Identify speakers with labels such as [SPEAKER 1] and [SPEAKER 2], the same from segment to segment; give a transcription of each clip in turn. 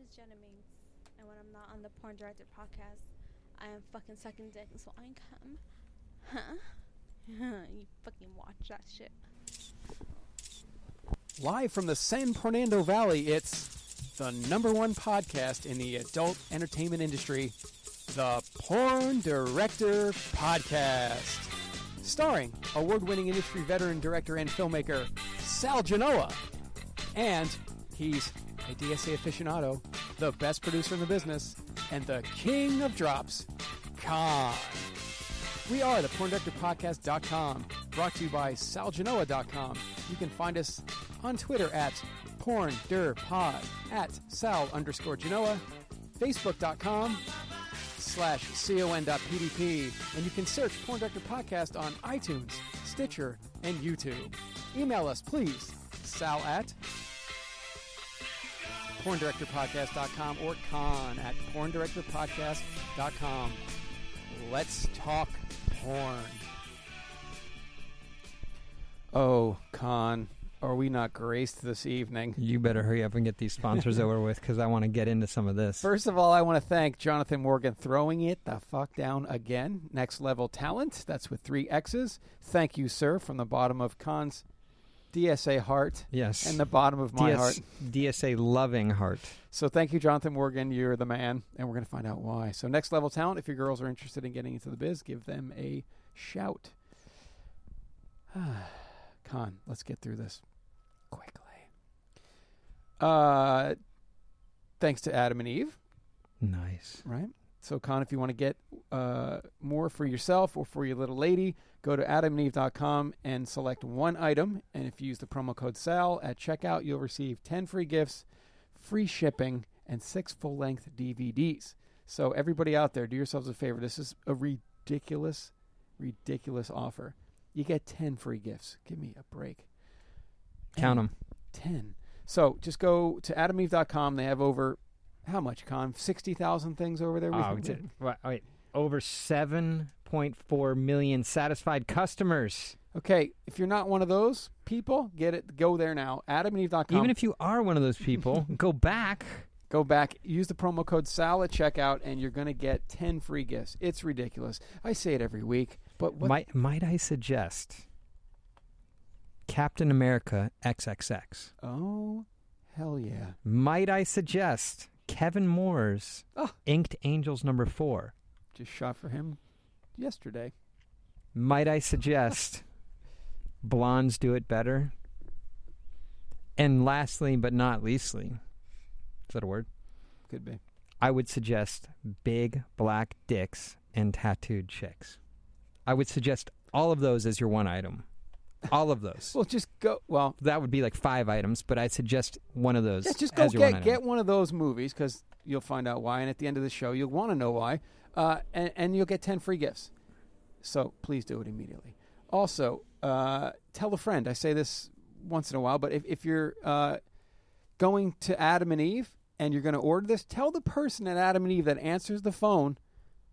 [SPEAKER 1] is Jenna Minks, and when I'm not on the Porn Director podcast, I am fucking sucking dick so I can come. Huh? you fucking watch that shit.
[SPEAKER 2] Live from the San Fernando Valley, it's the number one podcast in the adult entertainment industry, the Porn Director Podcast. Starring award winning industry veteran, director, and filmmaker Sal Genoa. And he's a DSA aficionado, the best producer in the business, and the king of drops, Khan. We are the porndirectorpodcast.com, brought to you by salgenoa.com. You can find us on Twitter at porndirpod, at sal underscore genoa, facebook.com slash con.pdp, and you can search Porn Director Podcast on iTunes, Stitcher, and YouTube. Email us, please, sal at porndirectorpodcast.com or con at porndirectorpodcast.com. Let's talk porn. Oh, Con, are we not graced this evening?
[SPEAKER 3] You better hurry up and get these sponsors over with because I want to get into some of this.
[SPEAKER 2] First of all, I want to thank Jonathan Morgan throwing it the fuck down again. Next level talent. That's with three X's. Thank you, sir, from the bottom of Con's DSA heart
[SPEAKER 3] yes.
[SPEAKER 2] and the bottom of my
[SPEAKER 3] DS
[SPEAKER 2] heart.
[SPEAKER 3] DSA loving heart.
[SPEAKER 2] So thank you, Jonathan Morgan. You're the man, and we're going to find out why. So next level talent. If your girls are interested in getting into the biz, give them a shout. Con, let's get through this quickly. Uh, thanks to Adam and Eve,
[SPEAKER 3] Nice.
[SPEAKER 2] right? So, Con, if you want to get uh, more for yourself or for your little lady, go to adamandeve.com and select one item. And if you use the promo code SAL at checkout, you'll receive 10 free gifts, free shipping, and six full length DVDs. So, everybody out there, do yourselves a favor. This is a ridiculous, ridiculous offer. You get 10 free gifts. Give me a break.
[SPEAKER 3] Count them.
[SPEAKER 2] 10. So just go to adameve.com. They have over how much, Con? 60,000 things over there? Ah, We
[SPEAKER 3] Oh,
[SPEAKER 2] can
[SPEAKER 3] d-
[SPEAKER 2] get-
[SPEAKER 3] wha- wait. Over 7.4 million satisfied customers.
[SPEAKER 2] Okay, if you're not one of those people, get it. Go there now. adameve.com.
[SPEAKER 3] Even if you are one of those people, go back.
[SPEAKER 2] go back, use the promo code SAL at checkout, and you're going to get 10 free gifts. It's ridiculous. I say it every week, but what?
[SPEAKER 3] Might, might I suggest Captain America XXX?
[SPEAKER 2] oh, hell yeah.
[SPEAKER 3] Might I suggest Kevin Moore's
[SPEAKER 2] Ah.
[SPEAKER 3] Inked Angels number four?
[SPEAKER 2] Just shot for him yesterday.
[SPEAKER 3] Might I suggest blondes do it better? And lastly, but not leastly, is that a word?
[SPEAKER 2] Could be.
[SPEAKER 3] I would suggest big black dicks and tattooed chicks. I would suggest all of those as your one item. All of those.
[SPEAKER 2] Well, just go. Well,
[SPEAKER 3] that would be like five items, but I'd suggest one of those.
[SPEAKER 2] Yeah, just go
[SPEAKER 3] as your one
[SPEAKER 2] get
[SPEAKER 3] item.
[SPEAKER 2] get one of those movies because you'll find out why, and at the end of the show, you'll want to know why, uh, and and you'll get ten free gifts. So please do it immediately. Also, uh, tell a friend. I say this once in a while, but if if you're uh, going to Adam and Eve and you're going to order this, tell the person at Adam and Eve that answers the phone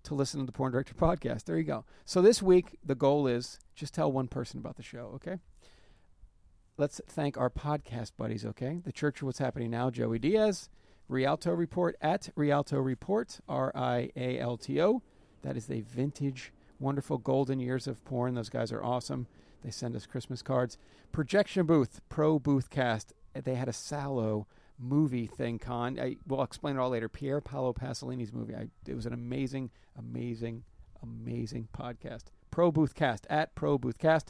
[SPEAKER 2] to listen to the Porn Director podcast. There you go. So this week, the goal is just tell one person about the show, okay? Let's thank our podcast buddies, okay? The Church of What's Happening Now, Joey Diaz, Rialto Report at Rialto Report, R I A L T O. That is the vintage, wonderful golden years of porn. Those guys are awesome. They send us Christmas cards. Projection Booth, Pro Boothcast. They had a Sallow movie thing con. I will explain it all later. Pierre Paolo Pasolini's movie. I, it was an amazing, amazing, amazing podcast. Pro Boothcast at Pro Boothcast.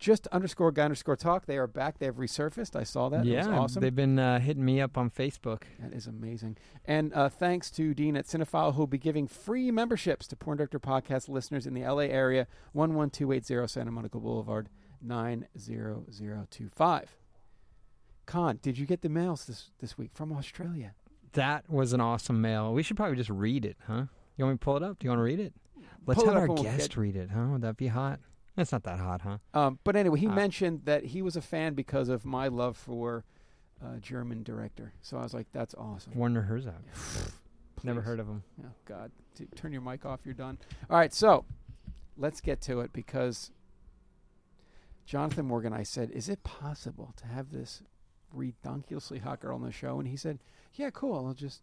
[SPEAKER 2] Just underscore guy underscore talk. They are back. They have resurfaced. I saw that.
[SPEAKER 3] yeah,
[SPEAKER 2] it was awesome.
[SPEAKER 3] they've been uh, hitting me up on Facebook.
[SPEAKER 2] That is amazing. And uh, thanks to Dean at Cinephile, who'll be giving free memberships to Porn Director Podcast listeners in the LA area, 11280 Santa Monica Boulevard, 90025. Con, did you get the mails this, this week from Australia?
[SPEAKER 3] That was an awesome mail. We should probably just read it, huh? You want me to pull it up? Do you want to read it? Let's
[SPEAKER 2] Pull it
[SPEAKER 3] have
[SPEAKER 2] up
[SPEAKER 3] our
[SPEAKER 2] and we'll
[SPEAKER 3] guest
[SPEAKER 2] get-
[SPEAKER 3] read it, huh? Would that be hot? That's not that hot, huh?
[SPEAKER 2] Um, but anyway, he
[SPEAKER 3] Ah.
[SPEAKER 2] mentioned that he was a fan because of my love for uh, German director. So I was like, that's awesome.
[SPEAKER 3] Warner Herzog. Never
[SPEAKER 2] Please.
[SPEAKER 3] heard of him.
[SPEAKER 2] Oh God! T- Turn your mic off. You're done. All right, so let's get to it because Jonathan Morgan, I said, is it possible to have this redonkulously hot girl on the show? And he said, Yeah, cool. I'll just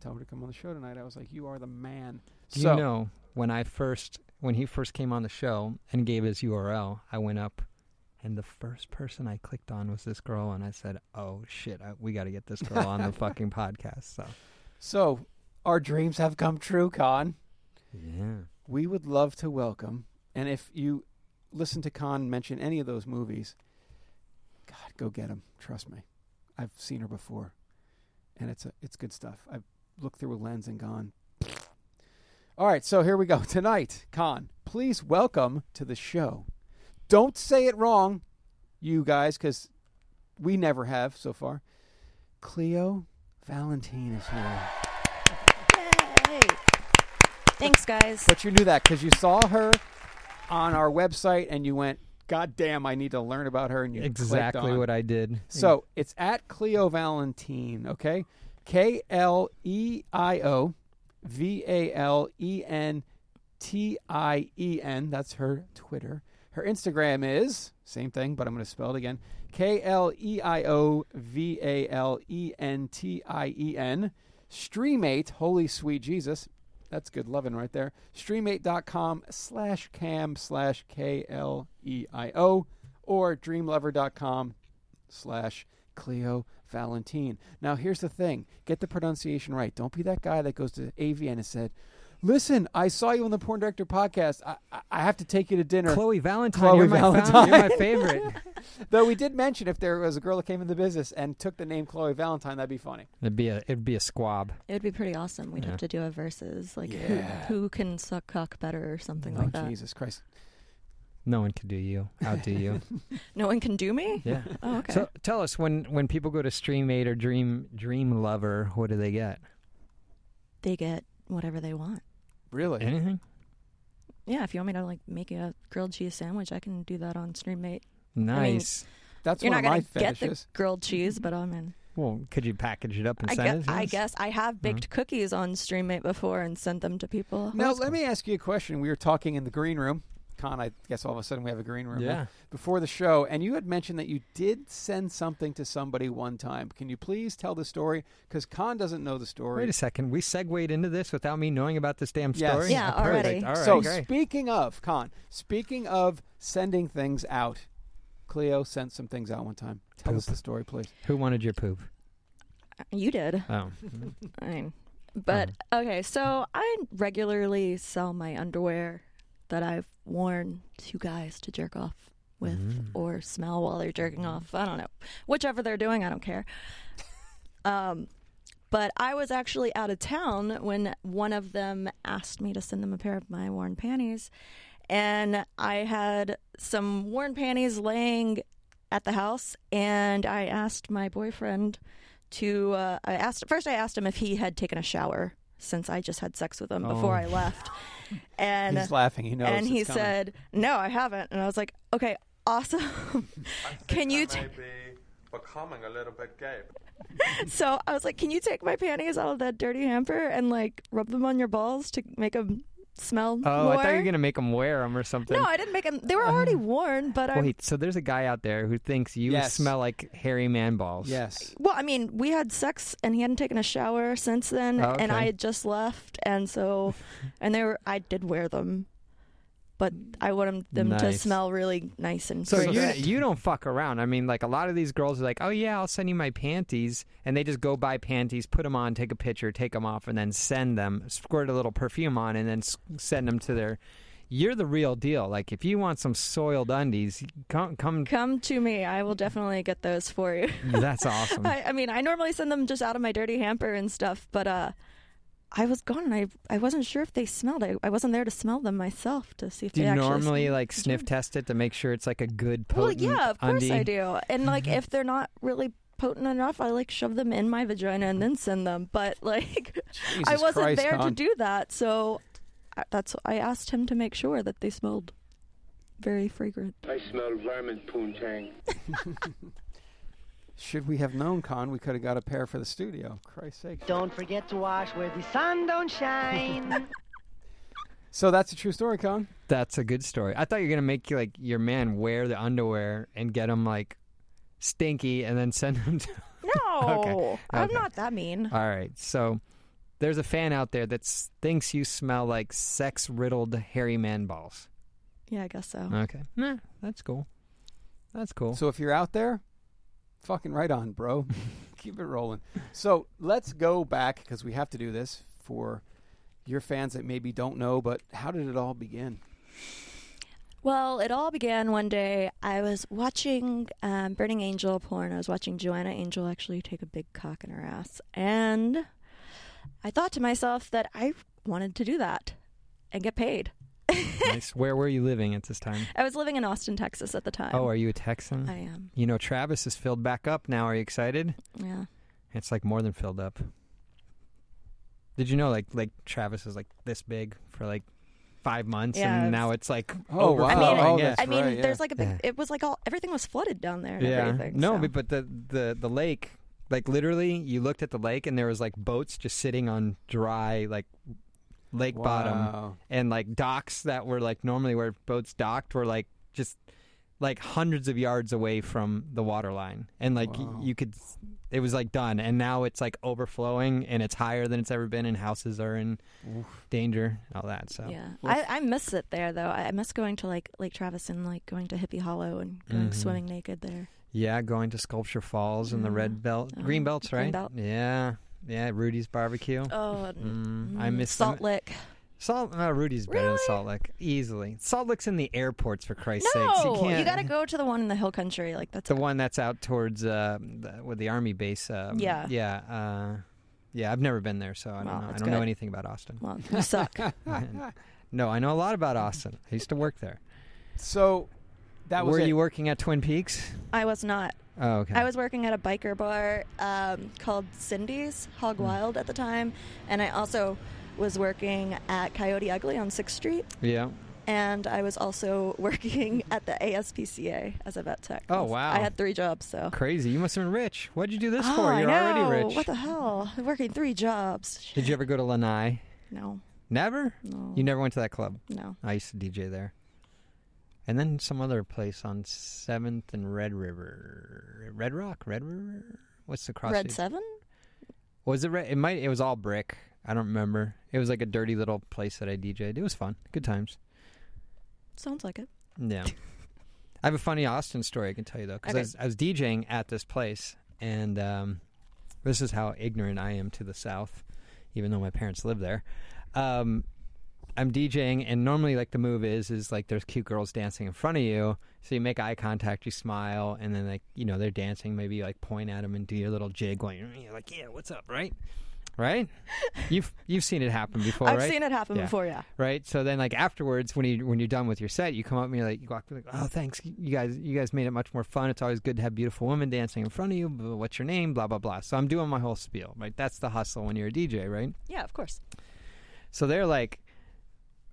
[SPEAKER 2] tell her to come on the show tonight. I was like, you are the man.
[SPEAKER 3] Do
[SPEAKER 2] so
[SPEAKER 3] you know when I first when he first came on the show and gave his URL, I went up and the first person I clicked on was this girl and I said, "Oh shit, I, we got to get this girl on the fucking podcast." So,
[SPEAKER 2] so our dreams have come true, Con.
[SPEAKER 3] yeah.
[SPEAKER 2] we would love to welcome. And if you listen to Khan mention any of those movies, God, go get them. Trust me, I've seen her before, and it's a, it's good stuff. I've looked through a lens and gone. All right, so here we go tonight. Khan, please welcome to the show. Don't say it wrong, you guys, because we never have so far. Cleo Valentine is here.
[SPEAKER 4] Yay. Thanks, guys.
[SPEAKER 2] But you knew that because you saw her on our website and you went, God damn, I need to learn about her. And you clicked
[SPEAKER 3] Exactly
[SPEAKER 2] on.
[SPEAKER 3] what I did.
[SPEAKER 2] So it's at Cleo Valentine, okay? K L E I O V A L E N T I E N. That's her Twitter. Her Instagram is same thing, but I'm going to spell it again. K L E I O V A L E N T I E N. Streamate, holy sweet Jesus. That's good loving right there. Streamate.com slash cam slash K L E I O or dreamlover.com slash Cleo Valentine. Now, here's the thing get the pronunciation right. Don't be that guy that goes to AVN and said, Listen, I saw you on the Porn Director podcast. I, I, I have to take you to dinner.
[SPEAKER 3] Chloe Valentine,
[SPEAKER 2] Chloe
[SPEAKER 3] you're, my fa-
[SPEAKER 2] Valentine.
[SPEAKER 3] you're my favorite.
[SPEAKER 2] Though we did mention if there was a girl that came in the business and took the name Chloe Valentine, that'd be funny.
[SPEAKER 3] it'd be a it'd be a squab.
[SPEAKER 4] It would be pretty awesome. We'd
[SPEAKER 3] Yeah.
[SPEAKER 4] have to do a versus, like
[SPEAKER 2] Yeah.
[SPEAKER 4] who, who can suck cock better or something
[SPEAKER 2] oh,
[SPEAKER 4] like that.
[SPEAKER 2] Jesus Christ.
[SPEAKER 3] No one can do you. Outdo you.
[SPEAKER 4] No one can do me.
[SPEAKER 3] yeah.
[SPEAKER 4] Oh, okay.
[SPEAKER 3] So tell us when when people go to Streamate or Dream Dream Lover, what do they get?
[SPEAKER 4] they get whatever they want.
[SPEAKER 2] Really?
[SPEAKER 3] Anything?
[SPEAKER 4] Yeah, if you want me to like make you a grilled cheese sandwich, I can do that on StreamMate.
[SPEAKER 3] Nice.
[SPEAKER 2] That's
[SPEAKER 4] You're
[SPEAKER 2] one
[SPEAKER 4] not
[SPEAKER 2] of my
[SPEAKER 4] gonna get the
[SPEAKER 2] fetishes.
[SPEAKER 4] grilled cheese, but I mean,
[SPEAKER 3] well, could you package it up and
[SPEAKER 4] I
[SPEAKER 3] send
[SPEAKER 4] guess,
[SPEAKER 3] it? to
[SPEAKER 4] I
[SPEAKER 3] us?
[SPEAKER 4] guess I have baked
[SPEAKER 2] Uh-huh.
[SPEAKER 4] cookies on StreamMate before and sent them to people.
[SPEAKER 2] Now, let me ask you a question. We were talking in the green room. Con, I guess all of a sudden we have a green room.
[SPEAKER 3] Yeah.
[SPEAKER 2] Before the show, and you had mentioned that you did send something to somebody one time. Can you please tell the story? Because Con doesn't know the story.
[SPEAKER 3] Wait a second. We segued into this without me knowing about this damn
[SPEAKER 2] Yes.
[SPEAKER 3] story. Oh,
[SPEAKER 4] Yeah,
[SPEAKER 3] Perfect.
[SPEAKER 4] already.
[SPEAKER 3] All right.
[SPEAKER 2] so
[SPEAKER 3] great.
[SPEAKER 2] speaking of Con, speaking of sending things out, Cleo sent some things out one time. Tell us
[SPEAKER 3] Poop.
[SPEAKER 2] the story, please.
[SPEAKER 3] Who wanted your poop?
[SPEAKER 4] You did.
[SPEAKER 3] Oh,
[SPEAKER 4] I mean, but okay, so I regularly sell my underwear that I've worn to guys to jerk off with or smell while they're jerking off. I don't know. Whichever they're doing, I don't care. Um, but I was actually out of town when one of them asked me to send them a pair of my worn panties. And I had some worn panties laying at the house, and I asked my boyfriend to. Uh, I asked first. I asked him if he had taken a shower since I just had sex with him before
[SPEAKER 3] Oh.
[SPEAKER 4] I left, and uh,
[SPEAKER 2] He's laughing. He knows.
[SPEAKER 4] and
[SPEAKER 2] it's
[SPEAKER 4] he
[SPEAKER 2] coming.
[SPEAKER 4] said, "No, I haven't." And I was like, "Okay, awesome." Can you?
[SPEAKER 5] I
[SPEAKER 4] T-
[SPEAKER 5] may be becoming a little bit gay.
[SPEAKER 4] so I was like, "Can you take my panties out of that dirty hamper and like rub them on your balls to make them smell
[SPEAKER 3] oh
[SPEAKER 4] more?"
[SPEAKER 3] I thought you were gonna Uh-huh. make them wear them or something.
[SPEAKER 4] no, I didn't make them. They were already worn, but I.
[SPEAKER 3] Wait, so there's a guy out there who thinks you
[SPEAKER 2] Yes.
[SPEAKER 3] smell like hairy man balls.
[SPEAKER 2] "Yes."
[SPEAKER 4] Well, I mean, we had sex and he hadn't taken a shower since then,
[SPEAKER 3] Oh,
[SPEAKER 4] and
[SPEAKER 3] okay.
[SPEAKER 4] I had just left, and so, and they were. I did wear them, but I wanted them to
[SPEAKER 3] Nice.
[SPEAKER 4] smell really nice and.
[SPEAKER 3] So you,
[SPEAKER 4] fragrant.
[SPEAKER 3] you don't fuck around. I mean, like a lot of these girls are like, "Oh yeah, I'll send you my panties," and they just go buy panties, put them on, take a picture, take them off, and then send them, squirt a little perfume on, and then s- send them to their. You're the real deal. Like if you want some soiled undies, come. come
[SPEAKER 4] Come to me. I will definitely get those for you.
[SPEAKER 3] that's awesome.
[SPEAKER 4] I, I mean, I normally send them just out of my dirty hamper and stuff, but uh, I was gone and I I wasn't sure if they smelled. I, I wasn't there to smell them myself to see if
[SPEAKER 3] Do
[SPEAKER 4] they
[SPEAKER 3] you
[SPEAKER 4] actually
[SPEAKER 3] normally
[SPEAKER 4] smelled.
[SPEAKER 3] like sniff test it to make sure it's like a good
[SPEAKER 4] Well,
[SPEAKER 3] potent Mm-hmm.
[SPEAKER 4] yeah, of course
[SPEAKER 3] undie?
[SPEAKER 4] I do. And like, if they're not really potent enough, I like shove them in my vagina and then send them. But like,
[SPEAKER 2] Jesus
[SPEAKER 4] I wasn't
[SPEAKER 2] Christ,
[SPEAKER 4] there to
[SPEAKER 2] Con.
[SPEAKER 4] do that, so I, that's I asked him to make sure that they smelled very fragrant.
[SPEAKER 6] I smell ramen poontang.
[SPEAKER 2] Should we have known, Con, we could have got a pair for the studio. Christ's sake.
[SPEAKER 7] Don't forget to wash where the sun don't shine.
[SPEAKER 2] So that's a true story, Con.
[SPEAKER 3] That's a good story. I thought you were gonna make like your man wear the underwear and get him like stinky, and then send him to.
[SPEAKER 4] No,
[SPEAKER 3] Okay,
[SPEAKER 4] I'm
[SPEAKER 3] okay.
[SPEAKER 4] not that mean.
[SPEAKER 3] All right, so There's a fan out there that s- thinks you smell like sex riddled hairy man balls.
[SPEAKER 4] Yeah, I guess so.
[SPEAKER 3] Okay. Nah, that's cool. That's cool.
[SPEAKER 2] So if you're out there, fucking right on, bro. Keep it rolling. So let's go back because we have to do this for your fans that maybe don't know. But how did it all begin?
[SPEAKER 4] Well, it all began one day. I was watching um, Burning Angel porn. I was watching Joanna Angel actually take a big cock in her ass. And I thought to myself that I wanted to do that and get paid.
[SPEAKER 3] nice. Where were you living at this time?
[SPEAKER 4] I was living in Austin, Texas at the time.
[SPEAKER 3] Oh, are you a Texan?
[SPEAKER 4] I am.
[SPEAKER 3] You know, Travis is filled back up now. Are you excited?
[SPEAKER 4] Yeah.
[SPEAKER 3] It's like more than filled up. Did you know, like, like Travis is like this big for like five months,
[SPEAKER 4] Yeah,
[SPEAKER 3] and
[SPEAKER 4] it's-
[SPEAKER 3] now it's like
[SPEAKER 2] Oh, wow.
[SPEAKER 3] overflowing.
[SPEAKER 4] I mean,
[SPEAKER 2] Oh,
[SPEAKER 3] yeah.
[SPEAKER 2] that's
[SPEAKER 4] I mean,
[SPEAKER 2] right, yeah.
[SPEAKER 4] there's like a big.
[SPEAKER 3] Yeah.
[SPEAKER 4] It was like all everything was flooded down there. And Everything,
[SPEAKER 3] No,
[SPEAKER 4] so.
[SPEAKER 3] but- but the, the the lake, like literally, you looked at the lake and there was like boats just sitting on dry like lake bottom,
[SPEAKER 2] Wow.
[SPEAKER 3] and like docks that were like normally where boats docked were like just like hundreds of yards away from the water line, and like y-
[SPEAKER 2] Wow.
[SPEAKER 3] you could, it was like done, and now it's like overflowing and it's higher than it's ever been, and houses are in danger, and all that. So
[SPEAKER 4] yeah,
[SPEAKER 2] Well-
[SPEAKER 4] I, I miss it there though. I I miss going to like Lake Travis and like going to Hippie Hollow and going
[SPEAKER 3] Mhm.
[SPEAKER 4] swimming naked there.
[SPEAKER 3] Yeah, going to Sculpture Falls and the
[SPEAKER 4] Mm.
[SPEAKER 3] Red Belt,
[SPEAKER 4] Oh,
[SPEAKER 3] Green Belts,
[SPEAKER 4] Green
[SPEAKER 3] right?
[SPEAKER 4] Belt.
[SPEAKER 3] Yeah, yeah. Rudy's Barbecue.
[SPEAKER 4] Oh,
[SPEAKER 3] Mm, I miss them.
[SPEAKER 4] Salt Lick.
[SPEAKER 3] Salt. Uh, Rudy's better than
[SPEAKER 4] Really?
[SPEAKER 3] Salt Lake easily. Salt Lake's in the airports for Christ's
[SPEAKER 4] No,
[SPEAKER 3] sakes. You
[SPEAKER 4] you,
[SPEAKER 3] can't.
[SPEAKER 4] gotta go to the one in the hill country. Like that's
[SPEAKER 3] The
[SPEAKER 4] it.
[SPEAKER 3] one that's out towards uh, the, with the army base. Um,
[SPEAKER 4] Yeah.
[SPEAKER 3] Yeah. Uh, yeah. I've never been there, so I don't
[SPEAKER 4] Well,
[SPEAKER 3] know. I
[SPEAKER 4] it's
[SPEAKER 3] don't know
[SPEAKER 4] good.
[SPEAKER 3] anything about Austin.
[SPEAKER 4] Well, you suck.
[SPEAKER 3] no, I know a lot about Austin. I used to work there.
[SPEAKER 2] So that was
[SPEAKER 3] Were
[SPEAKER 2] it.
[SPEAKER 3] you working at Twin Peaks?
[SPEAKER 4] I was not.
[SPEAKER 3] Oh, okay.
[SPEAKER 4] I was working at a biker bar um, called Cindy's
[SPEAKER 3] Mm.
[SPEAKER 4] Hog Wild at the time, and I also was working at Coyote Ugly on Sixth Street,
[SPEAKER 3] Yeah.
[SPEAKER 4] and I was also working at the ASPCA as a vet tech.
[SPEAKER 3] Oh, wow.
[SPEAKER 4] I had three jobs, so.
[SPEAKER 3] Crazy. You must have been rich. What'd you do this
[SPEAKER 4] Oh,
[SPEAKER 3] for?
[SPEAKER 4] I
[SPEAKER 3] You're
[SPEAKER 4] know.
[SPEAKER 3] already rich.
[SPEAKER 4] What the hell? Working three jobs.
[SPEAKER 3] Did you ever go to Lanai?
[SPEAKER 4] No,
[SPEAKER 3] Never.
[SPEAKER 4] no,
[SPEAKER 3] You never went to that club.
[SPEAKER 4] no.
[SPEAKER 3] I used to DJ there. And then some other place on 7th and Red River. Red Rock? Red River? What's the cross?
[SPEAKER 4] Red
[SPEAKER 3] street?
[SPEAKER 4] Seven?
[SPEAKER 3] Was it red? It might. It was all brick. I don't remember. It was like a dirty little place that I DJ'd. It was fun. Good times.
[SPEAKER 4] Sounds like it.
[SPEAKER 3] Yeah. I have a funny Austin story I can tell you, though, because
[SPEAKER 4] Okay.
[SPEAKER 3] I, was, I was DJing at this place, and um, this is how ignorant I am to the South, even though my parents live there. Um, I'm DJing, and normally, like the move is, is like there's cute girls dancing in front of you, so you make eye contact, you smile, and then like you know they're dancing, maybe you, like point at them and do your little jig, like you're like yeah, what's up, right? Right? You've you've seen it happen before,
[SPEAKER 4] I've
[SPEAKER 3] right?
[SPEAKER 4] seen it happen
[SPEAKER 3] Yeah.
[SPEAKER 4] before, yeah.
[SPEAKER 3] right? So then, like afterwards, when you when you're done with your set, you come up and you're like, you walk like, oh, thanks, you guys, you guys made it much more fun. It's always good to have beautiful women dancing in front of you. But what's your name? Blah blah blah. So I'm doing my whole spiel, right? That's the hustle when you're a DJ, right?
[SPEAKER 4] Yeah, of course.
[SPEAKER 3] So they're like,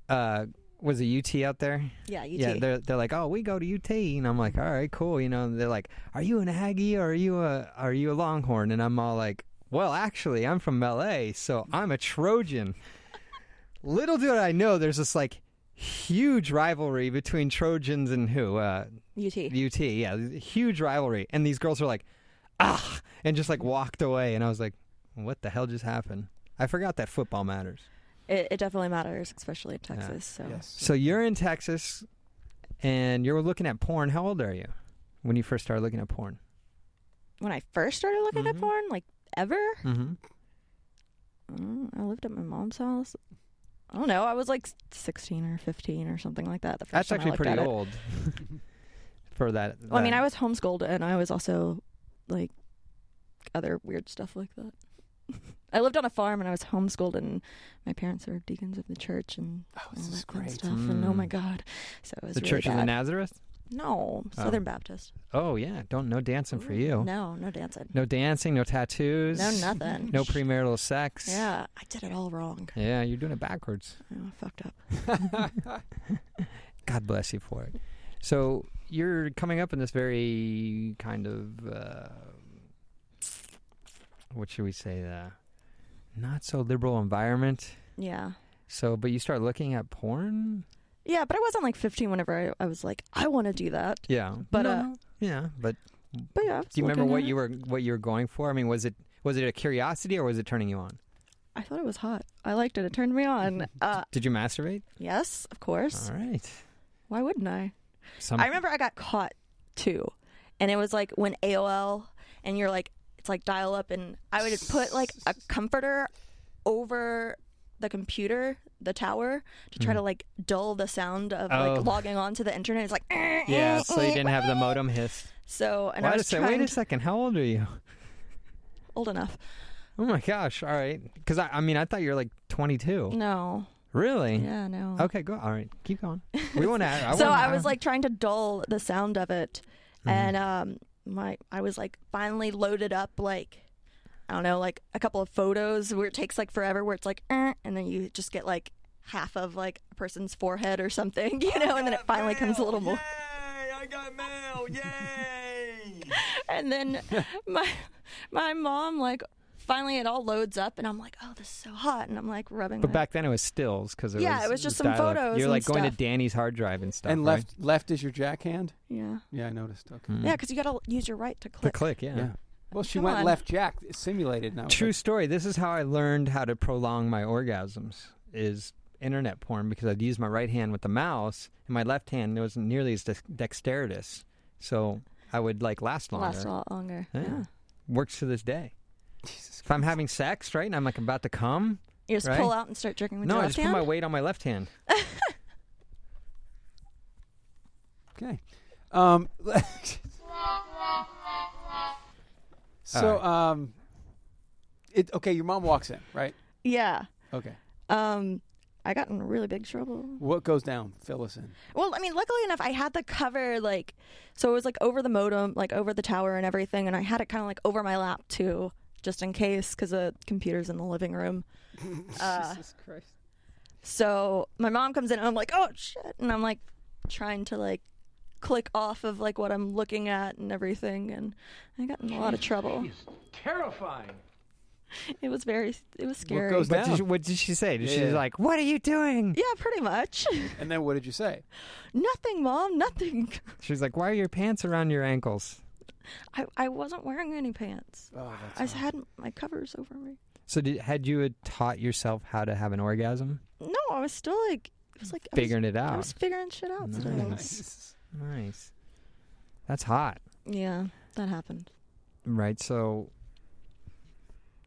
[SPEAKER 3] uh, was a UT out there?
[SPEAKER 4] Yeah, UT.
[SPEAKER 3] Yeah, they're they're like, oh, we go to UT, and I'm like, all right, cool. You know, and they're like, are you an Aggie or are you a are you a Longhorn? And I'm all like, well, actually, I'm from LA, so I'm a Trojan. Little did I know, there's this like huge rivalry between Trojans and who uh,
[SPEAKER 4] UT.
[SPEAKER 3] UT. Yeah, huge rivalry, and these girls are like, ah, and just like walked away, and I was like, what the hell just happened? I forgot that football matters.
[SPEAKER 4] It, it definitely matters, especially in Texas. So
[SPEAKER 2] Yes.
[SPEAKER 3] So you're in Texas, and you're looking at porn. How old are you when you first started looking at porn?
[SPEAKER 4] when I first started looking
[SPEAKER 3] Mhm.
[SPEAKER 4] at porn, like ever,
[SPEAKER 3] Mm-hmm.
[SPEAKER 4] mm, I lived at my mom's house. I don't know. I was like 16 or 15 or something like that. The first
[SPEAKER 3] That's
[SPEAKER 4] time I
[SPEAKER 3] actually
[SPEAKER 4] looked
[SPEAKER 3] pretty
[SPEAKER 4] at it.
[SPEAKER 3] old for that. uh,
[SPEAKER 4] Well, I mean,
[SPEAKER 3] that-
[SPEAKER 4] I was homeschooled and I was also like other weird stuff like that. I lived on a farm and I was homeschooled, and my parents are deacons of the church and
[SPEAKER 2] Oh,
[SPEAKER 4] all
[SPEAKER 2] this is
[SPEAKER 4] that fun
[SPEAKER 2] great.
[SPEAKER 4] stuff. And oh
[SPEAKER 3] Mm.
[SPEAKER 4] my god, so it was
[SPEAKER 3] the
[SPEAKER 4] really
[SPEAKER 3] Church of the
[SPEAKER 4] bad.
[SPEAKER 3] Nazareth.
[SPEAKER 4] no
[SPEAKER 3] Oh.
[SPEAKER 4] Southern Baptist.
[SPEAKER 3] Oh yeah, don't no dancing for you. No,
[SPEAKER 4] No, no dancing.
[SPEAKER 3] dancing, no tattoos,
[SPEAKER 4] No nothing.
[SPEAKER 3] no premarital sex.
[SPEAKER 4] Yeah, I did it all wrong.
[SPEAKER 3] yeah, you're doing it backwards.
[SPEAKER 4] Oh, I fucked up.
[SPEAKER 3] God bless you for it. So you're coming up in this very kind of uh, what should we say? Uh, not so liberal environment.
[SPEAKER 4] Yeah.
[SPEAKER 3] So, but you start looking at porn.
[SPEAKER 4] Yeah, but I wasn't like 15 whenever I, I was like, I want to do that.
[SPEAKER 3] Yeah,
[SPEAKER 4] But,
[SPEAKER 3] No,
[SPEAKER 4] uh,
[SPEAKER 3] no. yeah, but
[SPEAKER 4] But yeah. I was
[SPEAKER 3] do you remember
[SPEAKER 4] looking
[SPEAKER 3] what
[SPEAKER 4] at
[SPEAKER 3] you
[SPEAKER 4] it.
[SPEAKER 3] were what you were going for? I mean, was it was it a curiosity or was it turning you on?
[SPEAKER 4] I thought it was hot. I liked it. It turned me on. Uh,
[SPEAKER 3] Did you masturbate?
[SPEAKER 4] yes, of course.
[SPEAKER 3] All right. Um,
[SPEAKER 4] Why wouldn't I?
[SPEAKER 3] Some,
[SPEAKER 4] I remember I got caught too, and it was like when AOL and you're like it's like dial up, and I would put like a comforter over the computer, the tower, to try to like dull the sound of
[SPEAKER 3] Mm. Oh.
[SPEAKER 4] like logging onto the internet. It's like
[SPEAKER 3] Yeah, so you didn't have the modem hiss.
[SPEAKER 4] So and
[SPEAKER 3] Well,
[SPEAKER 4] I
[SPEAKER 3] I
[SPEAKER 4] was
[SPEAKER 3] just said,
[SPEAKER 4] trying
[SPEAKER 3] wait a
[SPEAKER 4] to-
[SPEAKER 3] second, how old are you?
[SPEAKER 4] old enough.
[SPEAKER 3] Oh my gosh! All right, because I, I mean, I thought you were like 22.
[SPEAKER 4] No,
[SPEAKER 3] Really?
[SPEAKER 4] yeah, no.
[SPEAKER 3] Okay, go. All right, keep going. We want to. I Mm-hmm.
[SPEAKER 4] so
[SPEAKER 3] wanna-
[SPEAKER 4] I was like trying to dull the sound of it, and um, my I was like finally loaded up like I don't know like a couple of photos where it takes like forever where it's like eh, and then you just get like half of like a person's forehead or something you know and then it finally comes a little more
[SPEAKER 5] Yay! I got mail! Yay!
[SPEAKER 4] and then my my mom like finally it all loads up and I'm like oh this is so hot and I'm like rubbing
[SPEAKER 3] But
[SPEAKER 4] my-
[SPEAKER 3] back then it was stills because
[SPEAKER 4] Yeah, it was just some photos
[SPEAKER 3] You're
[SPEAKER 4] and
[SPEAKER 3] like going to
[SPEAKER 4] stuff.
[SPEAKER 3] Danny's hard drive and stuff.
[SPEAKER 2] and
[SPEAKER 3] right?
[SPEAKER 2] left left is your jack hand.
[SPEAKER 4] yeah
[SPEAKER 2] Yeah, I noticed. Okay.
[SPEAKER 4] Yeah, 'cause yeah because you gotta use your right to
[SPEAKER 3] the
[SPEAKER 4] click
[SPEAKER 3] Hmm. click. Yeah.
[SPEAKER 2] Yeah. Well, she
[SPEAKER 4] Come
[SPEAKER 2] went
[SPEAKER 4] on.
[SPEAKER 2] left jack, It simulated. Now
[SPEAKER 3] True story. This is how I learned how to prolong my orgasms is internet porn because I'd use my right hand with the mouse and my left hand wasn't nearly as dex- dexteritous, so I would like last longer.
[SPEAKER 4] last a lot longer
[SPEAKER 3] Yeah.
[SPEAKER 4] yeah.
[SPEAKER 3] Works to this day. If I'm having sex, right, and I'm like about to come,
[SPEAKER 4] You just
[SPEAKER 3] Right?
[SPEAKER 4] pull out and start jerking with
[SPEAKER 3] no,
[SPEAKER 4] your
[SPEAKER 3] I
[SPEAKER 4] left
[SPEAKER 3] just put my
[SPEAKER 4] hand?
[SPEAKER 3] weight on my left hand.
[SPEAKER 2] Okay. Um, so,
[SPEAKER 3] All
[SPEAKER 2] um, it okay. Your mom walks in, right?
[SPEAKER 4] Yeah.
[SPEAKER 2] Okay.
[SPEAKER 4] Um, I got in really big trouble.
[SPEAKER 2] What goes down? Fill us in.
[SPEAKER 4] Well, I mean, luckily enough, I had the cover like, so it was like over the modem, like over the tower and everything, and I had it kind of like over my lap too, just in case, because the computer's in the living room. uh,
[SPEAKER 2] Jesus Christ.
[SPEAKER 4] so my mom comes in, and I'm like, oh shit, and I'm like trying to like click off of like what I'm looking at and everything, and I got in a lot of trouble.
[SPEAKER 8] Terrifying.
[SPEAKER 4] It was very, it was scary.
[SPEAKER 2] goes
[SPEAKER 3] But
[SPEAKER 2] Down.
[SPEAKER 3] did you, what did she say? Did
[SPEAKER 2] Yeah.
[SPEAKER 3] She's like, "What are you doing?"
[SPEAKER 4] yeah, pretty much.
[SPEAKER 2] And then what did you say?
[SPEAKER 4] nothing, mom, nothing.
[SPEAKER 3] She's like, "Why are your pants around your ankles?"
[SPEAKER 4] I, I wasn't wearing any pants.
[SPEAKER 2] Oh, that's
[SPEAKER 4] I s- had my covers over me.
[SPEAKER 3] So did, had you had taught yourself how to have an orgasm?
[SPEAKER 4] No, I was still like, it was like I was-
[SPEAKER 3] Figuring it
[SPEAKER 4] I was,
[SPEAKER 3] out.
[SPEAKER 4] figuring shit out today.
[SPEAKER 2] nice.
[SPEAKER 3] Nice. That's hot,
[SPEAKER 4] Yeah, that happened.
[SPEAKER 3] right? So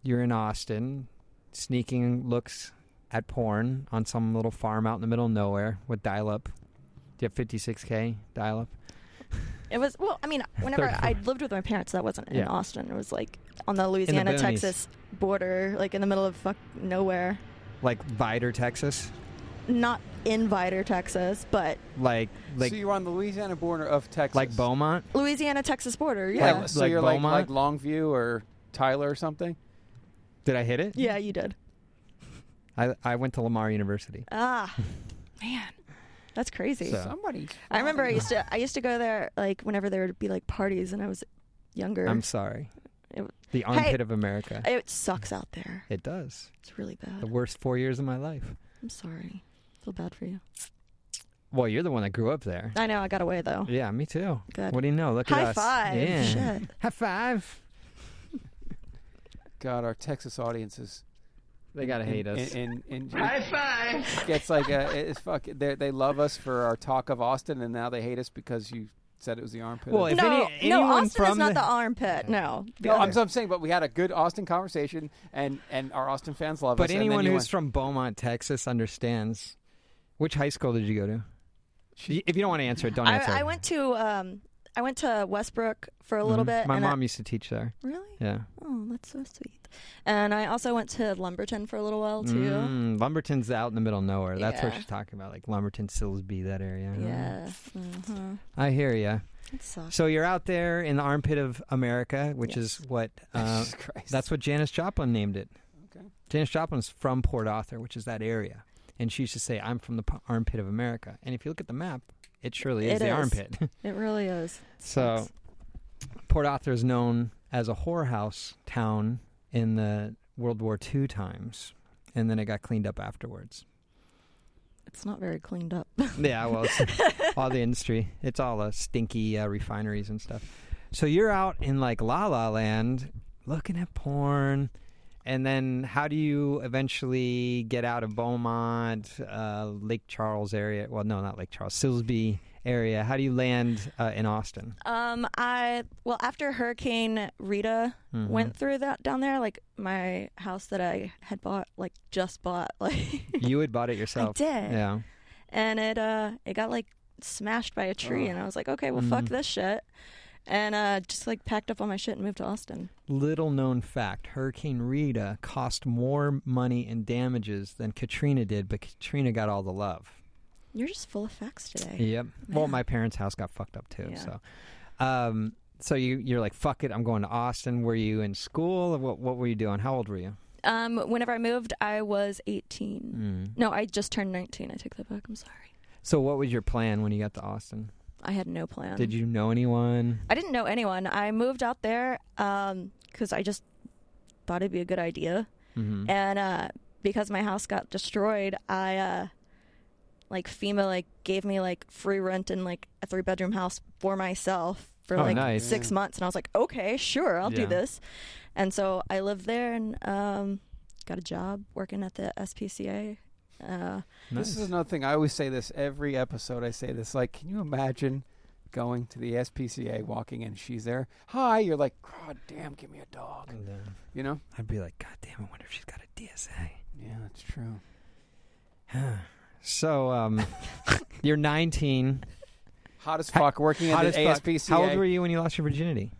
[SPEAKER 3] you're in Austin, sneaking looks at porn on some little farm out in the middle of nowhere with dial-up. Do you have 56k dial-up?
[SPEAKER 4] It was well. I mean, whenever
[SPEAKER 3] Third
[SPEAKER 4] I, I
[SPEAKER 3] floor.
[SPEAKER 4] lived with my parents, that wasn't in
[SPEAKER 3] Yeah.
[SPEAKER 4] Austin. It was like on the Louisiana
[SPEAKER 3] boonies.
[SPEAKER 4] Texas border, like in the middle of fuck nowhere.
[SPEAKER 3] Like Vider, Texas.
[SPEAKER 4] Not in Vider, Texas, but
[SPEAKER 3] Like like
[SPEAKER 2] so you're on the Louisiana border of Texas,
[SPEAKER 3] like Beaumont.
[SPEAKER 4] Louisiana Texas border.
[SPEAKER 2] Like,
[SPEAKER 4] Yeah,
[SPEAKER 3] Like-
[SPEAKER 2] so
[SPEAKER 3] like
[SPEAKER 2] you're like like
[SPEAKER 3] Beaumont?
[SPEAKER 2] Longview or Tyler or something.
[SPEAKER 3] Did I hit it?
[SPEAKER 4] yeah, you did.
[SPEAKER 3] I I went to Lamar University.
[SPEAKER 4] Ah, man, that's crazy.
[SPEAKER 3] So-
[SPEAKER 2] Somebody.
[SPEAKER 4] I remember I used to I used to go there like whenever there would be like parties and I was younger.
[SPEAKER 3] I'm sorry.
[SPEAKER 4] It-
[SPEAKER 3] The armpit of America.
[SPEAKER 4] It sucks out there.
[SPEAKER 3] it does.
[SPEAKER 4] It's really
[SPEAKER 3] The
[SPEAKER 4] bad.
[SPEAKER 3] worst four years of my life.
[SPEAKER 4] I'm sorry. feel bad for you.
[SPEAKER 3] Well, you're the one that grew up there.
[SPEAKER 4] I know I got away though.
[SPEAKER 3] Yeah, me too.
[SPEAKER 4] Ah. Good.
[SPEAKER 3] What do you know? Look
[SPEAKER 4] High
[SPEAKER 3] at us.
[SPEAKER 4] five.
[SPEAKER 3] Yeah.
[SPEAKER 4] Shit.
[SPEAKER 3] High five.
[SPEAKER 2] God, our Texas audience is
[SPEAKER 3] They gotta
[SPEAKER 2] in-
[SPEAKER 3] hate us.
[SPEAKER 2] in- in- in-
[SPEAKER 8] High five.
[SPEAKER 2] It's like a, it's fuck. They they love us for our talk of Austin, and now they hate us because you said it was the armpit.
[SPEAKER 3] Well,
[SPEAKER 2] of-
[SPEAKER 3] If
[SPEAKER 4] no,
[SPEAKER 3] any-
[SPEAKER 4] no,
[SPEAKER 3] anyone
[SPEAKER 4] Austin is
[SPEAKER 3] from
[SPEAKER 4] not
[SPEAKER 3] the-
[SPEAKER 4] the armpit. No. The
[SPEAKER 2] no, I'm,
[SPEAKER 4] other-
[SPEAKER 2] I'm saying, but we had a good Austin conversation, and and our Austin fans love us.
[SPEAKER 3] But
[SPEAKER 2] and then
[SPEAKER 3] anyone
[SPEAKER 2] you
[SPEAKER 3] who's
[SPEAKER 2] went-
[SPEAKER 3] from Beaumont, Texas, understands. Which high school did you go to? Y- if you don't want to answer it, don't answer.
[SPEAKER 4] I,
[SPEAKER 3] it.
[SPEAKER 4] I went to um I went to Westbrook for a little
[SPEAKER 3] Mhm.
[SPEAKER 4] bit.
[SPEAKER 3] My
[SPEAKER 4] and I-
[SPEAKER 3] mom used to teach there.
[SPEAKER 4] really?
[SPEAKER 3] Yeah.
[SPEAKER 4] Oh, that's so sweet. And I also went to Lumberton for a little while too.
[SPEAKER 3] Mm, Lumberton's out in the middle of nowhere. That's what
[SPEAKER 4] Yeah.
[SPEAKER 3] she's talking about, like Lumberton, Silsby, that area.
[SPEAKER 4] Yeah. hmm
[SPEAKER 3] I hear you.
[SPEAKER 4] It sucks.
[SPEAKER 3] So you're out there in the armpit of America, which is what uh,
[SPEAKER 2] Jesus Christ.
[SPEAKER 3] that's what Janis Joplin named it.
[SPEAKER 2] Okay.
[SPEAKER 3] Janis Joplin's from Port Arthur, which is that area, and she used to say, "I'm from the p- armpit of America." And if you look at the map, it surely is
[SPEAKER 4] It
[SPEAKER 3] the
[SPEAKER 4] is.
[SPEAKER 3] armpit.
[SPEAKER 4] It really is.
[SPEAKER 3] so Port Arthur is known as a whorehouse town in the World War II times, and then it got cleaned up afterwards.
[SPEAKER 4] It's not very cleaned up.
[SPEAKER 3] Yeah, well, it's all the industry. It's all uh, stinky uh, refineries and stuff. So you're out in like La La Land looking at porn, and then how do you eventually get out of Beaumont, uh, Lake Charles area? Well, no, not Lake Charles, Silsbee area. How do you land uh, in Austin?
[SPEAKER 4] Um, I well after Hurricane Rita
[SPEAKER 3] Mm-hmm.
[SPEAKER 4] went through that down there, like my house that I had bought, like just bought, like
[SPEAKER 3] You had bought it yourself.
[SPEAKER 4] did.
[SPEAKER 3] Yeah.
[SPEAKER 4] and it uh it got like smashed by a tree, and I was like, okay, well fuck
[SPEAKER 3] Mm-hmm.
[SPEAKER 4] this shit, and uh just like packed up all my shit and moved to Austin.
[SPEAKER 3] Little known fact Hurricane Rita cost more money in damages than Katrina did, but Katrina got all the love.
[SPEAKER 4] You're just full of facts today.
[SPEAKER 3] Yep. Well, my parents' house got fucked up too.
[SPEAKER 4] Yeah.
[SPEAKER 3] So, um, so you you're like fuck it, I'm going to Austin. Were you in school? Or what what were you doing? How old were you?
[SPEAKER 4] Um, whenever I moved, I was
[SPEAKER 3] Mm.
[SPEAKER 4] 18. No, I just turned 19. I take that back. I'm sorry.
[SPEAKER 3] So what was your plan when you got to Austin?
[SPEAKER 4] I had no plan.
[SPEAKER 3] Did you know anyone?
[SPEAKER 4] Um, I didn't know anyone. I moved out there because I just thought it'd be a good idea,
[SPEAKER 3] Mm-hmm.
[SPEAKER 4] and uh, because my house got destroyed, I uh, like FEMA like gave me like free rent in like a three bedroom house for myself for
[SPEAKER 3] Oh,
[SPEAKER 4] like
[SPEAKER 3] nice.
[SPEAKER 4] six months, and I was like, okay, sure, I'll
[SPEAKER 3] Yeah.
[SPEAKER 4] do this, and so I lived there and um, got a job working at the SPCA. Uh,
[SPEAKER 2] This is another thing. I always say this every episode. I say this like, can you imagine going to the SPCA, walking in, she's there. Hi, you're like, God damn, give me a dog.
[SPEAKER 3] Mm.
[SPEAKER 2] You know?
[SPEAKER 3] I'd be like, God damn, I wonder if she's got a DSA.
[SPEAKER 2] Yeah, that's true.
[SPEAKER 3] So um, you're 19.
[SPEAKER 2] Hot as fuck, working at
[SPEAKER 3] Hot
[SPEAKER 2] the
[SPEAKER 3] as fuck.
[SPEAKER 2] ASPCA.
[SPEAKER 3] How old were you when you lost your virginity?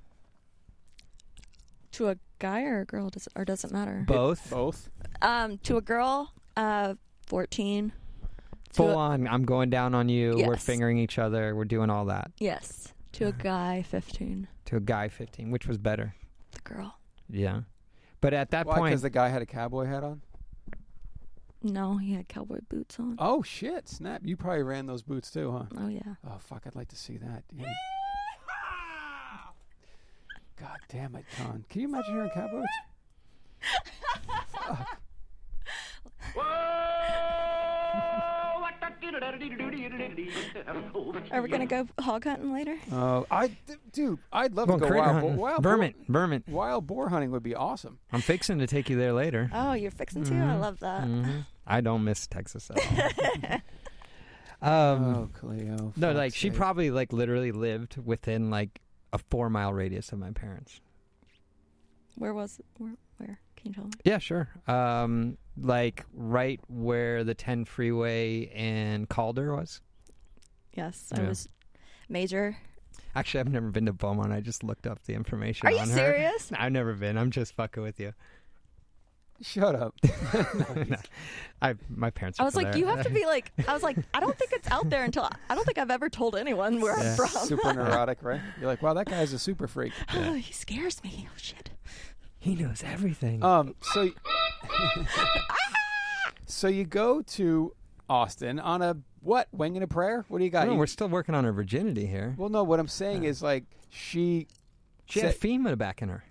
[SPEAKER 4] to a guy or a girl, does or does it matter?
[SPEAKER 3] Both.
[SPEAKER 2] Both.
[SPEAKER 4] Um, to a girl, uh, fourteen. To
[SPEAKER 3] Full
[SPEAKER 4] a-
[SPEAKER 3] on. I'm going down on you. We're
[SPEAKER 4] Yes.
[SPEAKER 3] fingering each other. We're doing all that.
[SPEAKER 4] Yes, to a guy, fifteen.
[SPEAKER 3] To a guy 15, which was better.
[SPEAKER 4] The girl.
[SPEAKER 3] Yeah. But at that
[SPEAKER 2] Why?
[SPEAKER 3] point,
[SPEAKER 2] Because the guy had a cowboy hat on.
[SPEAKER 4] No, he had cowboy boots on.
[SPEAKER 2] Oh shit! Snap. You probably ran those boots too, huh?
[SPEAKER 4] Oh yeah.
[SPEAKER 2] Oh fuck! I'd like to see that. Yeah. God damn it, Con. Can you imagine hearing cowboys?
[SPEAKER 4] Are we gonna go hog hunting later?
[SPEAKER 2] Oh, I, d- dude, I'd love
[SPEAKER 3] Going
[SPEAKER 2] to go
[SPEAKER 3] critter
[SPEAKER 2] wild, boar,
[SPEAKER 3] hunting.
[SPEAKER 2] wild
[SPEAKER 3] vermin,
[SPEAKER 2] boar-
[SPEAKER 3] vermin.
[SPEAKER 2] Wild boar hunting would be awesome.
[SPEAKER 3] I'm fixing to take you there later. Mm-hmm.
[SPEAKER 4] Oh, you're fixing to. I love that.
[SPEAKER 3] I don't miss Texas at all. um,
[SPEAKER 2] oh, Cleo.
[SPEAKER 3] no,
[SPEAKER 2] fuck's
[SPEAKER 3] like she
[SPEAKER 2] sake.
[SPEAKER 3] probably like literally lived within like a four mile radius of my parents.
[SPEAKER 4] Where was it? Where, where? Can you tell me?
[SPEAKER 3] Yeah, sure. Um, like right where the 10 freeway in Calder was.
[SPEAKER 4] Yes, I
[SPEAKER 3] Yeah.
[SPEAKER 4] was major.
[SPEAKER 3] Actually, I've never been to Beaumont. I just looked up the information.
[SPEAKER 4] Are you
[SPEAKER 3] on her.
[SPEAKER 4] serious?
[SPEAKER 3] I've never been. I'm just fucking with you.
[SPEAKER 2] Shut up.
[SPEAKER 3] I my parents.
[SPEAKER 4] I
[SPEAKER 3] are
[SPEAKER 4] was
[SPEAKER 3] from
[SPEAKER 4] like,
[SPEAKER 3] there.
[SPEAKER 4] you have to be like. I was like, I don't think it's out there until I don't think I've ever told anyone where I'm from.
[SPEAKER 2] super neurotic, right? You're like, wow, that guy's a super freak.
[SPEAKER 4] Oh, he scares me. Oh shit.
[SPEAKER 3] He knows everything.
[SPEAKER 2] Um, so, so you go to Austin on a what? Wing and a prayer? What do you got?
[SPEAKER 3] No,
[SPEAKER 2] You-
[SPEAKER 3] we're still working on her virginity here.
[SPEAKER 2] well, no. What I'm saying is like she.
[SPEAKER 3] She had
[SPEAKER 2] said-
[SPEAKER 3] FEMA back in her.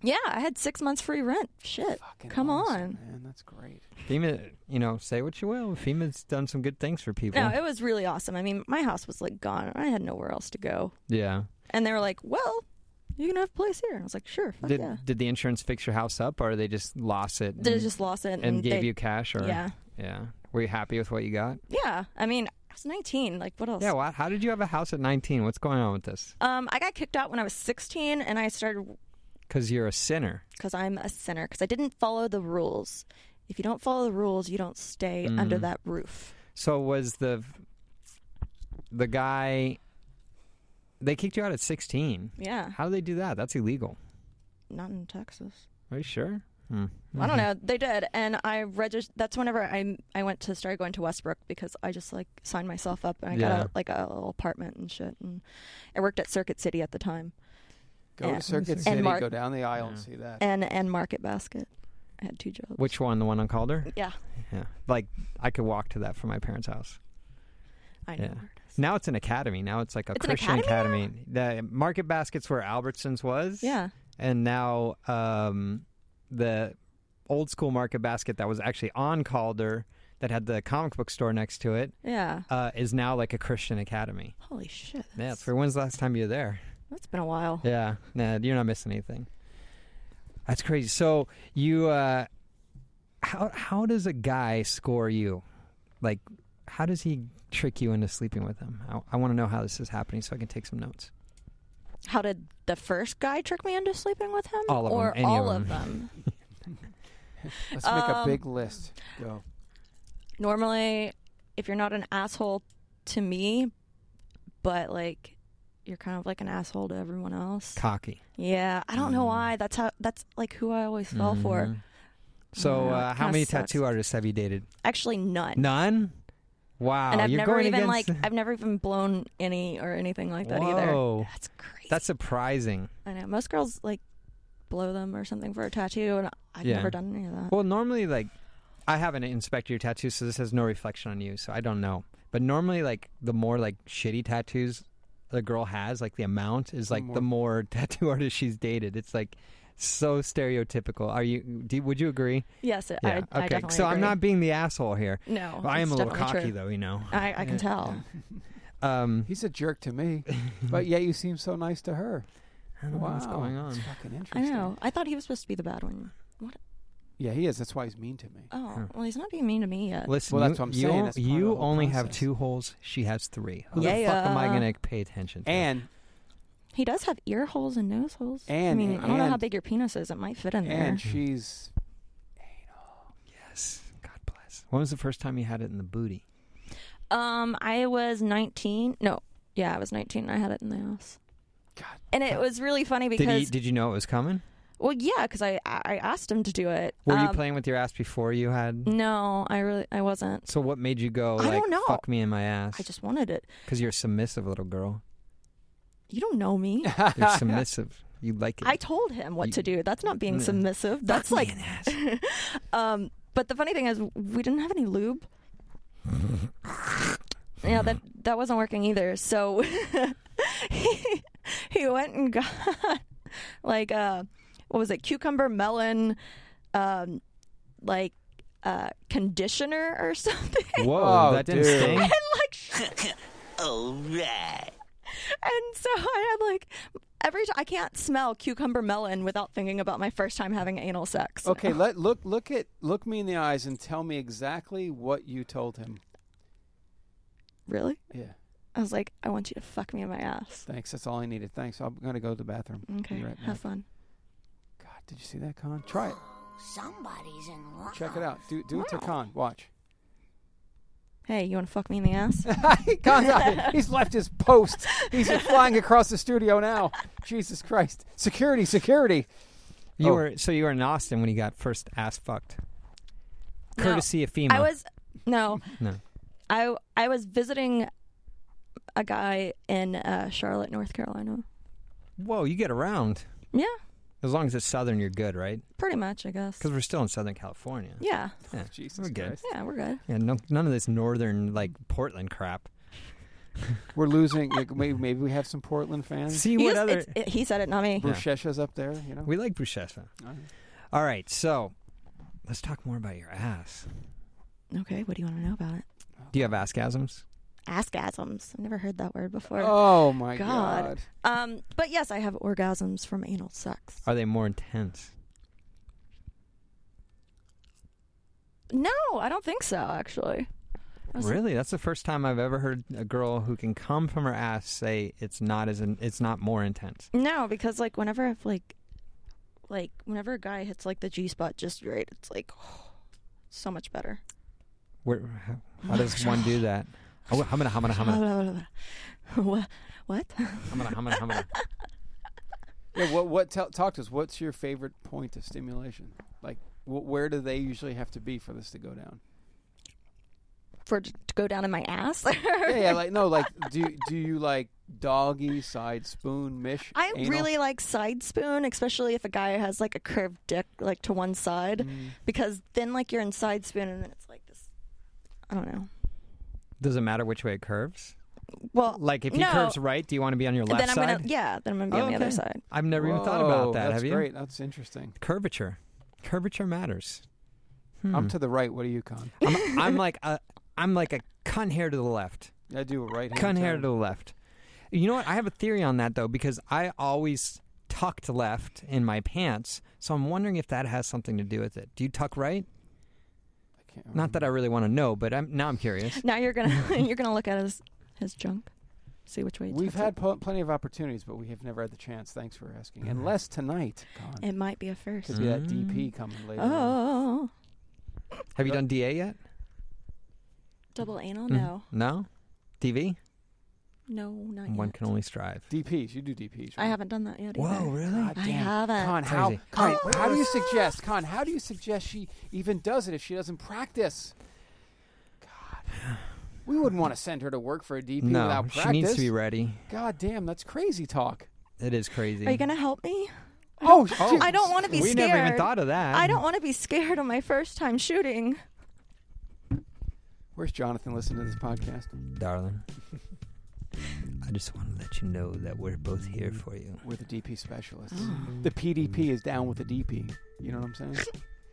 [SPEAKER 4] Yeah, I had six months free rent. Shit.
[SPEAKER 2] Fucking
[SPEAKER 4] Come
[SPEAKER 2] awesome,
[SPEAKER 4] on.
[SPEAKER 2] man. That's great.
[SPEAKER 3] FEMA, you know, say what you will. FEMA's done some good things for people.
[SPEAKER 4] No, it was really awesome. I mean, my house was like gone. I had nowhere else to go.
[SPEAKER 3] yeah.
[SPEAKER 4] And they were like, well, you can have a place here. And I was like, sure. Fuck
[SPEAKER 3] Did
[SPEAKER 4] yeah.
[SPEAKER 3] did the insurance fix your house up, or they just lost it?
[SPEAKER 4] They
[SPEAKER 3] and-
[SPEAKER 4] just lost it. And,
[SPEAKER 3] and gave
[SPEAKER 4] they-
[SPEAKER 3] you cash, or
[SPEAKER 4] Yeah.
[SPEAKER 3] yeah. Were you happy with what you got?
[SPEAKER 4] Yeah. I mean, I was 19. Like, what else?
[SPEAKER 3] Yeah. Well, how did you have a house at 19? What's going on with this?
[SPEAKER 4] Um, I got kicked out when I was 16 and I started
[SPEAKER 3] Because you're a sinner.
[SPEAKER 4] because I'm a sinner because I didn't follow the rules. If you don't follow the rules, you don't stay under
[SPEAKER 3] Mm-hmm.
[SPEAKER 4] that roof.
[SPEAKER 3] So was the the guy? They kicked you out at 16.
[SPEAKER 4] Yeah.
[SPEAKER 3] How do they do that? That's illegal.
[SPEAKER 4] Not in Texas.
[SPEAKER 3] Are you sure? Hmm.
[SPEAKER 4] I don't know. They did, and I registered. That's whenever I I went to start going to Westbrook because I just like signed myself up and I
[SPEAKER 3] Yeah.
[SPEAKER 4] got a, like a little apartment and shit. And I worked at Circuit City at the time,
[SPEAKER 2] Go
[SPEAKER 4] Yeah.
[SPEAKER 2] to Circuit
[SPEAKER 3] And
[SPEAKER 2] City.
[SPEAKER 4] Mark-
[SPEAKER 2] go down the aisle and see that.
[SPEAKER 4] and and Market Basket. I had two jobs.
[SPEAKER 3] Which one? The one on Calder?
[SPEAKER 4] Yeah,
[SPEAKER 3] Yeah. Like I could walk to that from my parents' house.
[SPEAKER 4] I know.
[SPEAKER 3] Yeah.
[SPEAKER 4] where it is.
[SPEAKER 3] Now it's an academy. Now it's like a
[SPEAKER 4] It's an
[SPEAKER 3] Christian
[SPEAKER 4] academy
[SPEAKER 3] academy. The Market Baskets where Albertsons was.
[SPEAKER 4] Yeah.
[SPEAKER 3] And now um, the old school Market Basket that was actually on Calder that had the comic book store next to it
[SPEAKER 4] Yeah.
[SPEAKER 3] uh, is now like a Christian academy.
[SPEAKER 4] Holy shit.
[SPEAKER 3] Yeah. For when's the last time you were there?
[SPEAKER 4] That's been a while.
[SPEAKER 3] Yeah. Nah, you're not missing anything. That's crazy. So you, uh, how how does a guy score you? Like, how does he trick you into sleeping with him? I, I want to know how this is happening so I can take some notes.
[SPEAKER 4] How did the first guy trick me into sleeping with him?
[SPEAKER 3] All of 'em,
[SPEAKER 4] or
[SPEAKER 3] any of
[SPEAKER 4] all
[SPEAKER 3] 'em.
[SPEAKER 4] of them.
[SPEAKER 2] Let's make a
[SPEAKER 4] Um,
[SPEAKER 2] big list. Go.
[SPEAKER 4] Normally, if you're not an asshole to me, but like you're kind of like an asshole to everyone else.
[SPEAKER 3] Cocky.
[SPEAKER 4] yeah, I don't know
[SPEAKER 3] Mm.
[SPEAKER 4] why. That's how. That's like who I always fell for.
[SPEAKER 3] Mhm. So,
[SPEAKER 4] Yeah,
[SPEAKER 3] uh,
[SPEAKER 4] it
[SPEAKER 3] how
[SPEAKER 4] kinda
[SPEAKER 3] many
[SPEAKER 4] sucks.
[SPEAKER 3] tattoo artists have you dated?
[SPEAKER 4] Actually, none.
[SPEAKER 3] None. Wow.
[SPEAKER 4] and I've
[SPEAKER 3] You're
[SPEAKER 4] never
[SPEAKER 3] going
[SPEAKER 4] even
[SPEAKER 3] against...
[SPEAKER 4] like I've never even blown any or anything like that
[SPEAKER 3] Whoa.
[SPEAKER 4] either. That's crazy.
[SPEAKER 3] That's surprising.
[SPEAKER 4] I know most girls like blow them or something for a tattoo, and I've
[SPEAKER 3] Yeah.
[SPEAKER 4] never done any of that.
[SPEAKER 3] Well, normally, like, I haven't inspected your tattoos, so this has no reflection on you, so I don't know. But normally, like, the more, like, shitty tattoos the girl has, like, the amount is, like, the more tattoo artist she's dated. It's, like, so stereotypical. Are you, do, would you agree?
[SPEAKER 4] yes, it, I, I
[SPEAKER 3] okay.
[SPEAKER 4] definitely.
[SPEAKER 3] so I'm
[SPEAKER 4] agree.
[SPEAKER 3] not being the asshole here.
[SPEAKER 4] No,
[SPEAKER 3] I am
[SPEAKER 4] it's
[SPEAKER 3] a little
[SPEAKER 4] definitely
[SPEAKER 3] cocky,
[SPEAKER 4] true.
[SPEAKER 3] though, you know.
[SPEAKER 4] I, I can tell.
[SPEAKER 3] Um,
[SPEAKER 2] He's a jerk to me, but yet you seem so nice to her.
[SPEAKER 3] I don't know
[SPEAKER 2] wow.
[SPEAKER 3] what's going on.
[SPEAKER 2] It's fucking
[SPEAKER 4] I
[SPEAKER 2] interesting.
[SPEAKER 4] know. I thought he was supposed to be the bad one.
[SPEAKER 2] Yeah, he is. That's why he's mean to me.
[SPEAKER 4] Oh,
[SPEAKER 3] Huh.
[SPEAKER 4] well, he's not being mean to me yet.
[SPEAKER 3] Listen,
[SPEAKER 2] Well,
[SPEAKER 3] you-
[SPEAKER 2] that's what I'm
[SPEAKER 3] you,
[SPEAKER 2] saying.
[SPEAKER 3] on-
[SPEAKER 2] That's part of the
[SPEAKER 3] You
[SPEAKER 2] whole
[SPEAKER 3] only have
[SPEAKER 2] process.
[SPEAKER 3] two holes. She has three. Who the
[SPEAKER 4] Yeah.
[SPEAKER 3] fuck am I going to pay attention to?
[SPEAKER 2] And
[SPEAKER 4] He does have ear holes and nose holes. I
[SPEAKER 2] And-
[SPEAKER 4] mean, I don't know how
[SPEAKER 2] and-
[SPEAKER 4] big your penis is. It might fit in there.
[SPEAKER 2] and she's
[SPEAKER 3] yes, God bless. When was the first time you had it in the booty?
[SPEAKER 4] Um, I was 19. No, yeah, I was 19. I had it in the house.
[SPEAKER 2] God.
[SPEAKER 4] And it was really funny
[SPEAKER 3] Did
[SPEAKER 4] because,
[SPEAKER 3] you did you know it was coming?
[SPEAKER 4] well, yeah, because I, I asked him to do it.
[SPEAKER 3] Were you
[SPEAKER 4] Um,
[SPEAKER 3] playing with your ass before you had?
[SPEAKER 4] No, I really, I wasn't.
[SPEAKER 3] So what made you go?
[SPEAKER 4] I
[SPEAKER 3] like,
[SPEAKER 4] don't know.
[SPEAKER 3] Fuck me in my ass.
[SPEAKER 4] I just wanted it.
[SPEAKER 3] because you're a submissive little girl.
[SPEAKER 4] You don't know me.
[SPEAKER 3] You're submissive. You like it.
[SPEAKER 4] I told him what
[SPEAKER 3] You-
[SPEAKER 4] to do. That's not being
[SPEAKER 3] Yeah.
[SPEAKER 4] submissive. That's
[SPEAKER 3] Fuck me
[SPEAKER 4] like,
[SPEAKER 3] in the ass.
[SPEAKER 4] um, but the funny thing is, we didn't have any lube. yeah, that that wasn't working either. So he he went and got like uh, what was it, cucumber melon, um, like uh, conditioner or something,
[SPEAKER 3] Whoa,
[SPEAKER 2] Oh,
[SPEAKER 3] that didn't
[SPEAKER 2] dude.
[SPEAKER 3] sting.
[SPEAKER 4] and like,
[SPEAKER 5] All right.
[SPEAKER 4] and so I had like. Every time I can't smell cucumber melon without thinking about my first time having anal sex. Oh,
[SPEAKER 2] okay. Let look look at look me in the eyes and tell me exactly what you told him.
[SPEAKER 4] Really?
[SPEAKER 2] Yeah.
[SPEAKER 4] I was like, I want you to fuck me in my ass.
[SPEAKER 2] Thanks. That's all I needed. Thanks. I'm gonna go to the bathroom.
[SPEAKER 4] Okay,
[SPEAKER 2] Be right back.
[SPEAKER 4] have fun.
[SPEAKER 2] God, did you see that con? Try it.
[SPEAKER 9] Somebody's in love.
[SPEAKER 2] Check it out. Do do it to
[SPEAKER 4] Wow.
[SPEAKER 2] con. Watch.
[SPEAKER 4] Hey, you want to fuck me in the ass?
[SPEAKER 2] Con's out. He's left his post. He's flying across the studio now. Jesus Christ. Security, security.
[SPEAKER 3] You
[SPEAKER 2] Oh.
[SPEAKER 3] were so you were in Austin when you got first ass fucked.
[SPEAKER 4] No.
[SPEAKER 3] Courtesy of FEMA.
[SPEAKER 4] I was no,
[SPEAKER 3] no.
[SPEAKER 4] I I was visiting a guy in uh, Charlotte, North Carolina.
[SPEAKER 3] Whoa, you get around.
[SPEAKER 4] Yeah,
[SPEAKER 3] As long as it's southern, you're good, right?
[SPEAKER 4] pretty much, I guess.
[SPEAKER 3] Because we're still in Southern California.
[SPEAKER 4] Yeah,
[SPEAKER 3] Yeah,
[SPEAKER 2] Jesus
[SPEAKER 3] we're good.
[SPEAKER 2] Christ.
[SPEAKER 4] yeah, we're good.
[SPEAKER 3] Yeah, no, none of this northern like Portland crap.
[SPEAKER 2] We're losing. Like, maybe, maybe we have some Portland fans.
[SPEAKER 3] See
[SPEAKER 4] Um, He,
[SPEAKER 3] what
[SPEAKER 4] was-
[SPEAKER 3] other
[SPEAKER 4] it's- it- he said it, not me.
[SPEAKER 3] Yeah.
[SPEAKER 2] Bruschetti's up there, you know.
[SPEAKER 3] we like Bruschetta.
[SPEAKER 2] All right.
[SPEAKER 3] All right, so let's talk more about your ass.
[SPEAKER 4] Okay, what do you want to know about it?
[SPEAKER 3] Do you have askasms?
[SPEAKER 4] Askasms. I've never heard that word before.
[SPEAKER 2] Oh my God.
[SPEAKER 4] God. Um, but yes, I have orgasms from anal sex.
[SPEAKER 2] Uh.
[SPEAKER 3] Are they more intense?
[SPEAKER 4] No, I don't think so. Actually, I was-
[SPEAKER 3] Really, that's the first time I've ever heard a girl who can come from her ass say it's not as in, it's not more intense.
[SPEAKER 4] No, because like whenever I've like, like whenever a guy hits like the G spot just right, it's like so much better.
[SPEAKER 3] Where, how, how does one do that? Oh, how many? How many? How many?
[SPEAKER 4] Wha- what?
[SPEAKER 3] How many? How many? How many?
[SPEAKER 2] Yeah, what, what, tell, talk to us. What's your favorite point of stimulation? Like, wh- where do they usually have to be for this to go down?
[SPEAKER 4] For it to go down in my ass?
[SPEAKER 2] Yeah, yeah like, no, like, do, do you like doggy, side spoon, mish?
[SPEAKER 4] I
[SPEAKER 2] anal?
[SPEAKER 4] really like side spoon, especially if a guy has like a curved dick like to one side,
[SPEAKER 2] Mm.
[SPEAKER 3] Mm.
[SPEAKER 4] because then like you're in side spoon and then it's like this. I don't know.
[SPEAKER 3] Does it matter which way it curves?
[SPEAKER 4] Well,
[SPEAKER 3] Like if he
[SPEAKER 4] no,
[SPEAKER 3] curves right, do you want to be on your left
[SPEAKER 4] then I'm
[SPEAKER 3] side? Oh,
[SPEAKER 4] gonna yeah, then I'm gonna be on the
[SPEAKER 3] Okay.
[SPEAKER 4] other side.
[SPEAKER 3] I've never even thought
[SPEAKER 2] Whoa,
[SPEAKER 3] about that.
[SPEAKER 2] That's
[SPEAKER 3] Have you?
[SPEAKER 2] great. That's interesting.
[SPEAKER 3] Curvature, curvature matters. Hmm.
[SPEAKER 2] I'm to the right. What are you, con?
[SPEAKER 3] I'm, I'm like a, I'm like a cunt hair to the left.
[SPEAKER 2] I do a right hand.
[SPEAKER 3] Cunt hair
[SPEAKER 2] turn.
[SPEAKER 3] to the left. You know what? I have a theory on that though because I always tucked left in my pants, so I'm wondering if that has something to do with it. Do you tuck right?
[SPEAKER 2] I can't
[SPEAKER 3] Not that I really want to know, but I'm, now I'm curious.
[SPEAKER 4] Now you're gonna you're gonna look at his his junk, see which way. he
[SPEAKER 2] We've
[SPEAKER 4] tucked
[SPEAKER 2] had pl- plenty of opportunities, but we have never had the chance. Thanks for asking. Unless tonight,
[SPEAKER 4] it.
[SPEAKER 2] Con,
[SPEAKER 4] It might be a first.
[SPEAKER 2] could be that
[SPEAKER 3] Mm.
[SPEAKER 2] DP coming later. on.
[SPEAKER 4] Oh,
[SPEAKER 3] Have you done DA yet?
[SPEAKER 4] double anal?
[SPEAKER 3] Mm.
[SPEAKER 4] No,
[SPEAKER 3] No? DV?
[SPEAKER 4] no, not
[SPEAKER 3] One
[SPEAKER 4] yet.
[SPEAKER 3] can only strive.
[SPEAKER 2] DPs, you do DPs.
[SPEAKER 4] I
[SPEAKER 2] right?
[SPEAKER 4] haven't done that yet.
[SPEAKER 3] Whoa,
[SPEAKER 4] either.
[SPEAKER 3] really?
[SPEAKER 2] God
[SPEAKER 4] I
[SPEAKER 2] damn.
[SPEAKER 4] haven't.
[SPEAKER 2] Con, how,
[SPEAKER 3] Crazy.
[SPEAKER 2] Con, how do you suggest, Con, how do you suggest she even does it if she doesn't practice? God. We wouldn't want to send her to work for a DP
[SPEAKER 3] No,
[SPEAKER 2] without practice.
[SPEAKER 3] she needs to be ready.
[SPEAKER 2] God damn, that's crazy talk.
[SPEAKER 3] It is crazy.
[SPEAKER 4] Are you gonna help me?
[SPEAKER 2] Oh,
[SPEAKER 3] Oh.
[SPEAKER 4] I don't want to be
[SPEAKER 3] we
[SPEAKER 4] scared.
[SPEAKER 3] never even thought of that.
[SPEAKER 4] I don't want to be scared on my first time shooting.
[SPEAKER 2] Where's Jonathan listening to this podcast?
[SPEAKER 3] Darling, I just want to let you know that we're both here for you.
[SPEAKER 2] We're the DP specialists. The PDP is down with the DP. You know what I'm saying?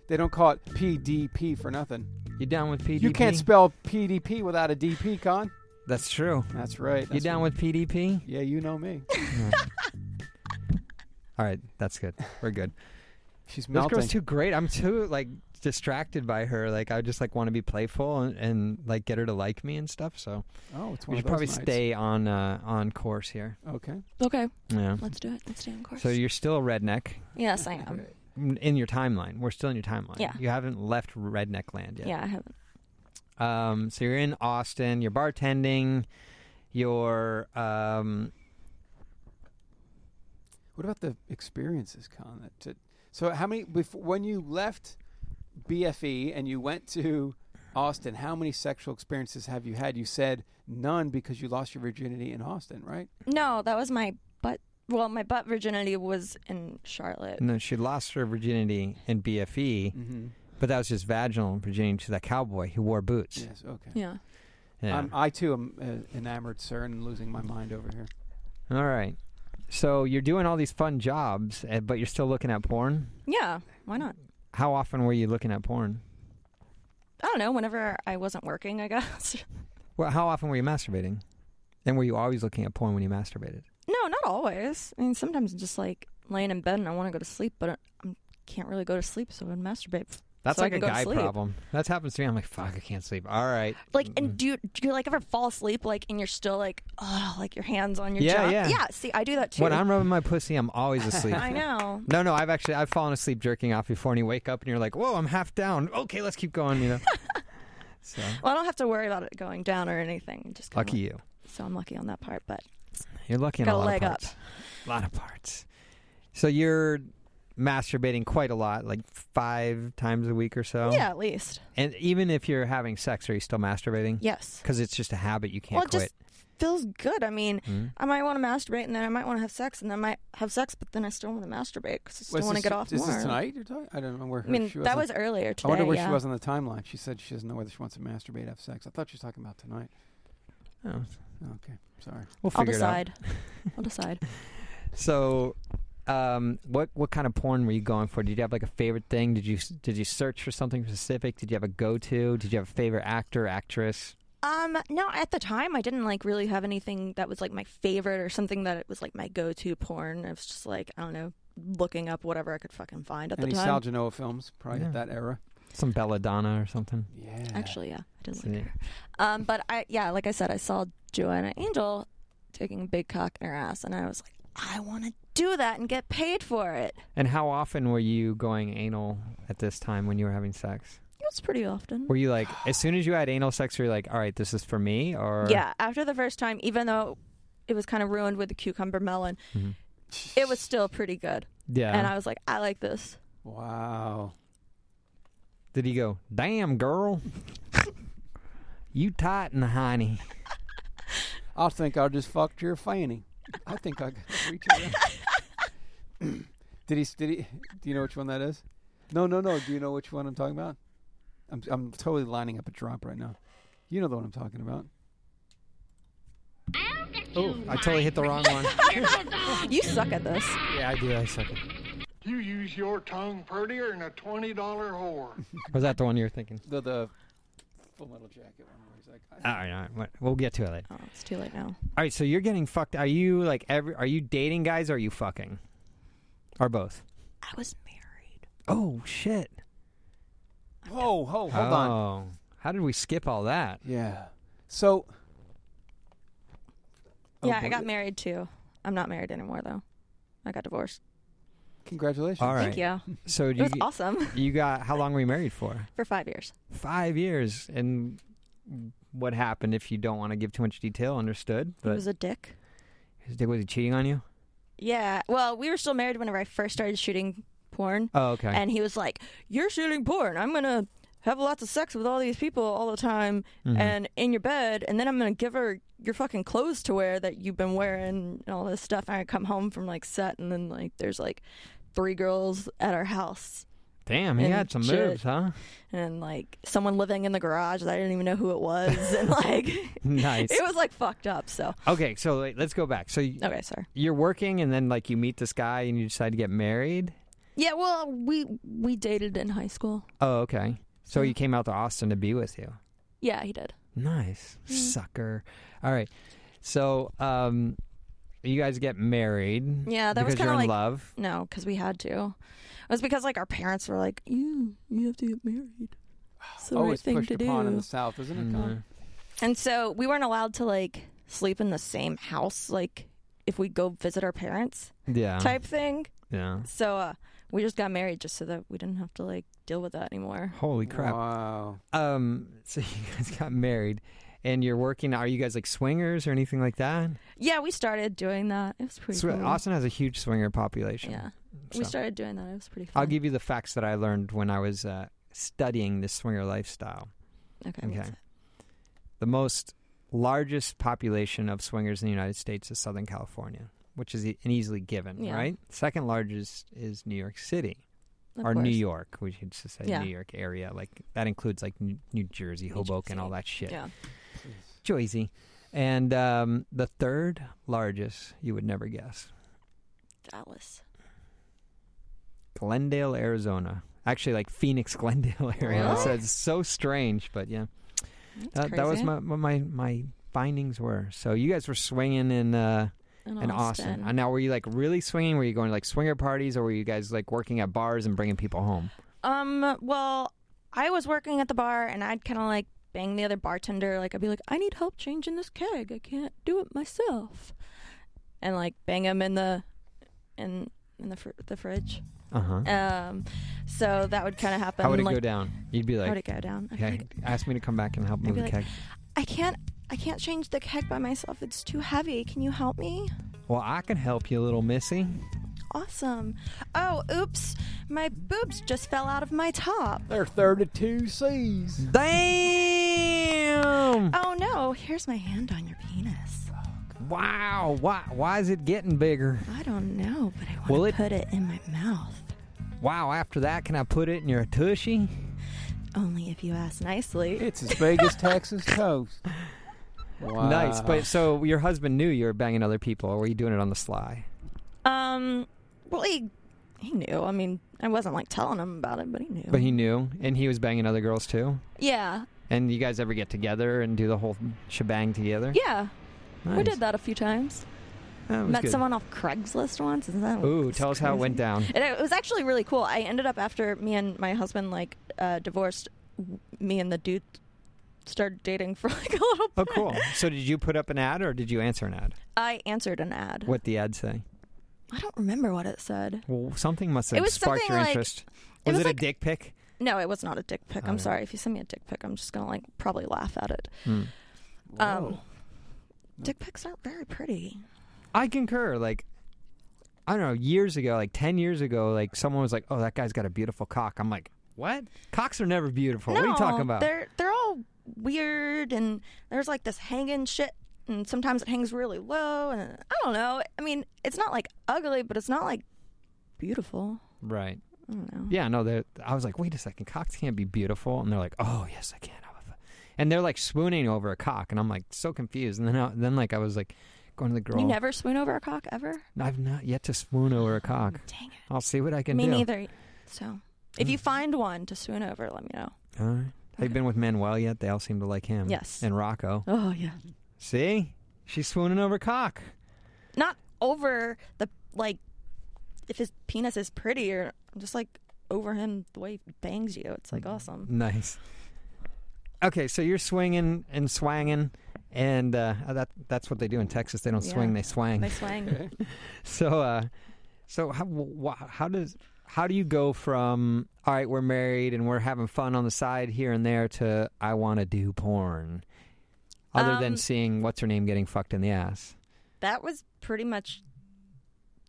[SPEAKER 2] they don't call it PDP for nothing.
[SPEAKER 3] You down with PDP?
[SPEAKER 2] You can't spell PDP without a DP, Con.
[SPEAKER 3] That's true.
[SPEAKER 2] That's right.
[SPEAKER 3] you down with PDP?
[SPEAKER 2] Yeah, you know me.
[SPEAKER 3] All right, that's good. We're good.
[SPEAKER 2] She's
[SPEAKER 3] This
[SPEAKER 2] melting.
[SPEAKER 3] girl's too great. I'm too like distracted by her. Like I just like want to be playful and, and like get her to like me and stuff. So
[SPEAKER 2] oh, it's one of
[SPEAKER 3] we should
[SPEAKER 2] those
[SPEAKER 3] probably
[SPEAKER 2] nights.
[SPEAKER 3] stay on uh, on course here.
[SPEAKER 2] Okay.
[SPEAKER 4] Okay,
[SPEAKER 3] Yeah.
[SPEAKER 4] let's do it. Let's stay on course.
[SPEAKER 3] So you're still a redneck
[SPEAKER 4] yes, I am.
[SPEAKER 3] in your timeline. We're still in your timeline.
[SPEAKER 4] Yeah.
[SPEAKER 3] You haven't left redneck land yet.
[SPEAKER 4] Yeah, I haven't.
[SPEAKER 3] Um, so you're in Austin, you're bartending, you're um,
[SPEAKER 2] What about the experiences, Con? That to, so, how many before, when you left BFE and you went to Austin? How many sexual experiences have you had? You said none because you lost your virginity in Austin, right?
[SPEAKER 4] No, that was my butt. Well, my butt virginity was in Charlotte.
[SPEAKER 3] no, she lost her virginity in BFE,
[SPEAKER 2] Mm-hmm.
[SPEAKER 3] but that was just vaginal virginity to that cowboy who wore boots.
[SPEAKER 2] Yes. Okay.
[SPEAKER 4] Yeah.
[SPEAKER 3] Yeah.
[SPEAKER 2] I'm, I too am uh, enamored, sir, and losing my mind over here.
[SPEAKER 3] All right. So you're doing all these fun jobs, eh, but you're still looking at porn.
[SPEAKER 4] Yeah. Why not?
[SPEAKER 3] How often were you looking at porn?
[SPEAKER 4] I don't know. Whenever I wasn't working, I guess.
[SPEAKER 3] Well, how often were you masturbating? And were you always looking at porn when you masturbated?
[SPEAKER 4] No, not always. I mean, sometimes I'm just like laying in bed and I want to go to sleep, but I I can't really go to sleep, so I masturbate.
[SPEAKER 3] That's
[SPEAKER 4] So I
[SPEAKER 3] like
[SPEAKER 4] can
[SPEAKER 3] a
[SPEAKER 4] go to
[SPEAKER 3] guy
[SPEAKER 4] sleep.
[SPEAKER 3] problem. That happens to me. I'm like, fuck, I can't sleep. All right.
[SPEAKER 4] Like, and do you, do you like ever fall asleep like and you're still like, oh, like your hands on your
[SPEAKER 3] Yeah,
[SPEAKER 4] jaw?
[SPEAKER 3] yeah.
[SPEAKER 4] See, I do that too.
[SPEAKER 3] When I'm rubbing my pussy, I'm always asleep.
[SPEAKER 4] I know.
[SPEAKER 3] No, no, I've actually I've fallen asleep jerking off before, and you wake up and you're like, "Whoa, I'm half down." Okay, let's keep going. You know. so
[SPEAKER 4] Well, I don't have to worry about it going down or anything. I'm Just kinda
[SPEAKER 3] lucky
[SPEAKER 4] like-
[SPEAKER 3] you.
[SPEAKER 4] so I'm lucky on that part, but
[SPEAKER 3] You're lucky in
[SPEAKER 4] Got
[SPEAKER 3] a
[SPEAKER 4] a
[SPEAKER 3] lot
[SPEAKER 4] leg
[SPEAKER 3] of
[SPEAKER 4] up.
[SPEAKER 3] parts. A lot of parts. So you're masturbating quite a lot, like five times a week or so.
[SPEAKER 4] yeah, at least
[SPEAKER 3] And even if you're having sex, are you still masturbating?
[SPEAKER 4] yes.
[SPEAKER 3] Because it's just a habit you can't
[SPEAKER 4] Well, it
[SPEAKER 3] quit.
[SPEAKER 4] just feels good. I mean,
[SPEAKER 3] Mhm.
[SPEAKER 4] I might want to masturbate and then I might want to have sex and then I might have sex, but then I still want to masturbate because I still
[SPEAKER 2] Was
[SPEAKER 4] want to
[SPEAKER 2] this-
[SPEAKER 4] get off
[SPEAKER 2] Is
[SPEAKER 4] more.
[SPEAKER 2] this tonight you're talking? I don't know where her,
[SPEAKER 4] I mean,
[SPEAKER 2] she
[SPEAKER 4] that
[SPEAKER 2] on-
[SPEAKER 4] was earlier today.
[SPEAKER 2] I wonder where
[SPEAKER 4] yeah.
[SPEAKER 2] she was on the timeline. She said she doesn't know whether she wants to masturbate, have sex. I thought she was talking about tonight.
[SPEAKER 3] Oh,
[SPEAKER 2] Okay, sorry.
[SPEAKER 3] we'll
[SPEAKER 4] I'll
[SPEAKER 3] figure it out.
[SPEAKER 4] decide. I'll decide.
[SPEAKER 3] So, um, what what kind of porn were you going for? Did you have like a favorite thing? Did you did you search for something specific? Did you have a go to? Did you have a favorite actor actress?
[SPEAKER 4] Um, no, at the time I didn't like really have anything that was like my favorite or something that it was like my go-to porn. It was just like I don't know, looking up whatever I could fucking find at
[SPEAKER 2] Any
[SPEAKER 4] the time.
[SPEAKER 2] Sal Genoa films, probably
[SPEAKER 3] Yeah.
[SPEAKER 2] at that era.
[SPEAKER 3] Some Belladonna or something?
[SPEAKER 2] Yeah.
[SPEAKER 4] Actually, yeah, I didn't
[SPEAKER 3] See.
[SPEAKER 4] like her. Um, but I yeah, like I said, I saw Joanna Angel taking a big cock in her ass, and I was like, I want to do that and get paid for it.
[SPEAKER 3] And how often were you going anal at this time when you were having sex?
[SPEAKER 4] It was pretty often.
[SPEAKER 3] Were you like, as soon as you had anal sex, were you like, all right, this is for me? Or
[SPEAKER 4] Yeah, after the first time, even though it was kind of ruined with the cucumber melon,
[SPEAKER 3] Mhm.
[SPEAKER 4] it was still pretty good.
[SPEAKER 3] yeah.
[SPEAKER 4] And I was like, I like this.
[SPEAKER 2] Wow.
[SPEAKER 3] Did he go, damn girl, you tight and honey?
[SPEAKER 2] I think I just fucked your fanny. I think I got to reach it out. did he? Did he? Do you know which one that is? No, no, no. Do you know which one I'm talking about? I'm I'm totally lining up a drop right now. You know the one I'm talking about.
[SPEAKER 3] Oh, I totally hit the wrong one.
[SPEAKER 4] You suck at this.
[SPEAKER 3] yeah, I do. I suck.
[SPEAKER 10] You use your tongue prettier than a $20 whore.
[SPEAKER 3] Was that the one you were thinking?
[SPEAKER 2] The the Full Metal Jacket one. Where he's like, I-
[SPEAKER 3] All right, all right. what- We'll get to it later.
[SPEAKER 4] Oh, it's too late now.
[SPEAKER 3] All right, so you're getting fucked. Are you like every? Are you dating guys? or Are you fucking? Or both?
[SPEAKER 4] I was married.
[SPEAKER 3] Oh, shit.
[SPEAKER 2] Whoa, whoa, hold on.
[SPEAKER 3] Oh. How did we skip all that?
[SPEAKER 2] Yeah. So
[SPEAKER 4] yeah,
[SPEAKER 3] Oh,
[SPEAKER 2] boy.
[SPEAKER 4] I got married too. I'm not married anymore though. I got divorced.
[SPEAKER 2] congratulations.
[SPEAKER 3] All right.
[SPEAKER 4] Thank you.
[SPEAKER 3] So
[SPEAKER 4] It
[SPEAKER 3] do you,
[SPEAKER 4] was awesome
[SPEAKER 3] you got how long were you married for?
[SPEAKER 4] for five years.
[SPEAKER 3] Five years. And what happened? If you don't want to give too much detail, understood.
[SPEAKER 4] He
[SPEAKER 3] But
[SPEAKER 4] was a dick.
[SPEAKER 3] was he cheating on you?
[SPEAKER 4] Yeah. Well, we were still married whenever I first started shooting porn,
[SPEAKER 3] Oh, okay.
[SPEAKER 4] and he was like, "You're shooting porn. I'm gonna." Have lots of sex with all these people all the time,
[SPEAKER 3] Mhm.
[SPEAKER 4] and in your bed, and then I'm gonna give her your fucking clothes to wear that you've been wearing and all this stuff. And I come home from like set, and then like there's like three girls at our house,
[SPEAKER 3] Damn, he
[SPEAKER 4] and
[SPEAKER 3] had some
[SPEAKER 4] shit.
[SPEAKER 3] moves, huh?
[SPEAKER 4] and like someone living in the garage that I didn't even know who it was, and like
[SPEAKER 3] Nice.
[SPEAKER 4] it was like fucked up. So
[SPEAKER 3] Okay, so wait, let's go back. So y-
[SPEAKER 4] okay, sorry.
[SPEAKER 3] you're working, and then like you meet this guy, and you decide to get married.
[SPEAKER 4] Yeah, well, we we dated in high school.
[SPEAKER 3] Oh, okay. So he came out to Austin to be with you.
[SPEAKER 4] Yeah, he did.
[SPEAKER 3] Nice
[SPEAKER 4] Mm.
[SPEAKER 3] sucker. All right. So um, you guys get married.
[SPEAKER 4] Yeah, that was
[SPEAKER 3] because
[SPEAKER 4] kinda
[SPEAKER 3] you're in
[SPEAKER 4] like-
[SPEAKER 3] love.
[SPEAKER 4] No, because we had to. It was because like our parents were like, "You, you have to get married." It's the
[SPEAKER 2] oh,
[SPEAKER 4] right
[SPEAKER 2] it's
[SPEAKER 4] thing
[SPEAKER 2] pushed
[SPEAKER 4] to
[SPEAKER 2] upon in
[SPEAKER 4] do.
[SPEAKER 2] the South, isn't it? Colin?
[SPEAKER 4] And so we weren't allowed to like sleep in the same house, like if we go visit our parents
[SPEAKER 3] Mm. Yeah.
[SPEAKER 4] type thing.
[SPEAKER 3] Yeah.
[SPEAKER 4] So uh, we just got married just so that we didn't have to like deal with that anymore.
[SPEAKER 3] Holy crap.
[SPEAKER 2] Wow.
[SPEAKER 3] Um. So you guys got married, and you're working. Are you guys like swingers or anything like that?
[SPEAKER 4] Yeah, we started doing that. It was pretty
[SPEAKER 3] Sw-
[SPEAKER 4] cool.
[SPEAKER 3] Austin has a huge swinger population.
[SPEAKER 4] Yeah.
[SPEAKER 3] So-
[SPEAKER 4] We started doing that. It was pretty fun.
[SPEAKER 3] I'll give you the facts that I learned when I was uh, studying the swinger lifestyle.
[SPEAKER 4] Okay.
[SPEAKER 3] Okay.
[SPEAKER 4] what's it?
[SPEAKER 3] The most largest population of swingers in the United States is Southern California, which is e- an easily given,
[SPEAKER 4] Yeah.
[SPEAKER 3] right? Second largest is New York City
[SPEAKER 4] Of
[SPEAKER 3] or New
[SPEAKER 4] course.
[SPEAKER 3] York. We should just say
[SPEAKER 4] Yeah.
[SPEAKER 3] New York area. Like that includes like New New Jersey,
[SPEAKER 4] New
[SPEAKER 3] Hoboken,
[SPEAKER 4] Jersey.
[SPEAKER 3] all that shit.
[SPEAKER 4] Yeah.
[SPEAKER 3] Jersey. And um, the third largest, you would never guess,
[SPEAKER 4] Dallas.
[SPEAKER 3] Glendale, Arizona. Actually, like Phoenix, Glendale area.
[SPEAKER 4] Really?
[SPEAKER 3] So it's so strange, but yeah,
[SPEAKER 4] That's
[SPEAKER 3] that, that was
[SPEAKER 4] crazy.
[SPEAKER 3] my, what my my findings were. So you guys were swinging in uh, in Austin. And Now were you like really swinging? Were you going to like swinger parties, or were you guys like working at bars and bringing people home?
[SPEAKER 4] Um, well, I was working at the bar and I'd kind of like bang the other bartender. Like, I'd be like, I need help changing this keg. I can't do it myself. And like bang him in the, in, in the, fr- the fridge.
[SPEAKER 3] Uh huh.
[SPEAKER 4] Um, so that would kind of happen.
[SPEAKER 3] How would it
[SPEAKER 4] like,
[SPEAKER 3] go down? You'd be
[SPEAKER 4] How'd it
[SPEAKER 3] like,
[SPEAKER 4] go down? I'd be
[SPEAKER 3] yeah,
[SPEAKER 4] like,
[SPEAKER 3] ask me to come back and help move
[SPEAKER 4] be
[SPEAKER 3] the
[SPEAKER 4] like-
[SPEAKER 3] keg.
[SPEAKER 4] I can't, I can't change the keg by myself. It's too heavy. Can you help me?
[SPEAKER 3] Well, I can help you, little missy.
[SPEAKER 4] Awesome. Oh, oops. My boobs just fell out of my top.
[SPEAKER 2] They're 32 C's.
[SPEAKER 3] Damn!
[SPEAKER 4] Oh no, here's my hand on your penis.
[SPEAKER 3] Wow! Why? Why is it getting bigger?
[SPEAKER 4] I don't know, but I want
[SPEAKER 3] Will
[SPEAKER 4] to
[SPEAKER 3] it-
[SPEAKER 4] put it in my mouth.
[SPEAKER 3] Wow! After that, can I put it in your tushy?
[SPEAKER 4] Only if you ask nicely.
[SPEAKER 2] It's as big as Texas toast. Wow.
[SPEAKER 3] Nice. But so your husband knew you were banging other people, or were you doing it on the sly?
[SPEAKER 4] Um, well, he, he knew. I mean, I wasn't like telling him about it, but he knew.
[SPEAKER 3] But he knew, and he was banging other girls too.
[SPEAKER 4] yeah,
[SPEAKER 3] And you guys ever get together and do the whole shebang together?
[SPEAKER 4] yeah. We
[SPEAKER 3] Nice.
[SPEAKER 4] did that a few times.
[SPEAKER 3] That was
[SPEAKER 4] Met
[SPEAKER 3] good.
[SPEAKER 4] someone off Craigslist once. Isn't that
[SPEAKER 3] Ooh,
[SPEAKER 4] it's
[SPEAKER 3] tell us how it
[SPEAKER 4] crazy?
[SPEAKER 3] went down.
[SPEAKER 4] And it was actually really cool. I ended up after me and my husband like uh, divorced. w- Me and the dude started dating for like a little.
[SPEAKER 3] Oh,
[SPEAKER 4] bit.
[SPEAKER 3] cool. so did you put up an ad, or did you answer an ad?
[SPEAKER 4] I answered an ad.
[SPEAKER 3] What the ad say?
[SPEAKER 4] I don't remember what it said.
[SPEAKER 3] Well, something must
[SPEAKER 4] It
[SPEAKER 3] have
[SPEAKER 4] was
[SPEAKER 3] sparked
[SPEAKER 4] something
[SPEAKER 3] your
[SPEAKER 4] like-
[SPEAKER 3] interest.
[SPEAKER 4] it
[SPEAKER 3] Was
[SPEAKER 4] was
[SPEAKER 3] it,
[SPEAKER 4] like-
[SPEAKER 3] a dick pic?
[SPEAKER 4] No, it was not a dick pic. I'm
[SPEAKER 3] Okay.
[SPEAKER 4] sorry. If you send me a dick pic, I'm just gonna like probably laugh at it.
[SPEAKER 3] Hmm.
[SPEAKER 4] Um, dick pics aren't very pretty.
[SPEAKER 3] I concur. Like, I don't know, years ago, like 10 years ago, like someone was like, oh, that guy's got a beautiful cock. I'm like, what? Cocks are never beautiful. what are you talking
[SPEAKER 4] No,
[SPEAKER 3] about?
[SPEAKER 4] They're they're all weird and there's like this hanging shit and sometimes it hangs really low and I don't know. I mean, it's not like ugly, but it's not like beautiful.
[SPEAKER 3] Right.
[SPEAKER 4] I don't know.
[SPEAKER 3] Yeah, no, they're, I was like, wait a second, cocks can't be beautiful. And they're like, oh, yes, I can. And they're like swooning over a cock. And I'm like, so confused. And then, I, then like, I was like, going to the girl.
[SPEAKER 4] You never swoon over a cock ever?
[SPEAKER 3] I've not yet to swoon over a cock.
[SPEAKER 4] Dang it.
[SPEAKER 3] I'll see what I can
[SPEAKER 4] Me
[SPEAKER 3] do. Mm.
[SPEAKER 4] neither. So, if you find one to swoon over, let me know.
[SPEAKER 3] All right. Have you been with Manuel yet? They all seem to like him.
[SPEAKER 4] Yes.
[SPEAKER 3] And Rocco.
[SPEAKER 4] Oh yeah.
[SPEAKER 3] See? She's swooning over cock.
[SPEAKER 4] Not over the like if his penis is prettier, I'm just like over him the way he bangs you. It's
[SPEAKER 3] Mm.
[SPEAKER 4] like awesome.
[SPEAKER 3] Nice. Okay, so you're swinging and swanging, and uh, that that's what they do in Texas. They don't
[SPEAKER 4] Yeah.
[SPEAKER 3] swing, they swang.
[SPEAKER 4] Nice swang.
[SPEAKER 3] So, uh, so how wh- how does how do you go from all right, we're married and we're having fun on the side here and there to I want to do porn? Other than
[SPEAKER 4] Um,
[SPEAKER 3] seeing what's her name getting fucked in the ass,
[SPEAKER 4] that was pretty much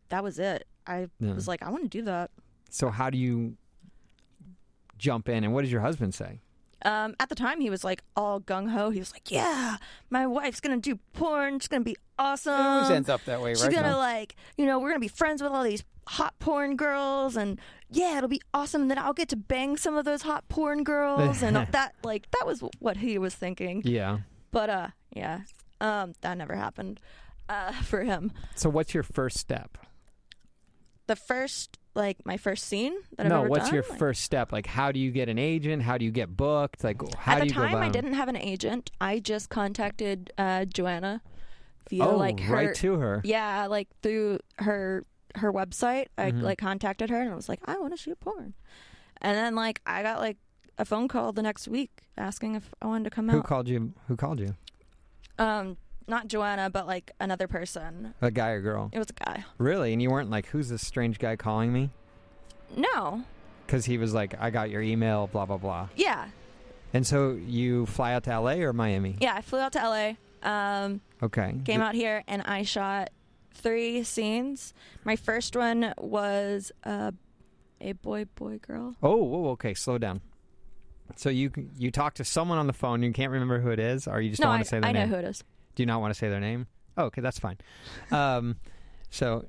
[SPEAKER 4] that was it. I
[SPEAKER 3] Yeah.
[SPEAKER 4] was like, I want to do that.
[SPEAKER 3] so how do you jump in? And what does your husband say?
[SPEAKER 4] Um, at the time, he was like all gung ho. He was like, "Yeah, my wife's gonna do porn. She's gonna be awesome.
[SPEAKER 2] It always ends up that way,
[SPEAKER 4] She's
[SPEAKER 2] right?
[SPEAKER 4] gonna like, you know, we're gonna be friends with all these hot porn girls, and yeah, it'll be awesome. Then I'll get to bang some of those hot porn girls, and that like that was what he was thinking.
[SPEAKER 3] Yeah.
[SPEAKER 4] But uh, yeah, um, that never happened uh, for him.
[SPEAKER 3] So what's your first step?
[SPEAKER 4] The first, like my first scene that I've
[SPEAKER 3] no,
[SPEAKER 4] ever
[SPEAKER 3] what's
[SPEAKER 4] done,
[SPEAKER 3] your
[SPEAKER 4] like-
[SPEAKER 3] first step? Like, how do you get an agent? How do you get booked? Like, how
[SPEAKER 4] At
[SPEAKER 3] do
[SPEAKER 4] the
[SPEAKER 3] you go
[SPEAKER 4] time, I
[SPEAKER 3] about it?
[SPEAKER 4] didn't have an agent. I just contacted uh, Joanna via
[SPEAKER 3] oh,
[SPEAKER 4] like her.
[SPEAKER 3] right to her.
[SPEAKER 4] Yeah, like through her her website, I
[SPEAKER 3] Mhm.
[SPEAKER 4] like contacted her and I was like, I want to shoot porn, and then like I got like a phone call the next week asking if I wanted to come
[SPEAKER 3] Who
[SPEAKER 4] out.
[SPEAKER 3] called you? Who called you?
[SPEAKER 4] Um, not Joanna, but like another person.
[SPEAKER 3] A guy or girl?
[SPEAKER 4] It was a guy.
[SPEAKER 3] Really? And you weren't like, who's this strange guy calling me?
[SPEAKER 4] No,
[SPEAKER 3] Because he was like, I got your email, blah blah blah.
[SPEAKER 4] yeah,
[SPEAKER 3] And so you fly out to L.A. or Miami?
[SPEAKER 4] yeah. I flew out to L.A. Um,
[SPEAKER 3] Okay.
[SPEAKER 4] came out here and I shot three scenes. My first one was uh, a boy, boy, girl.
[SPEAKER 3] Oh, whoa, okay. Slow down. So you you talk to someone on the phone. You can't remember who it is, or you just
[SPEAKER 4] no,
[SPEAKER 3] don't want
[SPEAKER 4] I,
[SPEAKER 3] to say their
[SPEAKER 4] I know
[SPEAKER 3] name.
[SPEAKER 4] who it is.
[SPEAKER 3] Do you not want to say their name? Oh, okay, that's fine. um, so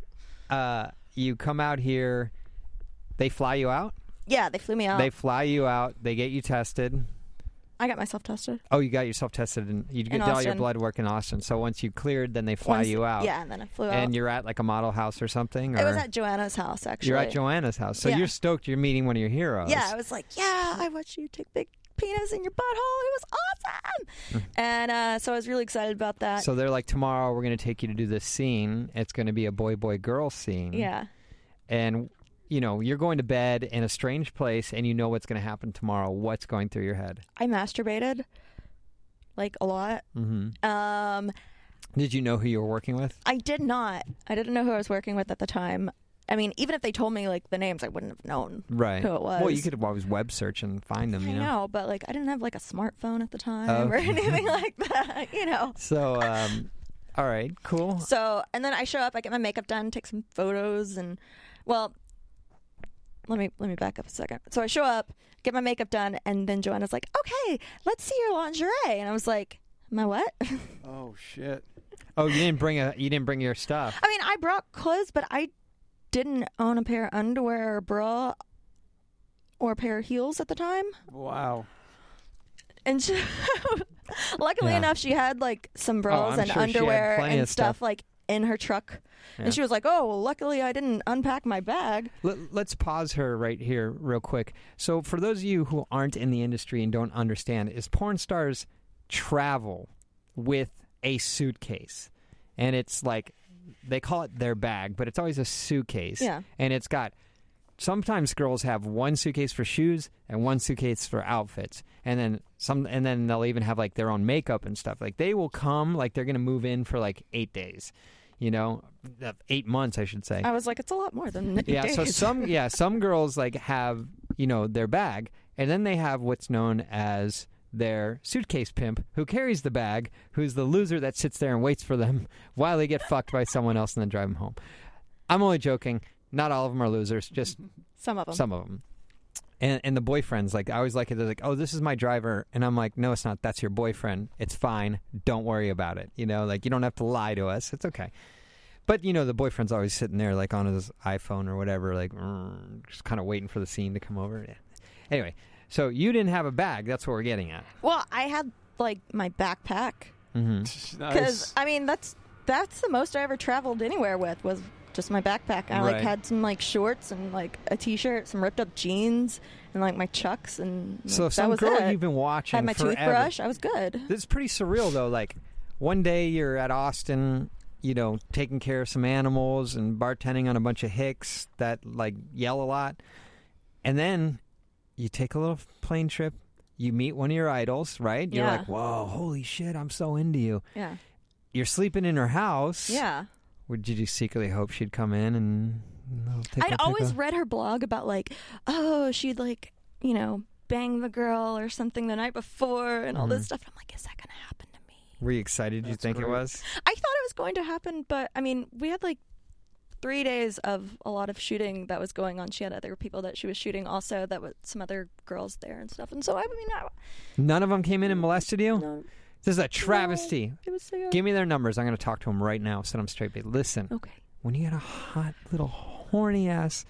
[SPEAKER 3] uh, you come out here. They fly you out.
[SPEAKER 4] Yeah, they flew me out.
[SPEAKER 3] They fly you out. They get you tested.
[SPEAKER 4] I got myself tested.
[SPEAKER 3] Oh, you got yourself tested, and you did all your
[SPEAKER 4] Austin.
[SPEAKER 3] blood work in Austin. So once you cleared, then they fly
[SPEAKER 4] Once-
[SPEAKER 3] you out.
[SPEAKER 4] Yeah, and then I flew
[SPEAKER 3] And
[SPEAKER 4] out.
[SPEAKER 3] you're at like a model house or something. Or
[SPEAKER 4] It was at Joanna's house, actually.
[SPEAKER 3] you're at Joanna's house, so
[SPEAKER 4] Yeah.
[SPEAKER 3] you're stoked. You're meeting one of your heroes.
[SPEAKER 4] Yeah, I was like, yeah, I watched you take big penis in your butthole. It was awesome. and uh, so I was really excited about that.
[SPEAKER 3] Mm. So they're like, tomorrow we're going to take you to do this scene. It's going to be a boy, boy, girl scene.
[SPEAKER 4] yeah.
[SPEAKER 3] And you know, you're going to bed in a strange place, and you know what's going to happen tomorrow. What's going through your head?
[SPEAKER 4] I masturbated like a lot.
[SPEAKER 3] hmm
[SPEAKER 4] Um,
[SPEAKER 3] Did you know who you were working with?
[SPEAKER 4] I did not. I didn't know who I was working with at the time. I mean, even if they told me like the names, I wouldn't have known.
[SPEAKER 3] Right.
[SPEAKER 4] Who it was.
[SPEAKER 3] Well, you could always web search and find them.
[SPEAKER 4] I
[SPEAKER 3] You Oh.
[SPEAKER 4] know. but like I didn't have like a smartphone at the time or
[SPEAKER 3] Okay.
[SPEAKER 4] anything like that, you know.
[SPEAKER 3] So, um, all right, cool.
[SPEAKER 4] So, and then I show up, I get my makeup done, take some photos and well, let me let me back up a second. So I show up, get my makeup done, and then Joanna's like, "Okay, let's see your lingerie." And I was like, "My what?"
[SPEAKER 2] Oh shit!
[SPEAKER 3] Oh, you didn't bring a you didn't bring your stuff.
[SPEAKER 4] I mean, I brought clothes, but I didn't own a pair of underwear or bra or a pair of heels at the time.
[SPEAKER 2] Wow.
[SPEAKER 4] And she, luckily
[SPEAKER 3] Yeah.
[SPEAKER 4] enough, she had like some
[SPEAKER 3] Oh,
[SPEAKER 4] bras
[SPEAKER 3] I'm
[SPEAKER 4] and
[SPEAKER 3] sure she had
[SPEAKER 4] underwear
[SPEAKER 3] plenty
[SPEAKER 4] and
[SPEAKER 3] of
[SPEAKER 4] stuff,
[SPEAKER 3] stuff.
[SPEAKER 4] like in her truck.
[SPEAKER 3] Yeah.
[SPEAKER 4] And she was like, "Oh, well, luckily I didn't unpack my bag."
[SPEAKER 3] Let, let's pause her right here, real quick. So, for those of you who aren't in the industry and don't understand, is porn stars travel with a suitcase, and it's like they call it their bag, but it's always a suitcase.
[SPEAKER 4] Yeah.
[SPEAKER 3] and it's got. Sometimes girls have one suitcase for shoes and one suitcase for outfits, and then some, and then they'll even have like their own makeup and stuff. Like they will come, like they're gonna move in for like eight days, you know, uh, eight months, I should say
[SPEAKER 4] I was like, "It's a lot more than
[SPEAKER 3] yeah so
[SPEAKER 4] days."
[SPEAKER 3] some yeah some girls like have you know their bag and then they have what's known as their suitcase pimp who carries the bag who's the loser that sits there and waits for them while they get fucked by someone else and then drive them home i'm only joking not all of them are losers just
[SPEAKER 4] some of them.
[SPEAKER 3] some of them and, and the boyfriends like i always like it they're like oh this is my driver and i'm like no it's not that's your boyfriend it's fine don't worry about it you know like you don't have to lie to us it's okay but you know the boyfriend's always sitting there like on his iphone or whatever like "Mm," just kind of waiting for the scene to come over Yeah. anyway so you didn't have a bag that's what we're getting at
[SPEAKER 4] Well, I had like my backpack
[SPEAKER 3] hmm
[SPEAKER 4] because
[SPEAKER 2] Nice.
[SPEAKER 4] I mean that's that's the most I ever traveled anywhere with was just my backpack. I like
[SPEAKER 3] Right.
[SPEAKER 4] had some like shorts and like a t-shirt, some ripped up jeans, and like my chucks and like,
[SPEAKER 3] so
[SPEAKER 4] that
[SPEAKER 3] some
[SPEAKER 4] was
[SPEAKER 3] girl
[SPEAKER 4] it.
[SPEAKER 3] you've been watching
[SPEAKER 4] had my
[SPEAKER 3] forever-
[SPEAKER 4] toothbrush. I was good.
[SPEAKER 3] It's pretty surreal though. Like one day you're at Austin you know, taking care of some animals and bartending on a bunch of hicks that like yell a lot. And then you take a little plane trip, you meet one of your idols, right? You're
[SPEAKER 4] Yeah.
[SPEAKER 3] like, whoa, holy shit, I'm so into you.
[SPEAKER 4] Yeah.
[SPEAKER 3] You're sleeping in her house.
[SPEAKER 4] Yeah.
[SPEAKER 3] Or Did you secretly hope she'd come in and I'll take
[SPEAKER 4] I'd
[SPEAKER 3] a- take
[SPEAKER 4] always
[SPEAKER 3] a-
[SPEAKER 4] read her blog about like, oh, she'd like, you know, bang the girl or something the night before and all
[SPEAKER 3] Mm-hmm.
[SPEAKER 4] this stuff. I'm like, is that gonna happen to me?
[SPEAKER 3] Were you excited? Did you think it was?
[SPEAKER 4] I thought it was going to happen, but I mean, we had like three days of a lot of shooting that was going on. She had other people that she was shooting also that was some other girls there and stuff. And so I mean, I,
[SPEAKER 3] None of them came in and molested you?
[SPEAKER 4] no,
[SPEAKER 3] This is a Oh, travesty.
[SPEAKER 4] it was so
[SPEAKER 3] Give me their numbers. I'm going to talk to them right now. Set them straight. But listen,
[SPEAKER 4] okay.
[SPEAKER 3] when you got a hot little horny ass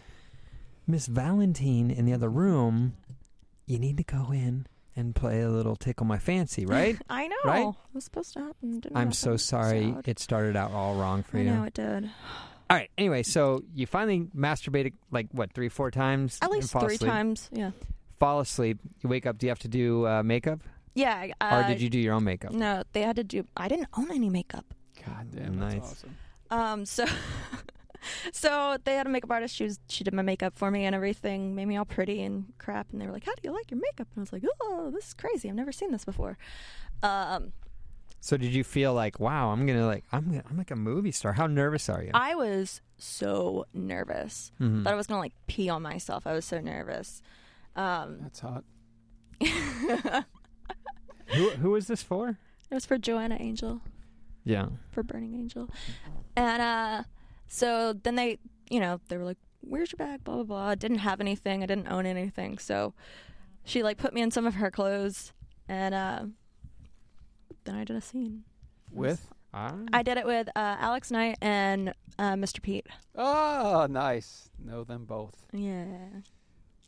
[SPEAKER 3] Miss Valentine in the other room, you need to go in and play a little tickle my fancy, right?
[SPEAKER 4] I know.
[SPEAKER 3] Right?
[SPEAKER 4] It was supposed to happen. Didn't
[SPEAKER 3] I'm
[SPEAKER 4] happen.
[SPEAKER 3] so sorry.
[SPEAKER 4] Sad.
[SPEAKER 3] It started out all wrong for
[SPEAKER 4] I
[SPEAKER 3] you.
[SPEAKER 4] know it did.
[SPEAKER 3] All right. Anyway, so you finally masturbated like what three, four times?
[SPEAKER 4] At
[SPEAKER 3] and
[SPEAKER 4] least
[SPEAKER 3] fall
[SPEAKER 4] three
[SPEAKER 3] asleep.
[SPEAKER 4] times. Yeah.
[SPEAKER 3] Fall asleep. You wake up. Do you have to do uh, makeup,
[SPEAKER 4] Yeah.
[SPEAKER 3] or
[SPEAKER 4] Uh,
[SPEAKER 3] did you do your own makeup?
[SPEAKER 4] No, they had to do. I didn't own any makeup.
[SPEAKER 2] God damn, that's
[SPEAKER 3] Nice.
[SPEAKER 2] awesome.
[SPEAKER 4] Um, so, so they had a makeup artist. She was she did my makeup for me and everything, made me all pretty and crap. And they were like, "How do you like your makeup?" And I was like, "Oh, this is crazy. I've never seen this before." Um,
[SPEAKER 3] So did you feel like, wow, I'm gonna like, I'm gonna, I'm like a movie star? How nervous are you?
[SPEAKER 4] I was so nervous.
[SPEAKER 3] Mhm.
[SPEAKER 4] Thought I was gonna like pee on myself. I was so nervous. Um,
[SPEAKER 2] That's hot.
[SPEAKER 4] it
[SPEAKER 3] who who is this for?
[SPEAKER 4] was for Joanna Angel.
[SPEAKER 3] Yeah.
[SPEAKER 4] for Burning Angel. And uh so then they, you know, they were like, "Where's your bag?" blah blah blah. I didn't have anything. I didn't own anything. So she like put me in some of her clothes and uh then I did a scene.
[SPEAKER 2] With?
[SPEAKER 3] Ah.
[SPEAKER 4] I did it with uh, Alex Knight and uh, Mr. Pete.
[SPEAKER 2] Oh, nice. Know them both.
[SPEAKER 4] Yeah. It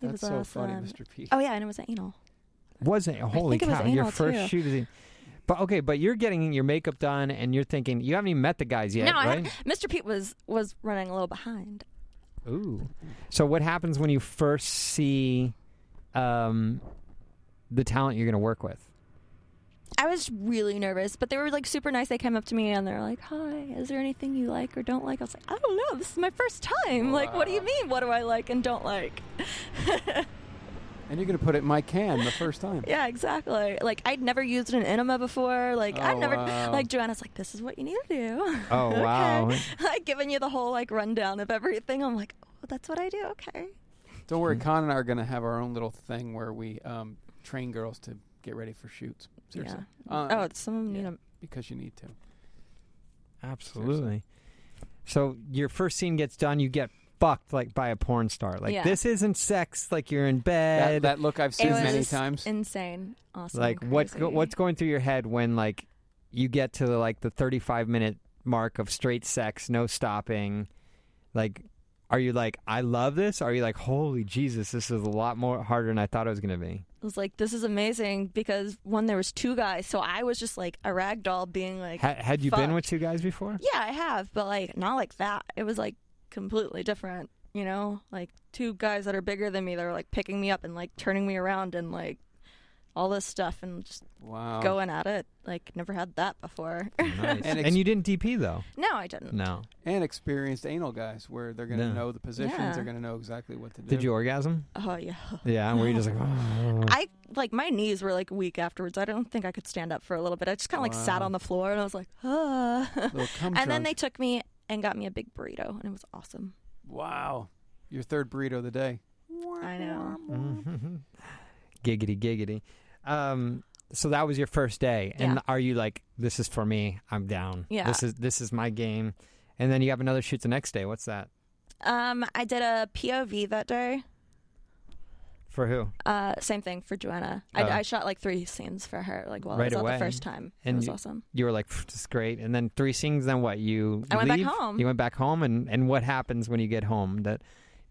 [SPEAKER 2] That's
[SPEAKER 4] was
[SPEAKER 2] so funny,
[SPEAKER 4] awesome.
[SPEAKER 2] Mr. P.
[SPEAKER 4] Oh yeah, and it was anal.
[SPEAKER 3] Wasn't holy
[SPEAKER 4] think it was
[SPEAKER 3] cow! Your
[SPEAKER 4] anal,
[SPEAKER 3] first
[SPEAKER 4] too.
[SPEAKER 3] shoot is. in- But okay, but you're getting your makeup done, and you're thinking you haven't even met the guys yet,
[SPEAKER 4] no, I
[SPEAKER 3] right?
[SPEAKER 4] had, Mr. Pete was was running a little behind.
[SPEAKER 3] Ooh. So what happens when you first see, um, the talent you're gonna work with?
[SPEAKER 4] I was really nervous, but they were like super nice. They came up to me and they're like, "Hi, is there anything you like or don't like?" I was like, "I don't know. This is my first time. Like, what do you mean? What do I like and don't like?"
[SPEAKER 2] And you're going to put it in my can the first time.
[SPEAKER 4] yeah, exactly. Like, I'd never used an enema before. Like, I'd
[SPEAKER 2] Oh,
[SPEAKER 4] never
[SPEAKER 2] wow.
[SPEAKER 4] like Joanna's like, "This is what you need to do."
[SPEAKER 3] Oh,
[SPEAKER 4] Okay.
[SPEAKER 3] wow.
[SPEAKER 4] like giving you the whole like rundown of everything. I'm like, "Oh, that's what I do." Okay.
[SPEAKER 2] Don't worry, Con and I are going to have our own little thing where we um, train girls to get ready for shoots. Seriously.
[SPEAKER 4] Yeah.
[SPEAKER 2] Uh,
[SPEAKER 4] oh, some of them need
[SPEAKER 2] yeah.
[SPEAKER 4] a
[SPEAKER 2] Because you need to.
[SPEAKER 3] Absolutely. So your first scene gets done, you get fucked like by a porn star. Like
[SPEAKER 4] Yeah.
[SPEAKER 3] this isn't sex. Like you're in
[SPEAKER 2] That,
[SPEAKER 3] bed.
[SPEAKER 2] that look I've seen
[SPEAKER 4] was
[SPEAKER 2] many
[SPEAKER 4] just
[SPEAKER 2] times.
[SPEAKER 4] insane, awesome.
[SPEAKER 3] like what's go-
[SPEAKER 4] crazy.
[SPEAKER 3] what's going through your head when like you get to the, like the 35 minute mark of straight sex no stopping like are you like i love this are you like holy jesus this is a lot more harder than i thought it was going to be
[SPEAKER 4] I was like, this is amazing because one, there was two guys, so I was just like a rag doll, being like,
[SPEAKER 3] ha- had you been
[SPEAKER 4] fucked.
[SPEAKER 3] with two guys before
[SPEAKER 4] yeah, I have, but like not like that. It was like completely different, you know, like two guys that are bigger than me that are like picking me up and like turning me around and like all this stuff and just
[SPEAKER 2] Wow.
[SPEAKER 4] going at it. Like never had that before.
[SPEAKER 3] nice.
[SPEAKER 2] And
[SPEAKER 3] and,
[SPEAKER 2] ex-
[SPEAKER 3] you didn't dp though
[SPEAKER 4] no, I didn't.
[SPEAKER 3] no
[SPEAKER 2] And experienced anal guys where they're going to
[SPEAKER 3] No.
[SPEAKER 2] know the positions,
[SPEAKER 4] Yeah.
[SPEAKER 2] they're going to know exactly what to do.
[SPEAKER 3] did you orgasm
[SPEAKER 4] Oh yeah,
[SPEAKER 3] yeah and were you just like "Oh,
[SPEAKER 2] Hmm.
[SPEAKER 4] I like my knees were like weak afterwards. I don't think I could stand up for a little bit. I just kind of like sat
[SPEAKER 2] Wow.
[SPEAKER 4] on the floor and I was like, ah.
[SPEAKER 2] Little cum
[SPEAKER 4] and then they
[SPEAKER 2] drunk.
[SPEAKER 4] took me and got me a big burrito and it was awesome.
[SPEAKER 2] Wow. Your third burrito of the day.
[SPEAKER 4] I know.
[SPEAKER 3] Mm-hmm. giggity giggity um so that was your first day and
[SPEAKER 4] Yeah.
[SPEAKER 3] are you like this is for me i'm down
[SPEAKER 4] Yeah.
[SPEAKER 3] this is this is my game and then you have another shoot the next day what's that
[SPEAKER 4] Um, I did a POV that day.
[SPEAKER 3] for who
[SPEAKER 4] Uh, same thing for Joanna. I,
[SPEAKER 3] Oh.
[SPEAKER 4] I shot like three scenes for her, like while
[SPEAKER 3] Right
[SPEAKER 4] I was
[SPEAKER 3] away.
[SPEAKER 4] out the first time.
[SPEAKER 3] And
[SPEAKER 4] it was
[SPEAKER 3] you-
[SPEAKER 4] awesome.
[SPEAKER 3] you were like "Pfft, this is great and then three scenes then what you
[SPEAKER 4] I went back
[SPEAKER 3] leave?
[SPEAKER 4] home.
[SPEAKER 3] you went back home and and what happens when you get home that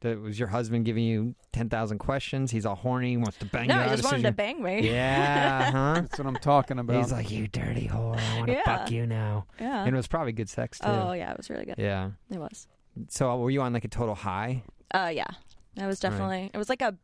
[SPEAKER 3] that was your husband giving you 10,000 questions he's all horny he wants to bang
[SPEAKER 4] no,
[SPEAKER 3] you
[SPEAKER 4] I
[SPEAKER 3] out as
[SPEAKER 4] just
[SPEAKER 3] soon
[SPEAKER 4] wanted to
[SPEAKER 3] as
[SPEAKER 4] bang
[SPEAKER 3] you-
[SPEAKER 4] me.
[SPEAKER 3] yeah huh
[SPEAKER 2] That's what I'm talking about.
[SPEAKER 3] he's like you dirty whore i want to
[SPEAKER 4] Yeah.
[SPEAKER 3] fuck you now
[SPEAKER 4] Yeah.
[SPEAKER 3] and it was probably good sex too
[SPEAKER 4] oh yeah, it was really good.
[SPEAKER 3] yeah
[SPEAKER 4] It was.
[SPEAKER 3] so were you uh, on like a total high
[SPEAKER 4] Uh, yeah, that was definitely. It was like a.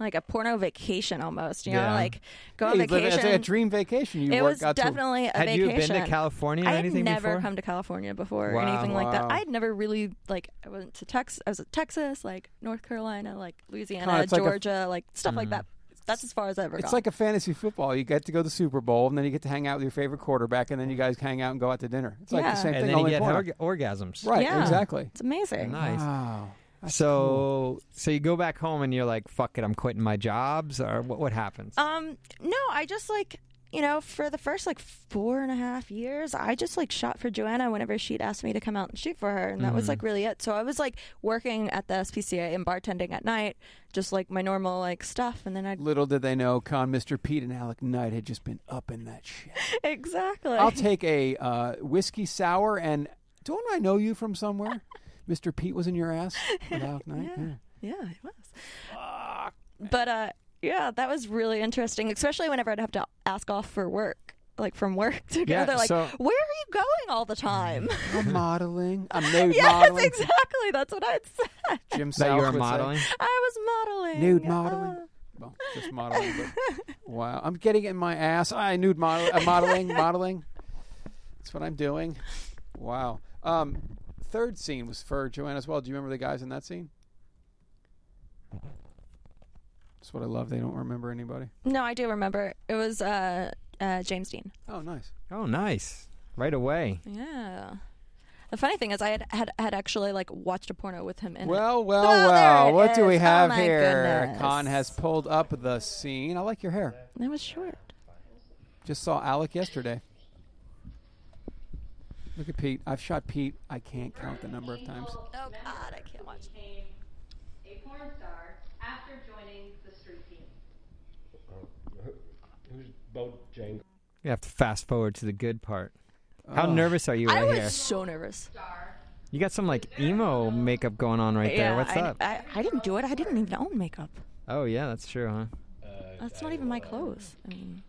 [SPEAKER 4] like a porno vacation almost. You know,
[SPEAKER 3] Yeah.
[SPEAKER 4] like go on
[SPEAKER 2] Hey, it's like-
[SPEAKER 4] vacation.
[SPEAKER 2] It's like a dream vacation. You
[SPEAKER 4] it
[SPEAKER 2] work
[SPEAKER 4] was
[SPEAKER 2] out to.
[SPEAKER 4] definitely a
[SPEAKER 3] Had you
[SPEAKER 4] vacation.
[SPEAKER 3] been to California or
[SPEAKER 4] I had
[SPEAKER 3] anything
[SPEAKER 4] never
[SPEAKER 3] before?
[SPEAKER 4] come to California before or
[SPEAKER 3] Wow.
[SPEAKER 4] anything like that.
[SPEAKER 2] Wow.
[SPEAKER 4] I had never really like I went to Texas. I was at Texas, like North Carolina, like Louisiana,
[SPEAKER 2] Kinda, it's like a-
[SPEAKER 4] Georgia, like stuff like
[SPEAKER 3] Mm.
[SPEAKER 4] that. That's as far as I ever
[SPEAKER 2] It's
[SPEAKER 4] got.
[SPEAKER 2] like a fantasy football. You get to go to the Super Bowl, and then you get to hang out with your favorite quarterback, and then you guys hang out and go out to dinner. It's like
[SPEAKER 4] Yeah.
[SPEAKER 2] the same
[SPEAKER 3] and
[SPEAKER 2] thing.
[SPEAKER 3] then you
[SPEAKER 2] only
[SPEAKER 3] get
[SPEAKER 2] porno.
[SPEAKER 3] orga- orgasms.
[SPEAKER 2] right,
[SPEAKER 4] Yeah.
[SPEAKER 2] exactly.
[SPEAKER 4] it's amazing.
[SPEAKER 3] Nice.
[SPEAKER 2] Wow.
[SPEAKER 3] so, so you go back home and you're like, "Fuck it, I'm quitting my jobs," or what? What happens?
[SPEAKER 4] Um, no, I just like you know, for the first like four and a half years, I just like shot for Joanna whenever she'd asked me to come out and shoot for her, and that
[SPEAKER 3] Mm-hmm.
[SPEAKER 4] was like really it. So I was like working at the SPCA and bartending at night, just like my normal like stuff, and then I'd
[SPEAKER 2] Little did they know, con Mr. Pete and Alec Knight had just been up in that shit.
[SPEAKER 4] exactly.
[SPEAKER 2] I'll take a uh, whiskey sour and don't I know you from somewhere? Mr. Pete was in your ass. with Alec Knight? Yeah.
[SPEAKER 4] Yeah, it was. But uh, yeah, that was really interesting, especially whenever I'd have to ask off for work, like from work to go.
[SPEAKER 3] Yeah,
[SPEAKER 4] They're like,
[SPEAKER 3] so-
[SPEAKER 4] "Where are you going all the time?"
[SPEAKER 2] I'm modeling. I'm nude
[SPEAKER 4] yes,
[SPEAKER 2] modeling.
[SPEAKER 4] exactly. That's what I'd said.
[SPEAKER 2] Jim
[SPEAKER 3] that
[SPEAKER 2] South
[SPEAKER 3] you were
[SPEAKER 2] would say.
[SPEAKER 3] modeling.
[SPEAKER 4] I was modeling.
[SPEAKER 2] Nude modeling.
[SPEAKER 4] Ah.
[SPEAKER 2] Well, just modeling. But wow, I'm getting it in my ass. I nude model, uh, modeling, modeling. That's what I'm doing. Wow. Um, third scene was for Joanna as well. Do you remember the guys in that scene? That's what I love. They don't remember anybody.
[SPEAKER 4] no, I do remember. It was uh, uh, James Dean.
[SPEAKER 2] Oh, nice.
[SPEAKER 3] Oh, nice. Right away.
[SPEAKER 4] Yeah. The funny thing is, I had had, had actually like watched a porno with him in it.
[SPEAKER 2] Well, well,
[SPEAKER 4] Oh,
[SPEAKER 2] well.
[SPEAKER 4] there it
[SPEAKER 2] What do we
[SPEAKER 4] is. Oh,
[SPEAKER 2] have
[SPEAKER 4] my
[SPEAKER 2] here?
[SPEAKER 4] goodness.
[SPEAKER 2] Khan has pulled up the scene. I like your hair.
[SPEAKER 4] It was short.
[SPEAKER 2] Just saw Alec yesterday. Look at Pete. I've shot Pete. I can't count the number of times.
[SPEAKER 4] Oh God, I can't watch.
[SPEAKER 11] a porn star after joining the street team.
[SPEAKER 5] Who's Bojangles?
[SPEAKER 3] You have to fast forward to the good part. How
[SPEAKER 2] Oh.
[SPEAKER 3] nervous are you
[SPEAKER 4] I
[SPEAKER 3] right
[SPEAKER 4] was
[SPEAKER 3] here?
[SPEAKER 4] so nervous.
[SPEAKER 3] You got some like emo makeup going on right there. What's
[SPEAKER 4] I,
[SPEAKER 3] up?
[SPEAKER 4] I, I didn't do it. I didn't even own makeup.
[SPEAKER 3] oh yeah, that's true, huh?
[SPEAKER 4] That's not even my clothes. I mean,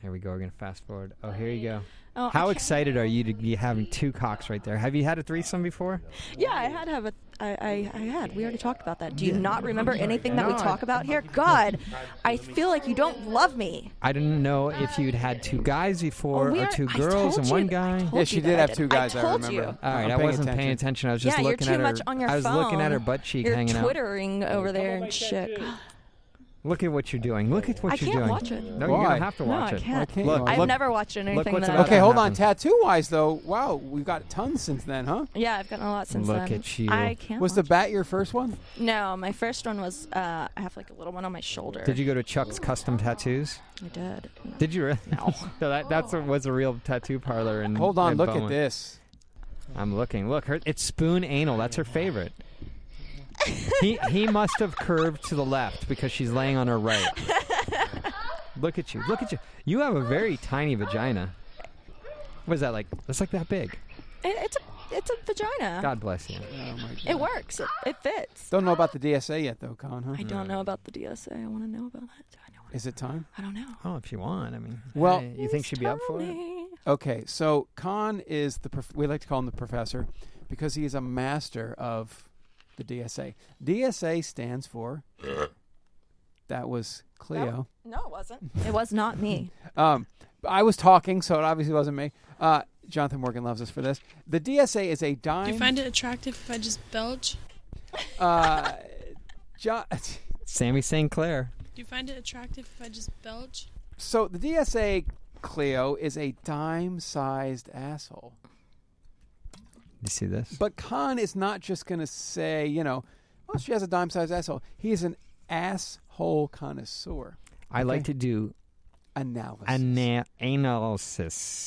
[SPEAKER 3] Here we go. We're gonna fast forward. Oh, here you go.
[SPEAKER 4] oh, I
[SPEAKER 3] How
[SPEAKER 4] can't-
[SPEAKER 3] excited are you to be having two cocks right there? Have you had a threesome before?
[SPEAKER 4] Yeah, I had have a. I, I, I had. We already talked about that. Do you not remember anything that we
[SPEAKER 3] No, I-
[SPEAKER 4] talk about here? God, I feel like you don't love me.
[SPEAKER 3] I didn't know if you'd had two guys before
[SPEAKER 4] we
[SPEAKER 3] or
[SPEAKER 4] are-
[SPEAKER 3] uh, two
[SPEAKER 4] Um, Oh, I
[SPEAKER 3] girls
[SPEAKER 4] told
[SPEAKER 3] and
[SPEAKER 4] you-
[SPEAKER 3] one
[SPEAKER 4] I
[SPEAKER 3] guy.
[SPEAKER 4] told
[SPEAKER 2] Yeah, she
[SPEAKER 4] you that
[SPEAKER 2] did
[SPEAKER 4] I
[SPEAKER 2] have two guys. I,
[SPEAKER 4] told
[SPEAKER 2] remember.
[SPEAKER 4] you.
[SPEAKER 2] I'm
[SPEAKER 3] All right,
[SPEAKER 2] paying
[SPEAKER 3] I wasn't
[SPEAKER 2] attention.
[SPEAKER 3] paying attention. I was just
[SPEAKER 4] Yeah, you're
[SPEAKER 3] looking
[SPEAKER 4] too
[SPEAKER 3] at her.
[SPEAKER 4] much on your
[SPEAKER 3] I was looking at her
[SPEAKER 4] phone.
[SPEAKER 3] butt cheek
[SPEAKER 4] You're
[SPEAKER 3] hanging out.
[SPEAKER 4] twittering over there and shit.
[SPEAKER 3] Look at what you're doing. Look at what
[SPEAKER 4] I
[SPEAKER 3] you're
[SPEAKER 4] can't
[SPEAKER 3] doing.
[SPEAKER 4] watch it.
[SPEAKER 3] No,
[SPEAKER 2] Why?
[SPEAKER 3] you're gonna have to
[SPEAKER 4] No,
[SPEAKER 3] watch
[SPEAKER 4] I
[SPEAKER 3] it.
[SPEAKER 4] can't.
[SPEAKER 2] Okay,
[SPEAKER 3] Look,
[SPEAKER 4] I've
[SPEAKER 3] look-
[SPEAKER 4] never watched anything
[SPEAKER 3] what's
[SPEAKER 4] that.
[SPEAKER 3] about
[SPEAKER 2] Okay, hold on.
[SPEAKER 3] happens.
[SPEAKER 2] Tattoo wise, though, wow, we've got tons since then, huh?
[SPEAKER 4] Yeah, I've gotten a lot since
[SPEAKER 3] Look
[SPEAKER 4] then.
[SPEAKER 3] at you.
[SPEAKER 4] I can't.
[SPEAKER 2] Was the
[SPEAKER 4] watch
[SPEAKER 2] bat your first one?
[SPEAKER 4] it. No, my first one was. Uh, I have like a little one on my shoulder.
[SPEAKER 3] Did you go to Chuck's Custom Tattoos?
[SPEAKER 4] I did.
[SPEAKER 3] Did you really? No. that that's a, was a real tattoo parlor. And
[SPEAKER 2] Hold on, look at this.
[SPEAKER 3] I'm looking. Look, her, it's spoon anal. That's her favorite. he he must have curved to the left because she's laying on her right. Look at you. Look at you. You have a very tiny vagina. What is that like? That's like that big.
[SPEAKER 4] It, it's a it's a vagina.
[SPEAKER 3] God bless you.
[SPEAKER 4] It works. It, it fits.
[SPEAKER 2] Oh, Don't know about the DSA yet, though, Con, huh?
[SPEAKER 4] I don't know about the DSA. I want to know about that. I don't, wanna-
[SPEAKER 2] Is it time?
[SPEAKER 4] I don't know.
[SPEAKER 3] Oh, if you want. I mean,
[SPEAKER 2] Well-
[SPEAKER 3] hey, you think she'd be up for it?
[SPEAKER 2] Okay, so Khan is the prof- we like to call him the professor because he is a master of the DSA. DSA stands for that was Cleo.
[SPEAKER 4] No, it wasn't. It was not me.
[SPEAKER 2] Um, I was talking, so it obviously wasn't me. Uh, Jonathan Morgan loves us for this. The DSA is a dime.
[SPEAKER 12] You find it attractive if I just belch?
[SPEAKER 2] Uh, jo-
[SPEAKER 3] Sammy St. Clair.
[SPEAKER 12] Do you find it attractive if I just belch?
[SPEAKER 2] so the DSA Cleo is a dime-sized asshole.
[SPEAKER 3] You see this?
[SPEAKER 2] But Khan is not just going to say, you know, well, she has a dime sized asshole. He is an asshole connoisseur.
[SPEAKER 3] I like to do
[SPEAKER 2] Analysis.
[SPEAKER 3] ana- analysis.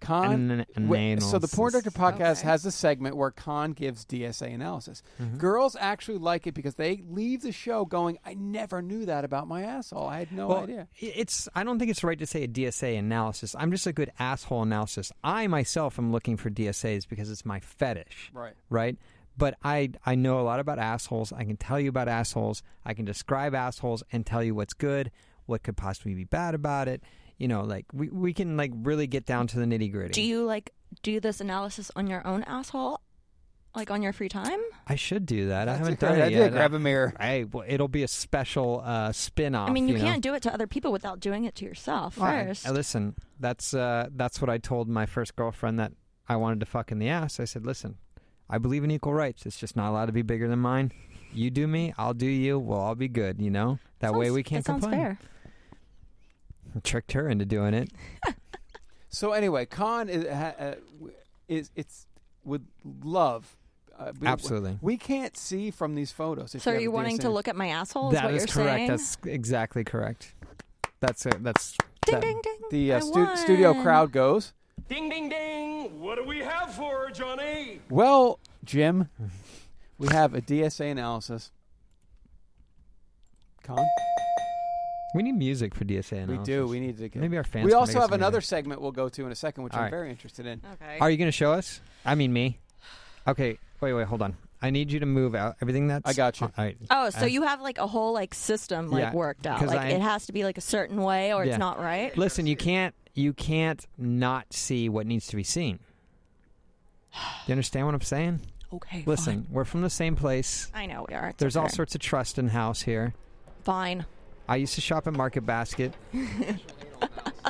[SPEAKER 2] Khan.
[SPEAKER 3] an-
[SPEAKER 2] Wait, so the Porn Director
[SPEAKER 3] analysis.
[SPEAKER 2] podcast
[SPEAKER 4] Okay.
[SPEAKER 2] has a segment where Khan gives DSA analysis.
[SPEAKER 3] Mm-hmm.
[SPEAKER 2] Girls actually like it because they leave the show going, I never knew that about my asshole. I had no
[SPEAKER 3] Well,
[SPEAKER 2] idea.
[SPEAKER 3] i- It's. I don't think it's right to say a DSA analysis. I'm just a good asshole analysis. I myself am looking for DSAs because it's my fetish.
[SPEAKER 2] Right.
[SPEAKER 3] Right. But I I know a lot about assholes. I can tell you about assholes. I can describe assholes and tell you what's good, what could possibly be bad about it. You know, like we, we can like really get down to the nitty gritty.
[SPEAKER 4] Do you like do this analysis on your own asshole? Like on your free time?
[SPEAKER 3] I should do that. I
[SPEAKER 2] That's
[SPEAKER 3] haven't
[SPEAKER 2] a great
[SPEAKER 3] done it
[SPEAKER 2] idea.
[SPEAKER 3] yet.
[SPEAKER 2] Grab a mirror.
[SPEAKER 3] Hey, well, it'll be a special uh, spin-off.
[SPEAKER 4] I mean, you,
[SPEAKER 3] know?
[SPEAKER 4] can't do it to other people without doing it to yourself
[SPEAKER 3] Well,
[SPEAKER 4] first.
[SPEAKER 3] I- listen, that's uh, that's what I told my first girlfriend that I wanted to fuck in the ass. I said, listen, I believe in equal rights. It's just not allowed to be bigger than mine. You do me, I'll do you. We'll all be good. You know that way
[SPEAKER 4] Sounds-
[SPEAKER 3] we can't
[SPEAKER 4] that sounds
[SPEAKER 3] complain.
[SPEAKER 4] fair.
[SPEAKER 3] Tricked her into doing it.
[SPEAKER 2] So anyway, Khan is, ha- uh, w- is it's would love. Uh, we-
[SPEAKER 3] Absolutely.
[SPEAKER 2] we can't see from these photos. if
[SPEAKER 4] So are
[SPEAKER 2] have
[SPEAKER 4] you
[SPEAKER 2] the
[SPEAKER 4] wanting to
[SPEAKER 2] DSLR.
[SPEAKER 4] look at my asshole? Is
[SPEAKER 3] That
[SPEAKER 4] what
[SPEAKER 3] is
[SPEAKER 4] you're
[SPEAKER 3] correct.
[SPEAKER 4] saying?
[SPEAKER 3] That's exactly correct. That's it. That's
[SPEAKER 4] ding
[SPEAKER 3] that-
[SPEAKER 4] ding ding.
[SPEAKER 2] The uh,
[SPEAKER 4] I
[SPEAKER 2] stu- studio
[SPEAKER 4] won.
[SPEAKER 2] crowd goes.
[SPEAKER 5] Ding, ding, ding. What do we have for her, Johnny?
[SPEAKER 2] Well, Jim, we have a DSA analysis. Con?
[SPEAKER 3] We need music for DSA.
[SPEAKER 2] We
[SPEAKER 3] Analysis.
[SPEAKER 2] do. We need to get.
[SPEAKER 3] Maybe our fans.
[SPEAKER 2] we
[SPEAKER 3] can
[SPEAKER 2] also
[SPEAKER 3] make us
[SPEAKER 2] have
[SPEAKER 3] some
[SPEAKER 2] another
[SPEAKER 3] music.
[SPEAKER 2] segment we'll go to in a second, which
[SPEAKER 3] All
[SPEAKER 2] I'm
[SPEAKER 3] right.
[SPEAKER 2] very interested in.
[SPEAKER 4] Okay.
[SPEAKER 3] Are you going to show us? I mean, me. Okay. Wait, wait, hold on. I need you to move out everything that's.
[SPEAKER 2] I got you.
[SPEAKER 3] All right.
[SPEAKER 4] Oh, so
[SPEAKER 3] Uh,
[SPEAKER 4] you have like a whole like system like
[SPEAKER 3] Yeah,
[SPEAKER 4] worked out.
[SPEAKER 3] 'cause
[SPEAKER 4] Like
[SPEAKER 3] I-
[SPEAKER 4] it has to be like a certain way or
[SPEAKER 3] Yeah.
[SPEAKER 4] it's not right.
[SPEAKER 3] Listen, you can't you can't not see what needs to be seen. Do you understand what I'm saying?
[SPEAKER 4] Okay.
[SPEAKER 3] Listen, we're from the same place.
[SPEAKER 4] fine. I know we are. It's
[SPEAKER 3] There's all
[SPEAKER 4] okay.
[SPEAKER 3] sorts of trust in house here.
[SPEAKER 4] Fine.
[SPEAKER 3] I used to shop at Market Basket.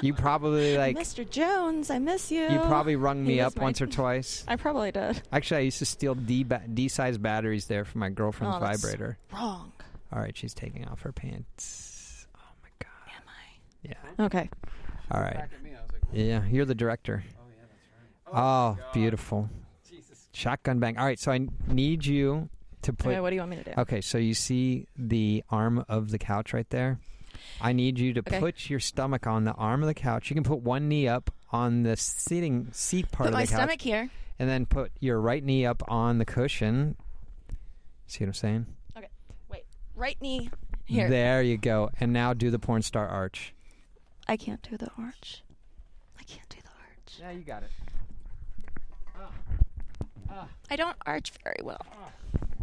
[SPEAKER 3] you probably like
[SPEAKER 4] Mr. Jones, I miss you.
[SPEAKER 3] you probably rung
[SPEAKER 4] He
[SPEAKER 3] me
[SPEAKER 4] was
[SPEAKER 3] up
[SPEAKER 4] my-
[SPEAKER 3] once or twice.
[SPEAKER 4] I probably did.
[SPEAKER 3] Actually, I used to steal D ba- D sized batteries there for my girlfriend's
[SPEAKER 4] Oh, that's-
[SPEAKER 3] vibrator.
[SPEAKER 4] Wrong.
[SPEAKER 3] All right, she's taking off her pants. Oh my god.
[SPEAKER 4] Am I?
[SPEAKER 3] Yeah.
[SPEAKER 4] Okay.
[SPEAKER 3] All right. Yeah, you're the director. Oh, beautiful. Shotgun bang. All right, so I need you to play.
[SPEAKER 4] Okay, what do you want me to do?
[SPEAKER 3] Okay, so you see the arm of the couch right there? I need you to
[SPEAKER 4] Okay.
[SPEAKER 3] put your stomach on the arm of the couch. You can put one knee up on the sitting seat part of
[SPEAKER 4] Put my
[SPEAKER 3] the couch,
[SPEAKER 4] stomach here.
[SPEAKER 3] and then put your right knee up on the cushion. See what I'm saying?
[SPEAKER 4] Wait. Right knee here.
[SPEAKER 3] There you go. And now do the porn star arch.
[SPEAKER 4] I can't do the arch. I can't do the arch.
[SPEAKER 3] Yeah, you got it. Ah.
[SPEAKER 4] I don't arch very well.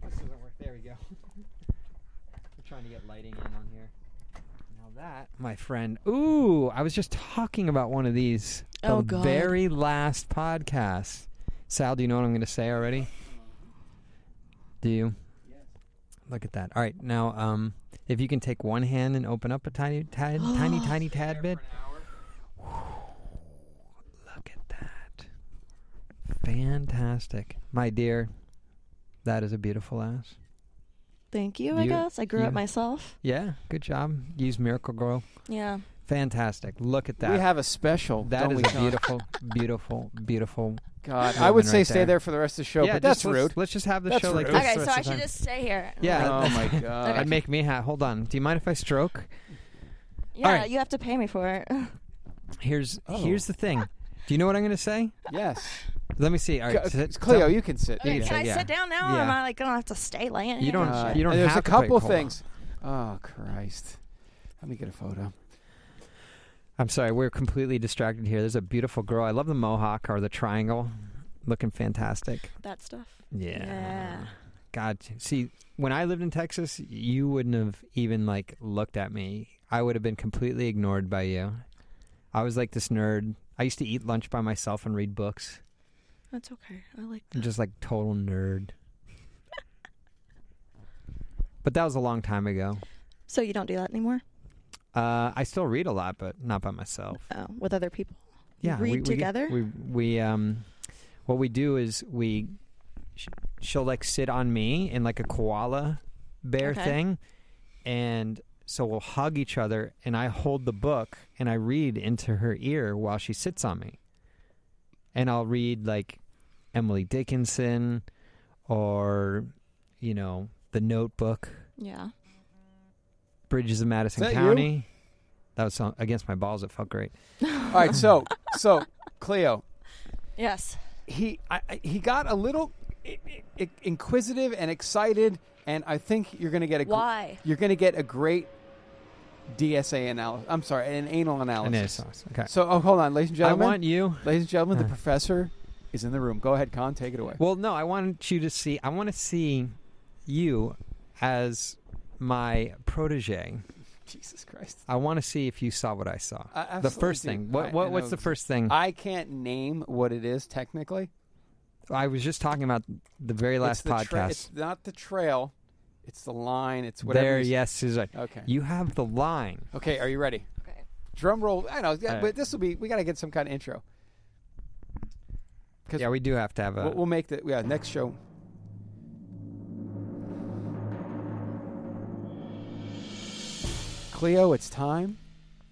[SPEAKER 3] This doesn't work. There we go. We're trying to get lighting in on here. Now that, my friend. Ooh, I was just talking about one of these. The
[SPEAKER 4] Oh, God.
[SPEAKER 3] very last podcast. Sal, do you know what I'm going to say already? Do you? Look at that. All right, now um, if you can take one hand and open up a tiny, tiny, tiny, tiny tad bit. Look at that. Fantastic, my dear. That is a beautiful ass.
[SPEAKER 4] Thank you, I
[SPEAKER 3] You-
[SPEAKER 4] guess. I grew
[SPEAKER 3] you-
[SPEAKER 4] it myself.
[SPEAKER 3] Yeah, good job. Use Miracle Grow.
[SPEAKER 4] Yeah.
[SPEAKER 3] Fantastic. Look at that.
[SPEAKER 2] We have a special.
[SPEAKER 3] that
[SPEAKER 2] don't
[SPEAKER 3] is
[SPEAKER 2] we,
[SPEAKER 3] a
[SPEAKER 2] Con?
[SPEAKER 3] beautiful, beautiful, beautiful.
[SPEAKER 2] God, I
[SPEAKER 3] woman
[SPEAKER 2] would say
[SPEAKER 3] right
[SPEAKER 2] stay
[SPEAKER 3] there.
[SPEAKER 2] there for the rest of the show,
[SPEAKER 3] yeah,
[SPEAKER 2] but
[SPEAKER 3] just
[SPEAKER 2] that's
[SPEAKER 3] let's-
[SPEAKER 2] rude.
[SPEAKER 3] Let's just have the
[SPEAKER 2] That's
[SPEAKER 3] show like
[SPEAKER 2] rude.
[SPEAKER 3] this.
[SPEAKER 4] Okay,
[SPEAKER 3] the
[SPEAKER 4] so
[SPEAKER 3] rest of
[SPEAKER 4] I
[SPEAKER 3] the
[SPEAKER 4] should
[SPEAKER 3] time.
[SPEAKER 4] just stay here.
[SPEAKER 3] Yeah.
[SPEAKER 2] Oh my God.
[SPEAKER 3] That'd make me ha Hold on. Do you mind if I stroke?
[SPEAKER 4] Yeah,
[SPEAKER 3] All right.
[SPEAKER 4] you have to pay me for it.
[SPEAKER 3] Here's
[SPEAKER 2] Oh.
[SPEAKER 3] here's the thing. Do you know what I'm going to say?
[SPEAKER 2] Yes,
[SPEAKER 3] Let me see. All right,
[SPEAKER 2] C-
[SPEAKER 3] sit-
[SPEAKER 2] Cleo,
[SPEAKER 3] tell-
[SPEAKER 2] you can sit.
[SPEAKER 3] Okay,
[SPEAKER 4] Can I
[SPEAKER 3] yeah.
[SPEAKER 4] sit down now? Or am
[SPEAKER 3] Yeah.
[SPEAKER 4] I like gonna have to stay laying
[SPEAKER 3] You
[SPEAKER 4] here?
[SPEAKER 3] don't-
[SPEAKER 4] and
[SPEAKER 2] Uh,
[SPEAKER 4] shit?
[SPEAKER 3] you don't
[SPEAKER 2] and there's
[SPEAKER 3] have
[SPEAKER 2] a
[SPEAKER 3] to pick,
[SPEAKER 2] couple
[SPEAKER 3] hold on.
[SPEAKER 2] things. Oh Christ! Let me get a photo.
[SPEAKER 3] I'm sorry. We're completely distracted here. There's a beautiful girl. I love the mohawk or the triangle. Looking fantastic.
[SPEAKER 4] that stuff.
[SPEAKER 3] Yeah.
[SPEAKER 4] Yeah.
[SPEAKER 3] God, see, when I lived in Texas, you wouldn't have even like looked at me. I would have been completely ignored by you. I was like this nerd. I used to eat lunch by myself and read books.
[SPEAKER 4] That's okay. I like
[SPEAKER 3] I'm just like total nerd. but that was a long time ago.
[SPEAKER 4] So you don't do that anymore?
[SPEAKER 3] Uh, I still read a lot, but not by myself.
[SPEAKER 4] Oh, with other people. You
[SPEAKER 3] yeah,
[SPEAKER 4] read
[SPEAKER 3] we, we-
[SPEAKER 4] together?
[SPEAKER 3] We, we um, what we do is we sh- she'll like sit on me in like a koala bear
[SPEAKER 4] Okay.
[SPEAKER 3] thing, and so we'll hug each other, and I hold the book and I read into her ear while she sits on me, and I'll read like Emily Dickinson or you know The Notebook,
[SPEAKER 4] Yeah.
[SPEAKER 3] Bridges of Madison
[SPEAKER 2] that you?
[SPEAKER 3] County. That was so- against my balls. It felt great.
[SPEAKER 2] All right, so so Cleo,
[SPEAKER 4] Yes.
[SPEAKER 2] he I, I- he got a little i- i- inquisitive and excited, and I think you're going to get a gr-
[SPEAKER 4] Why?
[SPEAKER 2] you're going to get a great DSA analysis. I'm sorry, an anal
[SPEAKER 3] And there's
[SPEAKER 2] analysis.
[SPEAKER 3] sauce. Okay.
[SPEAKER 2] So, oh, hold on, ladies and
[SPEAKER 3] I
[SPEAKER 2] gentlemen,
[SPEAKER 3] want you.
[SPEAKER 2] ladies and gentlemen, the professor is in the room. Go ahead, Con, take it away.
[SPEAKER 3] Well, no, I want you to see. I want to see you as my protege.
[SPEAKER 2] Jesus Christ,
[SPEAKER 3] I want to see if you saw what I saw.
[SPEAKER 2] I
[SPEAKER 3] the
[SPEAKER 2] Uh, absolutely
[SPEAKER 3] first
[SPEAKER 2] do.
[SPEAKER 3] thing.
[SPEAKER 2] I-
[SPEAKER 3] What,
[SPEAKER 2] I
[SPEAKER 3] what? What's
[SPEAKER 2] know
[SPEAKER 3] the first thing?
[SPEAKER 2] I can't name what it is technically.
[SPEAKER 3] I was just talking about the very
[SPEAKER 2] It's
[SPEAKER 3] last
[SPEAKER 2] the
[SPEAKER 3] podcast.
[SPEAKER 2] tra- it's not the trail. It's the line. It's whatever.
[SPEAKER 3] There,
[SPEAKER 2] you s-
[SPEAKER 3] yes, Suzanne.
[SPEAKER 2] Okay.
[SPEAKER 3] You have the line.
[SPEAKER 2] Okay. Are you ready? Okay. Drum roll. I know, yeah,
[SPEAKER 3] All right.
[SPEAKER 2] but this will be. We got to get some kind of intro.
[SPEAKER 3] Yeah, we do have to have a.
[SPEAKER 2] We'll, we'll make the yeah next show. Cleo, it's time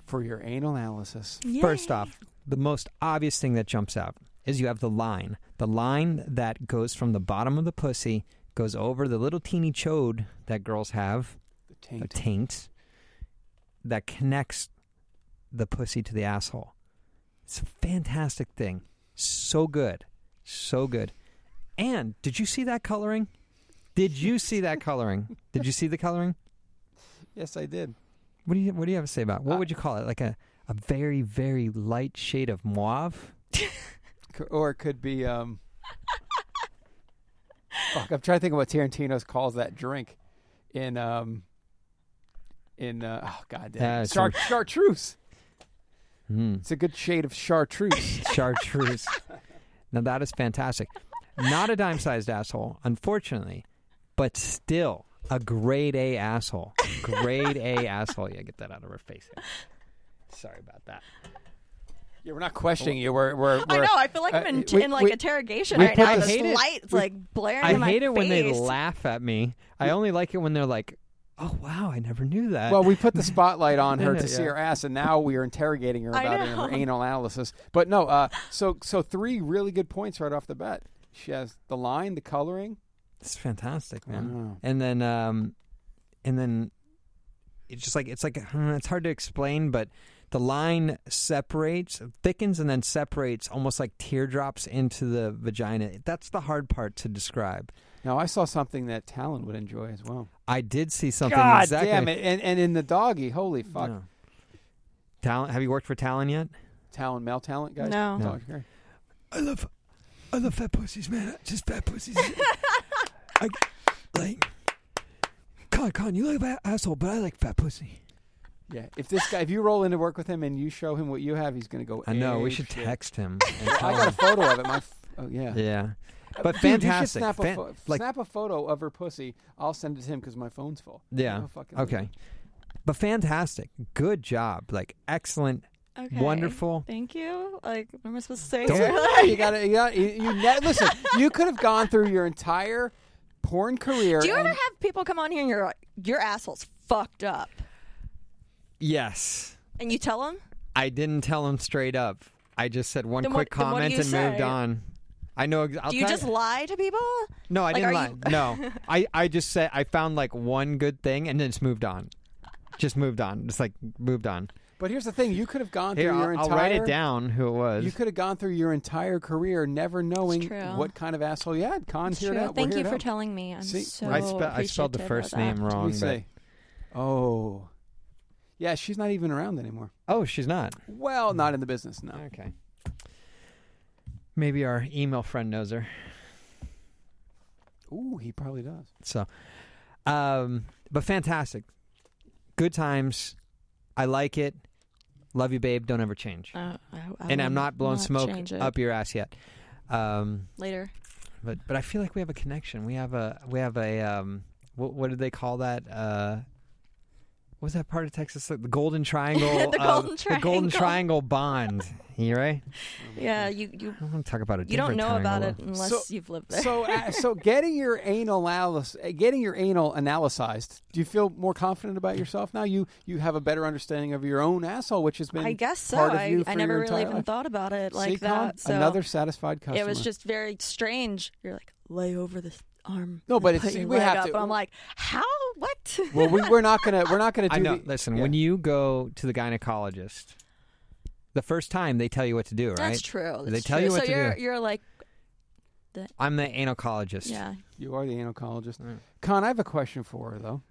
[SPEAKER 2] for your anal analysis.
[SPEAKER 3] First off, the most obvious thing that jumps out is you have the line. The line that goes from the bottom of the pussy goes over the little teeny chode that girls have,
[SPEAKER 2] the taint.
[SPEAKER 3] a taint, that connects the pussy to the asshole. It's a fantastic thing. So good. So good. And did you see that coloring? Did you see that coloring? Did you see the coloring?
[SPEAKER 2] Yes, I did.
[SPEAKER 3] What do you What do you have to say about? it? What would you call it? Like a a very very light shade of mauve.
[SPEAKER 2] C- or it could be. Um, fuck, I'm trying to think of what Tarantino's calls that drink in. Um, in uh, oh god damn
[SPEAKER 3] Uh,
[SPEAKER 2] it. Char- chartreuse.
[SPEAKER 3] Hmm.
[SPEAKER 2] It's a good shade of chartreuse.
[SPEAKER 3] Chartreuse. now that is fantastic. Not a dime sized asshole, unfortunately, but still a grade A asshole. Grade A asshole. Yeah, get that out of her face. Here. Sorry about that.
[SPEAKER 2] yeah, we're not questioning you. We're we're.
[SPEAKER 4] I
[SPEAKER 2] we're-
[SPEAKER 4] know. I feel like I'm
[SPEAKER 2] uh,
[SPEAKER 4] in,
[SPEAKER 2] we-
[SPEAKER 4] in like
[SPEAKER 2] we-
[SPEAKER 4] interrogation
[SPEAKER 2] we
[SPEAKER 4] right
[SPEAKER 2] put
[SPEAKER 4] now.
[SPEAKER 2] the-
[SPEAKER 4] This
[SPEAKER 2] hate it.
[SPEAKER 4] light's
[SPEAKER 2] We-
[SPEAKER 4] like blaring
[SPEAKER 3] I
[SPEAKER 4] in my
[SPEAKER 3] hate it when they
[SPEAKER 4] face.
[SPEAKER 3] laugh at me. I only like it when they're like, "Oh wow, I never knew that."
[SPEAKER 2] Well, we put the spotlight on her
[SPEAKER 3] Yeah,
[SPEAKER 2] to see
[SPEAKER 3] yeah.
[SPEAKER 2] her ass, and now we are interrogating her
[SPEAKER 4] I
[SPEAKER 2] about her
[SPEAKER 4] know.
[SPEAKER 2] anal analysis. But no, uh, so so three really good points right off the bat. She has the line, the coloring.
[SPEAKER 3] It's fantastic, man.
[SPEAKER 2] Wow.
[SPEAKER 3] And then, um, and then, it's just like it's like hmm, it's hard to explain, but the line separates, thickens, and then separates, almost like teardrops into the vagina. That's the hard part to describe.
[SPEAKER 2] Now I saw something that Talon would enjoy as well.
[SPEAKER 3] I did see something.
[SPEAKER 2] God
[SPEAKER 3] exactly.
[SPEAKER 2] damn it! And and in the doggy, holy fuck,
[SPEAKER 3] Yeah. Talon, have you worked for Talon yet?
[SPEAKER 2] Talon, male talent guys.
[SPEAKER 4] No.
[SPEAKER 3] No.
[SPEAKER 2] Dog, okay.
[SPEAKER 3] I love, I love fat pussies, man. Just fat pussies. I, like, con, con, you like that asshole, but I like fat pussy.
[SPEAKER 2] Yeah. If this guy, if you roll into work with him and you show him what you have, he's gonna go.
[SPEAKER 3] I know. We
[SPEAKER 2] "Ape
[SPEAKER 3] should
[SPEAKER 2] shit."
[SPEAKER 3] text him. And
[SPEAKER 2] I
[SPEAKER 3] tell
[SPEAKER 2] got a
[SPEAKER 3] him.
[SPEAKER 2] photo of it. My. F- oh yeah.
[SPEAKER 3] Yeah, but
[SPEAKER 2] Dude, you should
[SPEAKER 3] fantastic.
[SPEAKER 2] snap, a
[SPEAKER 3] Fan-
[SPEAKER 2] pho-
[SPEAKER 3] like,
[SPEAKER 2] snap a photo of her pussy. I'll send it to him because my phone's full.
[SPEAKER 3] yeah.
[SPEAKER 2] No fucking way.
[SPEAKER 3] okay, but fantastic. Good job. Like excellent.
[SPEAKER 4] Okay.
[SPEAKER 3] Wonderful.
[SPEAKER 4] Thank you. Like, what am I supposed to say?
[SPEAKER 2] Don't worry, you gotta, you gotta, you, you ne- listen. You could have gone through your entire porn career.
[SPEAKER 4] Do you ever
[SPEAKER 2] and-
[SPEAKER 4] have people come on here and you're like, your asshole's fucked up,
[SPEAKER 3] Yes,
[SPEAKER 4] and you tell them?
[SPEAKER 3] I didn't tell him straight up. I just said one
[SPEAKER 4] Then what-
[SPEAKER 3] quick
[SPEAKER 4] then what do
[SPEAKER 3] comment
[SPEAKER 4] you
[SPEAKER 3] and moved
[SPEAKER 4] say?
[SPEAKER 3] on. I know. ex- I'll
[SPEAKER 4] Do you
[SPEAKER 3] tell
[SPEAKER 4] just lie to people?
[SPEAKER 3] No, I
[SPEAKER 4] Like,
[SPEAKER 3] didn't
[SPEAKER 4] are
[SPEAKER 3] lie.
[SPEAKER 4] you-
[SPEAKER 3] No, I, I just said I found like one good thing and then just moved on. Just moved on. Just like moved on.
[SPEAKER 2] But here's the thing: you could have gone
[SPEAKER 3] Here,
[SPEAKER 2] through
[SPEAKER 3] I'll,
[SPEAKER 2] your
[SPEAKER 3] I'll
[SPEAKER 2] entire.
[SPEAKER 3] write it down who it was.
[SPEAKER 2] You could have gone through your entire career never knowing
[SPEAKER 4] true.
[SPEAKER 2] what kind of asshole you had. Con, here it out. We're
[SPEAKER 4] Thank
[SPEAKER 2] here
[SPEAKER 4] you
[SPEAKER 2] it
[SPEAKER 4] for
[SPEAKER 2] out.
[SPEAKER 4] telling me. I'm
[SPEAKER 2] See,
[SPEAKER 4] so
[SPEAKER 3] I, spe- I spelled the
[SPEAKER 4] appreciative
[SPEAKER 3] first
[SPEAKER 4] of that.
[SPEAKER 3] name
[SPEAKER 2] What do
[SPEAKER 3] wrong.
[SPEAKER 2] we
[SPEAKER 3] but-
[SPEAKER 2] say? Oh, yeah, she's not even around anymore.
[SPEAKER 3] Oh, she's not.
[SPEAKER 2] Well, not in the business now.
[SPEAKER 3] Okay. Maybe our email friend knows her.
[SPEAKER 2] Ooh, he probably does.
[SPEAKER 3] So, um, but fantastic. Good times. I like it. Love you, babe. Don't ever change.
[SPEAKER 4] Uh, I, I
[SPEAKER 3] and I'm
[SPEAKER 4] will
[SPEAKER 3] not blowing smoke
[SPEAKER 4] change it.
[SPEAKER 3] up your ass yet. Um,
[SPEAKER 4] later.
[SPEAKER 3] but but I feel like we have a connection. We have a we have a um what what did they call that? Uh what was that part of Texas? The Golden Triangle.
[SPEAKER 4] The
[SPEAKER 3] of-
[SPEAKER 4] Golden
[SPEAKER 3] The Golden Triangle
[SPEAKER 4] Triangle.
[SPEAKER 3] bond. You right?
[SPEAKER 4] Yeah, you you,
[SPEAKER 3] I want to talk about it.
[SPEAKER 4] you don't know about it unless
[SPEAKER 2] So-
[SPEAKER 4] you've lived there.
[SPEAKER 2] So, uh, so getting your anal analysis, uh, getting your anal analyzed. Do you feel more confident about yourself now? You you have a better understanding of your own asshole, which has been
[SPEAKER 4] I guess so.
[SPEAKER 2] Part of
[SPEAKER 4] I,
[SPEAKER 2] you
[SPEAKER 4] I
[SPEAKER 2] for
[SPEAKER 4] never
[SPEAKER 2] your
[SPEAKER 4] really
[SPEAKER 2] entire
[SPEAKER 4] even
[SPEAKER 2] life.
[SPEAKER 4] thought about it like
[SPEAKER 2] See, Con?
[SPEAKER 4] that. So
[SPEAKER 2] another satisfied customer.
[SPEAKER 4] it was just very strange. You're like lay over this arm.
[SPEAKER 2] No, but
[SPEAKER 4] and
[SPEAKER 2] it's-
[SPEAKER 4] put your
[SPEAKER 2] we
[SPEAKER 4] leg
[SPEAKER 2] have
[SPEAKER 4] up.
[SPEAKER 2] to-
[SPEAKER 4] And I'm like, how? What?
[SPEAKER 2] well, we, we're not gonna we're not gonna do.
[SPEAKER 3] I know.
[SPEAKER 2] the-
[SPEAKER 3] Listen,
[SPEAKER 2] yeah.
[SPEAKER 3] when you go to the gynecologist, the first time they tell you what to do, right?
[SPEAKER 4] That's true. That's
[SPEAKER 3] They tell
[SPEAKER 4] true.
[SPEAKER 3] you what
[SPEAKER 4] so
[SPEAKER 3] to
[SPEAKER 4] you're,
[SPEAKER 3] do.
[SPEAKER 4] You're like,
[SPEAKER 3] I'm the analcologist.
[SPEAKER 4] yeah.
[SPEAKER 2] you are the analcologist,
[SPEAKER 3] Mm.
[SPEAKER 2] Con. I have a question for her though.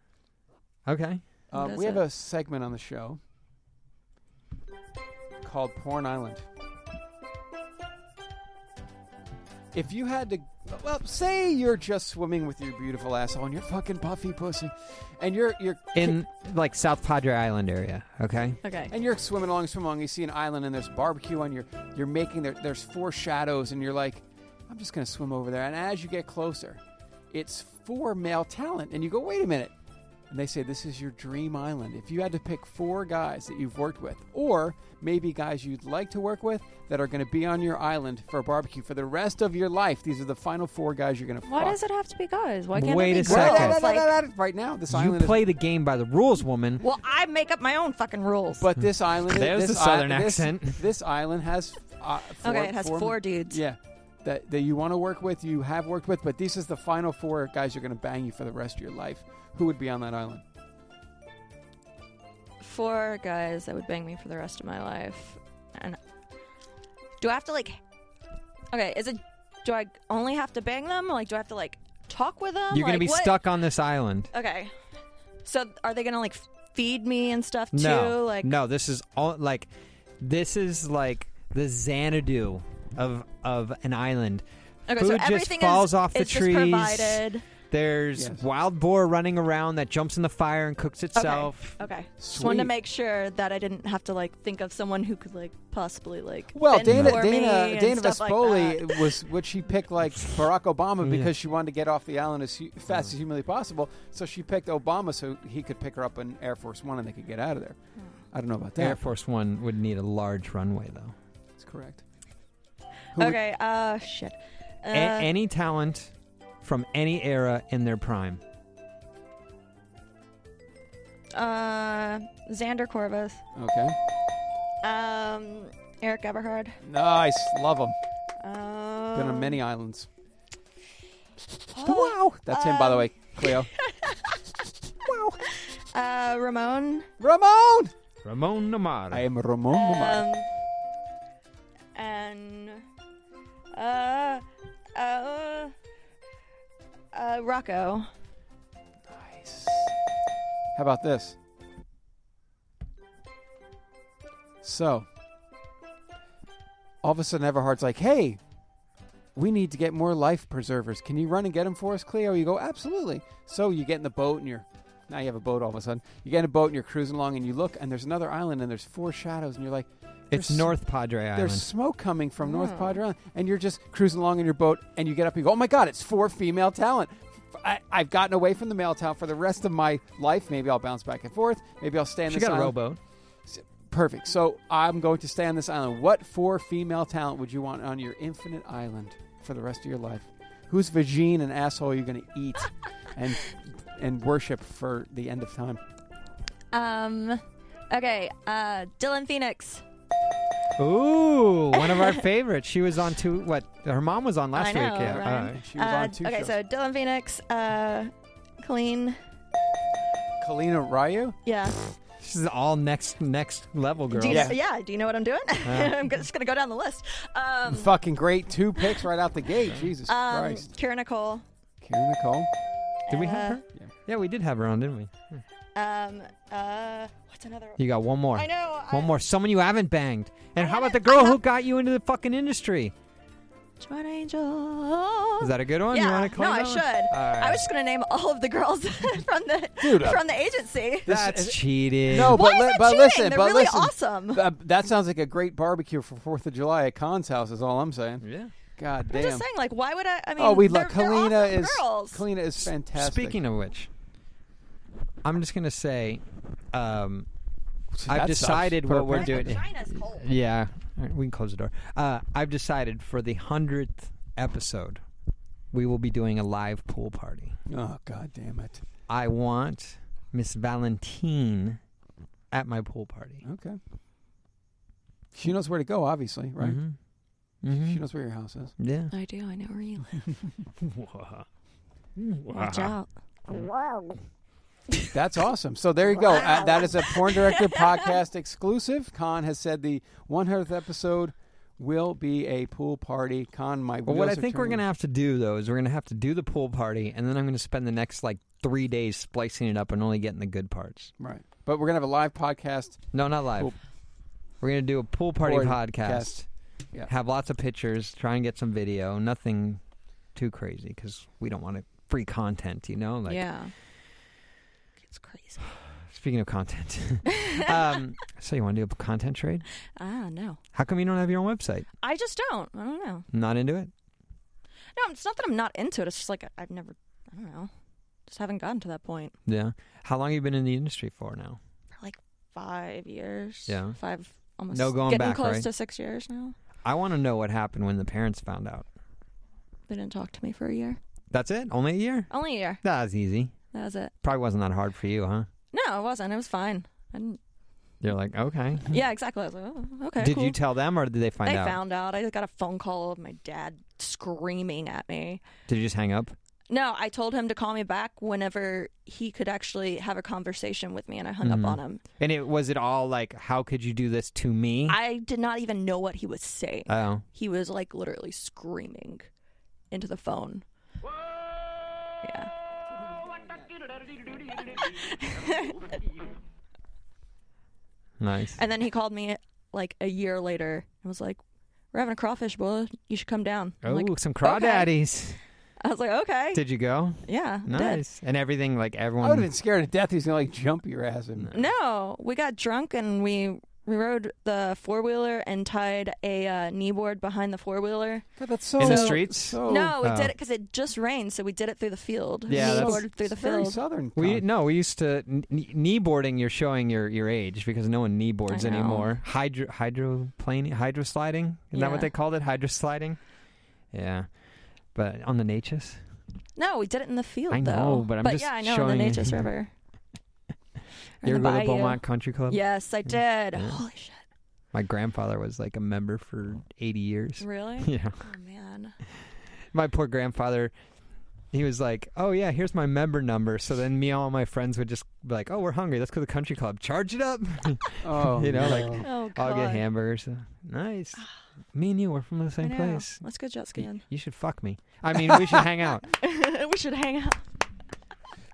[SPEAKER 3] Okay.
[SPEAKER 4] What
[SPEAKER 2] Um,
[SPEAKER 4] is
[SPEAKER 2] we have
[SPEAKER 4] it?
[SPEAKER 2] a segment on the show called Porn Island. If you had to, well, say you're just swimming with your beautiful asshole and your fucking puffy pussy, and you're you're
[SPEAKER 3] In like South Padre Island area. Okay.
[SPEAKER 4] Okay.
[SPEAKER 2] and you're swimming along, swimming along. You see an island, and there's barbecue, and you're you're making there. There's four shadows, and you're like, I'm just going to swim over there. And as you get closer, it's for male talent. And you go, wait a minute. And they say, this is your dream island. If you had to pick four guys that you've worked with, or maybe guys you'd like to work with that are going to be on your island for a barbecue for the rest of your life, these are the final four guys you're going to
[SPEAKER 4] Why
[SPEAKER 2] fuck.
[SPEAKER 4] does it have to be guys? Why can't
[SPEAKER 3] Wait
[SPEAKER 4] it
[SPEAKER 3] a
[SPEAKER 4] be
[SPEAKER 3] second.
[SPEAKER 4] girls? Like,
[SPEAKER 2] right now, this
[SPEAKER 3] You
[SPEAKER 2] island is-
[SPEAKER 3] play the game by the rules, woman.
[SPEAKER 4] well, I make up my own fucking rules.
[SPEAKER 2] But this island,
[SPEAKER 3] There's
[SPEAKER 2] this
[SPEAKER 3] Hmm. the southern
[SPEAKER 2] i- this- This,
[SPEAKER 3] accent.
[SPEAKER 2] island has uh, four,
[SPEAKER 4] Okay, it has four dudes.
[SPEAKER 2] Yeah, that that you want to work with, you have worked with, but this is the final four guys you're going to bang you for the rest of your life. Who would be on that island?
[SPEAKER 4] four guys that would bang me for the rest of my life. And do I have to like? Okay, is it? Do I only have to bang them? Like, do I have to like talk with them?
[SPEAKER 3] You're
[SPEAKER 4] like,
[SPEAKER 3] gonna be
[SPEAKER 4] what?
[SPEAKER 3] stuck on this island.
[SPEAKER 4] Okay, so are they gonna like feed me and stuff too?
[SPEAKER 3] No,
[SPEAKER 4] Like,
[SPEAKER 3] no, this is all like, this is like the Xanadu of of an island.
[SPEAKER 4] Okay, so
[SPEAKER 3] Food just
[SPEAKER 4] everything is-
[SPEAKER 3] falls off the
[SPEAKER 4] is just
[SPEAKER 3] trees.
[SPEAKER 4] provided.
[SPEAKER 3] There's
[SPEAKER 4] Yes.
[SPEAKER 3] wild boar running around that jumps in the fire and cooks
[SPEAKER 4] Okay.
[SPEAKER 3] itself.
[SPEAKER 4] Okay. Just wanted to
[SPEAKER 3] Sweet.
[SPEAKER 4] make sure that I didn't have to like think of someone who could like possibly like
[SPEAKER 2] Well,
[SPEAKER 4] fend
[SPEAKER 2] Dana
[SPEAKER 4] for me
[SPEAKER 2] Dana
[SPEAKER 4] and
[SPEAKER 2] Dana
[SPEAKER 4] stuff like that.
[SPEAKER 2] Vespoli was what she picked like Barack Obama
[SPEAKER 3] Yeah. Mm.
[SPEAKER 2] because she wanted to get off the island as hu- fast as humanly possible. So she picked Obama so he could pick her up in Air Force One and they could get out of there.
[SPEAKER 4] Hmm.
[SPEAKER 2] I don't know about that.
[SPEAKER 3] Air Force One would need a large runway though.
[SPEAKER 2] That's correct. Who would-
[SPEAKER 4] Okay. Uh, shit. Uh,
[SPEAKER 3] A- any talent from any era in their prime.
[SPEAKER 4] uh, Xander Corvus.
[SPEAKER 2] Okay.
[SPEAKER 4] Um, Eric Eberhard.
[SPEAKER 2] Nice. Love him.
[SPEAKER 4] Um, oh,
[SPEAKER 2] Been on many islands. wow. That's him, by
[SPEAKER 4] um,
[SPEAKER 2] the way, Cleo.
[SPEAKER 4] Uh, Ramon.
[SPEAKER 2] Ramon.
[SPEAKER 3] Ramon Namara.
[SPEAKER 2] I am Ramon Mamara.
[SPEAKER 4] Um, and uh, uh, uh, Rocco.
[SPEAKER 2] How about this? So, all of a sudden, Everhard's like, hey, we need to get more life preservers. Can you run and get them for us, Cleo? You go, absolutely. So you get in the boat and you're, now you have a boat all of a sudden. You get in a boat and you're cruising along and you look and there's another island and there's four shadows and you're like,
[SPEAKER 3] It's
[SPEAKER 2] "There's-
[SPEAKER 3] North Padre Island.
[SPEAKER 2] There's smoke coming from North
[SPEAKER 4] Oh.
[SPEAKER 2] Padre Island, and you're just cruising along in your boat, and you get up and you go, "Oh my God, it's four female talent." I, I've gotten away from the male talent for the rest of my life. Maybe I'll bounce back and forth. Maybe I'll stay on
[SPEAKER 3] She
[SPEAKER 2] this
[SPEAKER 3] got a
[SPEAKER 2] island.
[SPEAKER 3] rowboat.
[SPEAKER 2] S- Perfect. So I'm going to stay on this island. What four female talent would you want on your infinite island for the rest of your life? Whose vagine and asshole are you going to eat and and worship for the end of time?
[SPEAKER 4] Um, okay. Uh, Dylan Phoenix.
[SPEAKER 3] Ooh, one of our favorites. She was on two. What her mom was on last
[SPEAKER 4] I know,
[SPEAKER 3] week. Yeah,
[SPEAKER 4] right?
[SPEAKER 3] all right.
[SPEAKER 2] She was
[SPEAKER 4] Uh,
[SPEAKER 2] on two
[SPEAKER 4] okay,
[SPEAKER 2] shows.
[SPEAKER 4] so Dylan Phoenix. Uh, Colleen.
[SPEAKER 2] Kalina Ryu.
[SPEAKER 4] Yeah.
[SPEAKER 3] She's all next next level girl.
[SPEAKER 4] Do you Know, yeah. Do you know what I'm doing?
[SPEAKER 2] Yeah.
[SPEAKER 4] I'm just gonna go down the list. Um,
[SPEAKER 2] Fucking great. Two picks right out the gate. Jesus
[SPEAKER 4] um,
[SPEAKER 2] Christ.
[SPEAKER 4] Kira Nicole.
[SPEAKER 2] Karen Nicole.
[SPEAKER 3] Did we have her? Yeah. we did have her on, didn't we?
[SPEAKER 4] Um, uh, what's another?
[SPEAKER 3] You got one more.
[SPEAKER 4] I know.
[SPEAKER 3] One
[SPEAKER 4] I-
[SPEAKER 3] more. Someone you haven't banged. And how about the girl who got you into the fucking industry?
[SPEAKER 4] Joan Angel.
[SPEAKER 3] Is that a good one?
[SPEAKER 4] Yeah.
[SPEAKER 3] You want to claim
[SPEAKER 4] no, I
[SPEAKER 3] that one?
[SPEAKER 4] should.
[SPEAKER 3] All right.
[SPEAKER 4] I was just gonna name all of the girls from the
[SPEAKER 2] Dude, uh,
[SPEAKER 4] from the agency.
[SPEAKER 3] That's cheating.
[SPEAKER 2] No, but
[SPEAKER 4] Why is
[SPEAKER 2] li-
[SPEAKER 4] that
[SPEAKER 2] but
[SPEAKER 4] cheating?
[SPEAKER 2] listen,
[SPEAKER 4] They're
[SPEAKER 2] but
[SPEAKER 4] really
[SPEAKER 2] listen.
[SPEAKER 4] awesome.
[SPEAKER 2] Th- that sounds like a great barbecue for Fourth of July at Khan's house. Is all I'm saying.
[SPEAKER 3] Yeah.
[SPEAKER 2] God damn.
[SPEAKER 4] I'm just saying, like, why would I? I mean,
[SPEAKER 2] oh, we
[SPEAKER 4] they're,
[SPEAKER 2] love
[SPEAKER 4] they're
[SPEAKER 2] Kalina.
[SPEAKER 4] awesome
[SPEAKER 2] Is
[SPEAKER 4] girls.
[SPEAKER 2] Kalina is fantastic.
[SPEAKER 3] Speaking of which, I'm just gonna say, um, I've
[SPEAKER 2] sucks
[SPEAKER 3] decided
[SPEAKER 2] for a
[SPEAKER 3] what we're
[SPEAKER 2] parent.
[SPEAKER 3] doing.
[SPEAKER 4] Vagina's cold.
[SPEAKER 3] Yeah, All right, we can close the door. Uh, I've decided for the hundredth episode, we will be doing a live pool party.
[SPEAKER 2] Oh God damn it.
[SPEAKER 3] I want Miss Valentine at my pool party.
[SPEAKER 2] Okay. She knows where to go, obviously, right?
[SPEAKER 3] Mhm. Mhm.
[SPEAKER 2] She knows where your house is.
[SPEAKER 3] Yeah.
[SPEAKER 4] I do. I know where you
[SPEAKER 3] Wow.
[SPEAKER 4] live. Watch out.
[SPEAKER 9] Wow.
[SPEAKER 2] That's awesome. So there you go. Uh, that is a porn director podcast exclusive. Khan has said the 100th episode will be a pool party. Khan, my
[SPEAKER 3] But what I
[SPEAKER 2] wheels are
[SPEAKER 3] think we're
[SPEAKER 2] turning.
[SPEAKER 3] going to have to do, though, is we're going to have to do the pool party, and then I'm going to spend the next like three days splicing it up and only getting the good parts.
[SPEAKER 2] Right. But we're gonna have a live podcast.
[SPEAKER 3] No, not live.
[SPEAKER 2] Pool-
[SPEAKER 3] We're going to do a pool party
[SPEAKER 2] Pool
[SPEAKER 3] podcast.
[SPEAKER 2] cast. Yeah.
[SPEAKER 3] Have lots of pictures, try and get some video. Nothing too crazy because we don't want to free content, you know? Like,
[SPEAKER 4] yeah. It's crazy.
[SPEAKER 3] Speaking of content, um, so you want to do a content trade?
[SPEAKER 4] Ah, no.
[SPEAKER 3] How come you don't have your own website?
[SPEAKER 4] I just don't. I don't know.
[SPEAKER 3] Not into it?
[SPEAKER 4] No, it's not that I'm not into it. It's just like I've never, I don't know, just haven't gotten to that point
[SPEAKER 3] Yeah. How long you been in the industry for now?
[SPEAKER 4] for like five years.
[SPEAKER 3] Yeah.
[SPEAKER 4] Five, almost
[SPEAKER 3] No going
[SPEAKER 4] getting
[SPEAKER 3] back,
[SPEAKER 4] close
[SPEAKER 3] right?
[SPEAKER 4] to six years now.
[SPEAKER 3] I want to know what happened when the parents found out.
[SPEAKER 4] They didn't talk to me for a year.
[SPEAKER 3] That's it? Only a year?
[SPEAKER 4] Only a year.
[SPEAKER 3] That was easy.
[SPEAKER 4] That was it.
[SPEAKER 3] Probably wasn't that hard for you, huh?
[SPEAKER 4] No, it wasn't. It was fine. I didn't,
[SPEAKER 3] You're like, okay.
[SPEAKER 4] yeah, exactly. I was like, oh, okay.
[SPEAKER 3] Did
[SPEAKER 4] cool.
[SPEAKER 3] you tell them or did they find
[SPEAKER 4] they
[SPEAKER 3] out?
[SPEAKER 4] found out. I got a phone call of my dad screaming at me.
[SPEAKER 3] Did you just hang up?
[SPEAKER 4] No, I told him to call me back whenever he could actually have a conversation with me, and I hung
[SPEAKER 3] Mhm.
[SPEAKER 4] up on him.
[SPEAKER 3] And it was it all like, how could you do this to me?
[SPEAKER 4] I did not even know what he was saying.
[SPEAKER 3] Oh.
[SPEAKER 4] He was like literally screaming into the phone. Yeah.
[SPEAKER 3] nice.
[SPEAKER 4] And then he called me like a year later and was like, We're having a crawfish boil. You should come down. I'm
[SPEAKER 3] Oh,
[SPEAKER 4] like,
[SPEAKER 3] some
[SPEAKER 4] "Okay."
[SPEAKER 3] crawdaddies.
[SPEAKER 4] I was like, Okay.
[SPEAKER 3] Did you go?
[SPEAKER 4] Yeah, I did.
[SPEAKER 3] Nice. And everything, like
[SPEAKER 2] I would have
[SPEAKER 3] everyone.
[SPEAKER 2] been scared to death. He's gonna like jump your ass in.
[SPEAKER 3] Mm.
[SPEAKER 4] No, we got drunk and we we rode the four wheeler and tied a uh, knee board behind the four wheeler.
[SPEAKER 2] God, that's so
[SPEAKER 3] In the streets?
[SPEAKER 2] so-
[SPEAKER 4] No, we
[SPEAKER 3] Oh.
[SPEAKER 4] did it because it just rained, so we did it through the field.
[SPEAKER 3] Yeah,
[SPEAKER 4] we
[SPEAKER 3] that's-
[SPEAKER 4] boarded through the
[SPEAKER 2] it's very
[SPEAKER 4] field.
[SPEAKER 2] southern.
[SPEAKER 3] We
[SPEAKER 2] town.
[SPEAKER 3] no, we used to kn- knee boarding. You're showing your, your age because no one knee boards
[SPEAKER 4] I know.
[SPEAKER 3] anymore. Hydro hydroplaning, hydrosliding. Isn't that
[SPEAKER 4] Yeah.
[SPEAKER 3] what they called it? Hydrosliding. Yeah, but on the Natchez.
[SPEAKER 4] No, we did it in the field
[SPEAKER 3] I know,
[SPEAKER 4] though.
[SPEAKER 3] but I'm just
[SPEAKER 4] yeah, I know
[SPEAKER 3] showing
[SPEAKER 4] in
[SPEAKER 3] you.
[SPEAKER 4] the Natchez River. Or in
[SPEAKER 3] You ever
[SPEAKER 4] the
[SPEAKER 3] go to the
[SPEAKER 4] bayou.
[SPEAKER 3] Beaumont Country Club?
[SPEAKER 4] Yes, I did.
[SPEAKER 3] Yeah.
[SPEAKER 4] Holy shit!
[SPEAKER 3] My grandfather was like a member for 80 years.
[SPEAKER 4] Really?
[SPEAKER 3] Yeah.
[SPEAKER 4] Oh man.
[SPEAKER 3] my poor grandfather he was like oh yeah here's my member number so then me and all my friends would just be like oh we're hungry let's go to the country club charge it up
[SPEAKER 2] Oh,
[SPEAKER 3] you
[SPEAKER 2] no.
[SPEAKER 3] know, like-
[SPEAKER 4] Oh god. Ah.
[SPEAKER 3] i'll get hamburgers nice me and you were from the
[SPEAKER 4] I
[SPEAKER 3] same
[SPEAKER 4] know.
[SPEAKER 3] place
[SPEAKER 4] Let's go jet
[SPEAKER 3] Y-
[SPEAKER 4] skiing.
[SPEAKER 3] you should fuck me i mean we should hang out
[SPEAKER 4] we should hang out.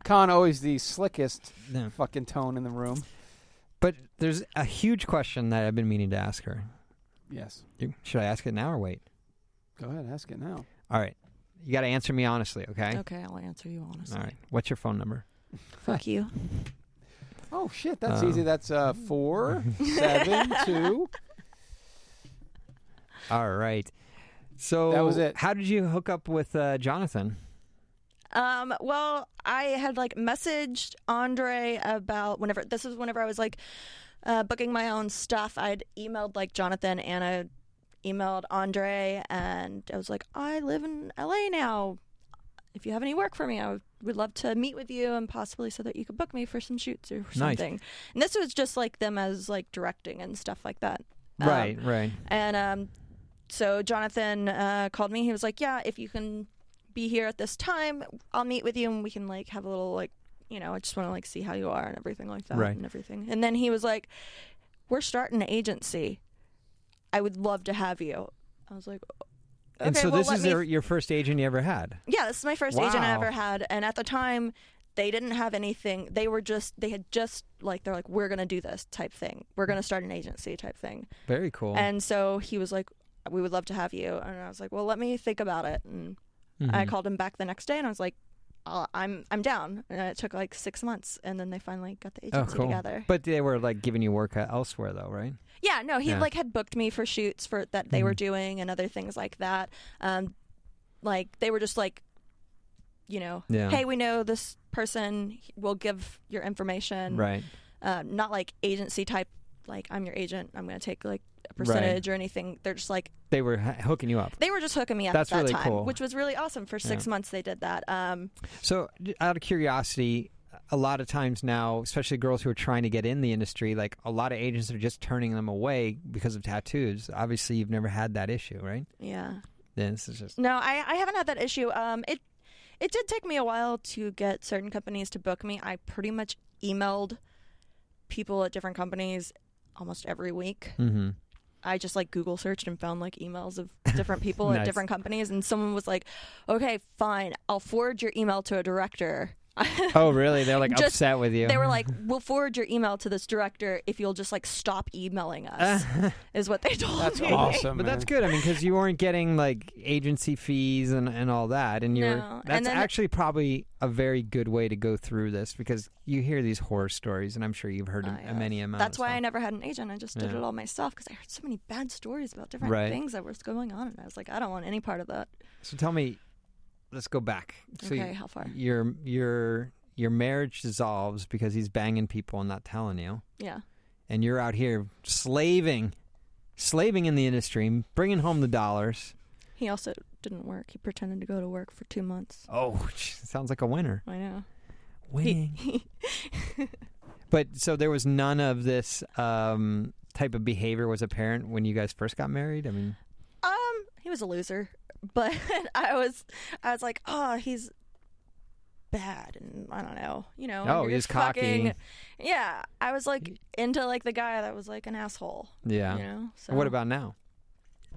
[SPEAKER 2] Con always the slickest
[SPEAKER 3] No.
[SPEAKER 2] fucking tone in the room.
[SPEAKER 3] but there's a huge question that i've been meaning to ask her
[SPEAKER 2] Yes.
[SPEAKER 3] You- should i ask it now or wait
[SPEAKER 2] Go ahead, ask it now.
[SPEAKER 3] all right you got to answer me honestly okay
[SPEAKER 4] Okay, I'll answer you honestly.
[SPEAKER 3] all right what's your phone number
[SPEAKER 4] Fuck you.
[SPEAKER 2] Oh shit, that's
[SPEAKER 3] Um,
[SPEAKER 2] easy. That's uh four seven two.
[SPEAKER 3] all right so
[SPEAKER 2] That was it.
[SPEAKER 3] how did you hook up with uh, jonathan
[SPEAKER 4] Um, well, I had like messaged Andre about whenever this was whenever I was like uh, booking my own stuff. I'd emailed like Jonathan and I emailed Andre and I was like, I live in LA now. If you have any work for me, I would, would love to meet with you and possibly so that you could book me for some shoots or something. And this was just like them as like directing and stuff like that. Um,
[SPEAKER 3] right right
[SPEAKER 4] and um, so Jonathan uh, called me. He was like, "Yeah, if you can be here at this time, I'll meet with you, and we can like have a little like, you know, I just want to like see how you are and everything like that
[SPEAKER 3] Right.
[SPEAKER 4] and everything." And then he was like, "We're starting an agency. I would love to have you." I was like, "Okay,
[SPEAKER 3] and so
[SPEAKER 4] well,
[SPEAKER 3] this
[SPEAKER 4] let
[SPEAKER 3] is
[SPEAKER 4] me
[SPEAKER 3] your, your first agent you ever had.
[SPEAKER 4] yeah, this is my first agent I
[SPEAKER 3] Wow.
[SPEAKER 4] ever had, and at the time, they didn't have anything. They were just they had just like they're like we're gonna do this type thing. We're gonna start an agency type thing.
[SPEAKER 3] Very cool.
[SPEAKER 4] And so he was like, "We would love to have you." And I was like, "Well, let me think about it." And I
[SPEAKER 3] Mhm.
[SPEAKER 4] called him back the next day, and I was like, uh, "I'm I'm down." And it took like six months, and then they finally got the
[SPEAKER 3] oh,
[SPEAKER 4] agency
[SPEAKER 3] cool.
[SPEAKER 4] together.
[SPEAKER 3] But they were like giving you work uh, elsewhere though, right?
[SPEAKER 4] yeah, no, he
[SPEAKER 3] Yeah. Mm-hmm.
[SPEAKER 4] like had booked me for shoots for that they were doing and other things like that. Um, like they were just like, you know,
[SPEAKER 3] Yeah.
[SPEAKER 4] hey, we know this person. We'll give your information.
[SPEAKER 3] Right.
[SPEAKER 4] um, not like agency type. Like I'm your agent. I'm going to take like a percentage or anything. They're just like
[SPEAKER 3] They were h- hooking you up.
[SPEAKER 4] they were just hooking me up
[SPEAKER 3] That's
[SPEAKER 4] at that
[SPEAKER 3] really
[SPEAKER 4] time,
[SPEAKER 3] cool.
[SPEAKER 4] which was really awesome. For six
[SPEAKER 3] Yeah.
[SPEAKER 4] months, they did that. Um,
[SPEAKER 3] So, j- out of curiosity, a lot of times now, especially girls who are trying to get in the industry, like a lot of agents are just turning them away because of tattoos. Obviously, you've never had that issue, right?
[SPEAKER 4] yeah.
[SPEAKER 3] Then this is just
[SPEAKER 4] No, I, I haven't had that issue. Um, it it did take me a while to get certain companies to book me. I pretty much emailed people at different companies almost every week.
[SPEAKER 3] mm-hmm.
[SPEAKER 4] I just like Google searched and found like emails of different people
[SPEAKER 3] Nice.
[SPEAKER 4] at different companies, and someone was like, "Okay, fine, I'll forward your email to a director."
[SPEAKER 3] Oh, really? They're like
[SPEAKER 4] Just-
[SPEAKER 3] upset with you.
[SPEAKER 4] They were like, "We'll forward your email to this director if you'll just like stop emailing us," is what they told
[SPEAKER 2] That's
[SPEAKER 4] me.
[SPEAKER 2] awesome.
[SPEAKER 3] But Ah. that's
[SPEAKER 2] man.
[SPEAKER 3] good. I mean, because you weren't getting like agency fees and, and all that, and you're
[SPEAKER 4] No. And
[SPEAKER 3] that's
[SPEAKER 4] then-
[SPEAKER 3] actually probably a very good way to go through this because you hear these horror stories, and I'm sure you've heard
[SPEAKER 4] I,
[SPEAKER 3] a,
[SPEAKER 4] uh,
[SPEAKER 3] many amount.
[SPEAKER 4] That's
[SPEAKER 3] of
[SPEAKER 4] why I
[SPEAKER 3] stuff.
[SPEAKER 4] never had an agent. I just did
[SPEAKER 3] Yeah.
[SPEAKER 4] it all myself because I heard so many bad stories about different
[SPEAKER 3] Right.
[SPEAKER 4] things that was going on, and I was like, I don't want any part of that.
[SPEAKER 3] So tell me, let's go back.
[SPEAKER 4] Okay, how far?
[SPEAKER 3] Your your your marriage dissolves because he's banging people and not telling you.
[SPEAKER 4] Yeah.
[SPEAKER 3] And you're out here slaving, slaving in the industry, bringing home the dollars.
[SPEAKER 4] He also didn't work. He pretended to go to work for two months.
[SPEAKER 3] Oh, sounds like a winner.
[SPEAKER 4] I know.
[SPEAKER 3] Winning. but so there was none of this um, type of behavior was apparent when you guys first got married. I mean,
[SPEAKER 4] Um, he was a loser, but I was, I was like, oh, he's bad, and I don't know, you know. and
[SPEAKER 3] Oh,
[SPEAKER 4] you're
[SPEAKER 3] he's
[SPEAKER 4] just fucking-
[SPEAKER 3] cocky.
[SPEAKER 4] Yeah, I was like into like the guy that was like an asshole.
[SPEAKER 3] yeah.
[SPEAKER 4] You know. So
[SPEAKER 3] What about now?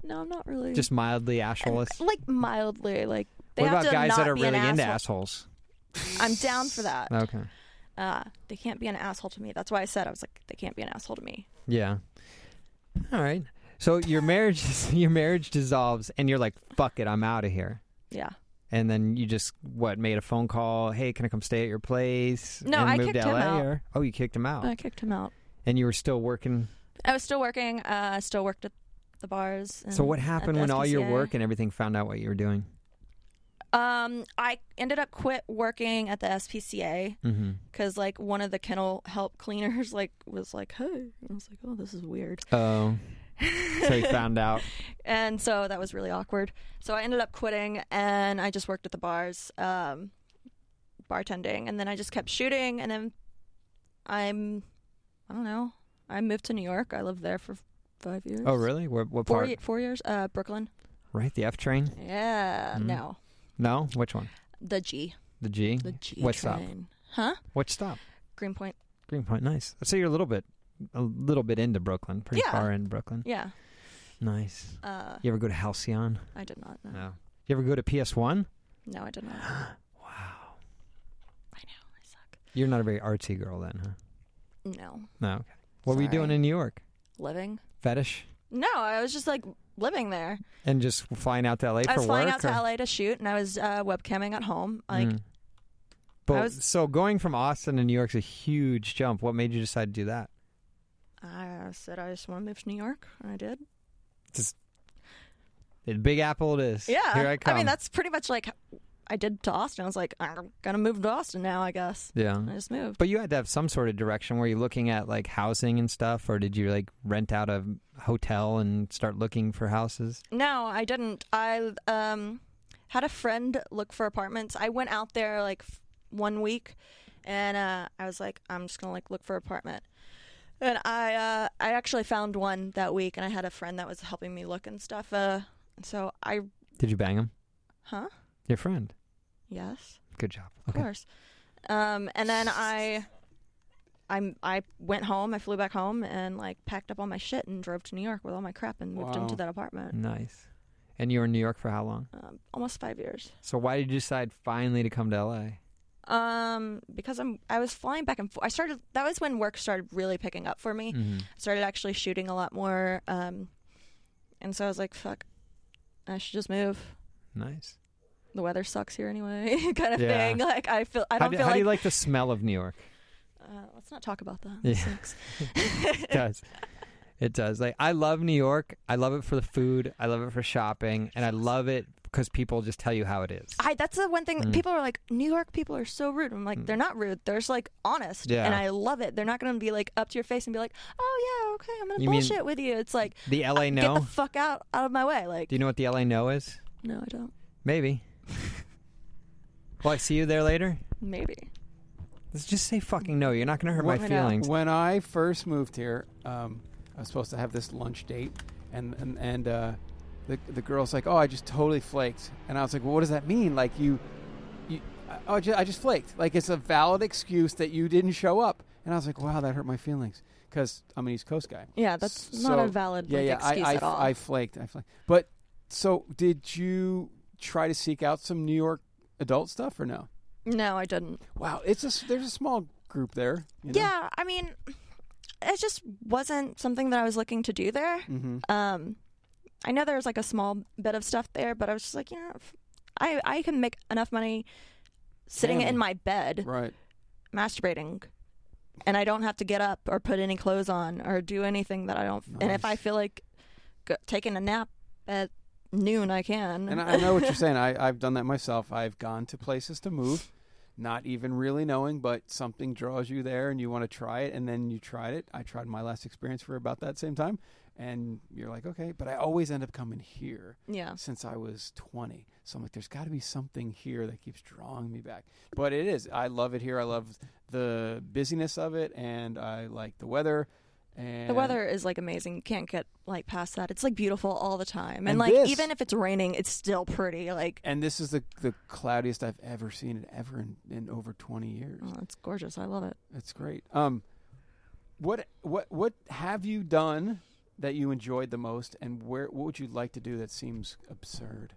[SPEAKER 4] No, I'm not really.
[SPEAKER 3] Just mildly
[SPEAKER 4] And,
[SPEAKER 3] assholeless.
[SPEAKER 4] like mildly, like. They
[SPEAKER 3] What
[SPEAKER 4] have
[SPEAKER 3] about
[SPEAKER 4] to
[SPEAKER 3] guys
[SPEAKER 4] not
[SPEAKER 3] that are
[SPEAKER 4] be an
[SPEAKER 3] really into
[SPEAKER 4] asshole.
[SPEAKER 3] assholes?
[SPEAKER 4] I'm down for that.
[SPEAKER 3] Okay.
[SPEAKER 4] Uh, they can't be an asshole to me. That's why I said I was like, they can't be an asshole to me.
[SPEAKER 3] Yeah. All right. So your marriage your marriage dissolves and you're like, fuck it, I'm out of here.
[SPEAKER 4] Yeah.
[SPEAKER 3] And then you just what made a phone call, hey, can I come stay at your place?
[SPEAKER 4] No,
[SPEAKER 3] and
[SPEAKER 4] I
[SPEAKER 3] moved
[SPEAKER 4] kicked
[SPEAKER 3] to
[SPEAKER 4] him
[SPEAKER 3] LA
[SPEAKER 4] out.
[SPEAKER 3] Or, oh, you kicked him out.
[SPEAKER 4] I kicked him out.
[SPEAKER 3] And you were still working.
[SPEAKER 4] I was still working. Uh, I still worked at the bars.
[SPEAKER 3] So
[SPEAKER 4] and
[SPEAKER 3] what
[SPEAKER 4] Um, at
[SPEAKER 3] happened
[SPEAKER 4] the
[SPEAKER 3] when all your
[SPEAKER 4] SPCA.
[SPEAKER 3] work and everything found out what you were doing?
[SPEAKER 4] Um, I ended up quit working at the SPCA
[SPEAKER 3] Mhm.
[SPEAKER 4] because like one of the kennel help cleaners like was like, "Hey," I was like, "Oh, this is weird,"
[SPEAKER 3] Oh. so you found out.
[SPEAKER 4] and so that was really awkward. So I ended up quitting, and I just worked at the bars, um, bartending, and then I just kept shooting, and then I'm, I don't know, I moved to New York. I lived there for five years.
[SPEAKER 3] Oh really? What what
[SPEAKER 4] Four
[SPEAKER 3] part?
[SPEAKER 4] ye- four years, uh, Brooklyn.
[SPEAKER 3] Right? The F train?
[SPEAKER 4] Yeah,
[SPEAKER 3] Mhm.
[SPEAKER 4] no,
[SPEAKER 3] No? Which one?
[SPEAKER 4] the G,
[SPEAKER 3] The G?
[SPEAKER 4] the G
[SPEAKER 3] what stop?
[SPEAKER 4] train, huh?
[SPEAKER 3] What stop?
[SPEAKER 4] Greenpoint.
[SPEAKER 3] Greenpoint, nice. So you're a little bit, a little bit into Brooklyn, pretty
[SPEAKER 4] Yeah.
[SPEAKER 3] far in Brooklyn.
[SPEAKER 4] Yeah.
[SPEAKER 3] Nice.
[SPEAKER 4] Uh,
[SPEAKER 3] You ever go to Halcyon?
[SPEAKER 4] I did not. No,
[SPEAKER 3] No. You ever go to PS One?
[SPEAKER 4] no I did not.
[SPEAKER 3] You're not a very artsy girl then, huh?
[SPEAKER 4] No,
[SPEAKER 3] No. Okay. What were you doing
[SPEAKER 4] Sorry.
[SPEAKER 3] in New York?
[SPEAKER 4] living.
[SPEAKER 3] Fetish
[SPEAKER 4] No, I was just like living there.
[SPEAKER 3] and just flying out to LA
[SPEAKER 4] I
[SPEAKER 3] for
[SPEAKER 4] was flying
[SPEAKER 3] work.
[SPEAKER 4] out to
[SPEAKER 3] or-
[SPEAKER 4] LA to shoot, and I was uh, webcamming at home. Like,
[SPEAKER 3] Mm. But
[SPEAKER 4] was-
[SPEAKER 3] so going from Austin to New York's a huge jump. What made you decide to do that?
[SPEAKER 4] I said, I just want to move to New York, and I did.
[SPEAKER 3] Just the Big Apple it is.
[SPEAKER 4] Yeah,
[SPEAKER 3] Here I come.
[SPEAKER 4] mean, that's pretty much like I did to Austin. I was like, I'm gonna move to Austin now, I guess.
[SPEAKER 3] Yeah.
[SPEAKER 4] I just moved.
[SPEAKER 3] But you had to have some sort of direction. Were you looking at like housing and stuff, or did you like rent out a hotel and start looking for houses?
[SPEAKER 4] No, I didn't. I um had a friend look for apartments. I went out there like f- one week, and uh, I was like, I'm just gonna like look for apartment. And I uh, I actually found one that week, and I had a friend that was helping me look and stuff. Uh, so I
[SPEAKER 3] Did you bang him?
[SPEAKER 4] huh
[SPEAKER 3] Your friend.
[SPEAKER 4] yes
[SPEAKER 3] Good job.
[SPEAKER 4] of course. Um, and then I. I I went home. I flew back home and like packed up all my shit and drove to New York with all my crap and moved
[SPEAKER 3] Wow.
[SPEAKER 4] into that apartment.
[SPEAKER 3] Nice. And you were in New York for how long?
[SPEAKER 4] Um, almost five years.
[SPEAKER 3] So why did you decide finally to come to LA?
[SPEAKER 4] Um, because I'm I was flying back and forth. I started that was when work started really picking up for me.
[SPEAKER 3] Mhm.
[SPEAKER 4] I started actually shooting a lot more. Um, and so I was like, fuck, I should just move.
[SPEAKER 3] Nice.
[SPEAKER 4] The weather sucks here anyway, kind of
[SPEAKER 3] Yeah.
[SPEAKER 4] thing. Like I feel I
[SPEAKER 3] how
[SPEAKER 4] don't
[SPEAKER 3] do,
[SPEAKER 4] feel
[SPEAKER 3] how
[SPEAKER 4] like,
[SPEAKER 3] do you like the smell of New York?
[SPEAKER 4] uh, let's not talk about that.
[SPEAKER 3] Yeah.
[SPEAKER 4] That sucks.
[SPEAKER 3] it does. It does. Like I love New York. I love it for the food. I love it for shopping, and I love it because people just tell you how it is.
[SPEAKER 4] I that's the one thing
[SPEAKER 3] Mm.
[SPEAKER 4] people are like New York people are so rude. I'm like they're not rude. They're just like honest,
[SPEAKER 3] Yeah.
[SPEAKER 4] and I love it. They're not going to be like up to your face and be like, oh yeah, okay, I'm going to
[SPEAKER 3] You mean
[SPEAKER 4] bullshit with you. It's like
[SPEAKER 3] The LA
[SPEAKER 4] get
[SPEAKER 3] no.
[SPEAKER 4] the fuck out out of my way. Like
[SPEAKER 3] do you know what the LA no is?
[SPEAKER 4] no, I don't.
[SPEAKER 3] Maybe. Will I see you there later?
[SPEAKER 4] Maybe.
[SPEAKER 3] Let's just say fucking no. You're not going to hurt my
[SPEAKER 2] When-
[SPEAKER 3] feelings.
[SPEAKER 2] When I first moved here, um, I was supposed to have this lunch date, and and, and uh, the the girl's like, "Oh, I just totally flaked," and I was like, "Well, what does that mean? Like you, you, I- oh, I just, I just flaked. Like it's a valid excuse that you didn't show up." And I was like, "Wow, that hurt my feelings." Because I'm an East Coast guy.
[SPEAKER 4] Yeah, that's not a valid,
[SPEAKER 2] yeah,
[SPEAKER 4] like,
[SPEAKER 2] yeah, I-
[SPEAKER 4] excuse
[SPEAKER 2] I,
[SPEAKER 4] at all.
[SPEAKER 2] I flaked. I flaked. But so, did you try to seek out some New York adult stuff or no?
[SPEAKER 4] No, I didn't.
[SPEAKER 2] Wow, it's a s- there's a small group there. you know?
[SPEAKER 4] Yeah, I mean, it just wasn't something that I was looking to do there.
[SPEAKER 2] Mhm.
[SPEAKER 4] Um, I know there was like a small bit of stuff there, but I was just like, you know, if I I can make enough money sitting
[SPEAKER 2] Family.
[SPEAKER 4] in my bed,
[SPEAKER 2] Right.
[SPEAKER 4] masturbating, and I don't have to get up or put any clothes on or do anything that I don't. And if I feel like go, taking a nap at noon, I can.
[SPEAKER 2] And I know what you're saying. I, I've done that myself. I've gone to places to move, not even really knowing, but something draws you there and you want to try it. And then you tried it. I tried my last experience for about that same time. And you're like, okay. But I always end up coming here.
[SPEAKER 4] Yeah.
[SPEAKER 2] Since I was 20. So I'm like, there's got to be something here that keeps drawing me back. But it is. I love it here. I love the busyness of it. And I like the weather. And
[SPEAKER 4] the weather is like amazing. You can't get like past that. It's like beautiful all the time. And,
[SPEAKER 2] And
[SPEAKER 4] like
[SPEAKER 2] this-
[SPEAKER 4] even if it's raining, it's still pretty. Like
[SPEAKER 2] And this is the the cloudiest I've ever seen it ever in, in over twenty years.
[SPEAKER 4] oh, it's gorgeous. I love it.
[SPEAKER 2] That's great. Um, what what what have you done that you enjoyed the most, and where what would you like to do that seems absurd?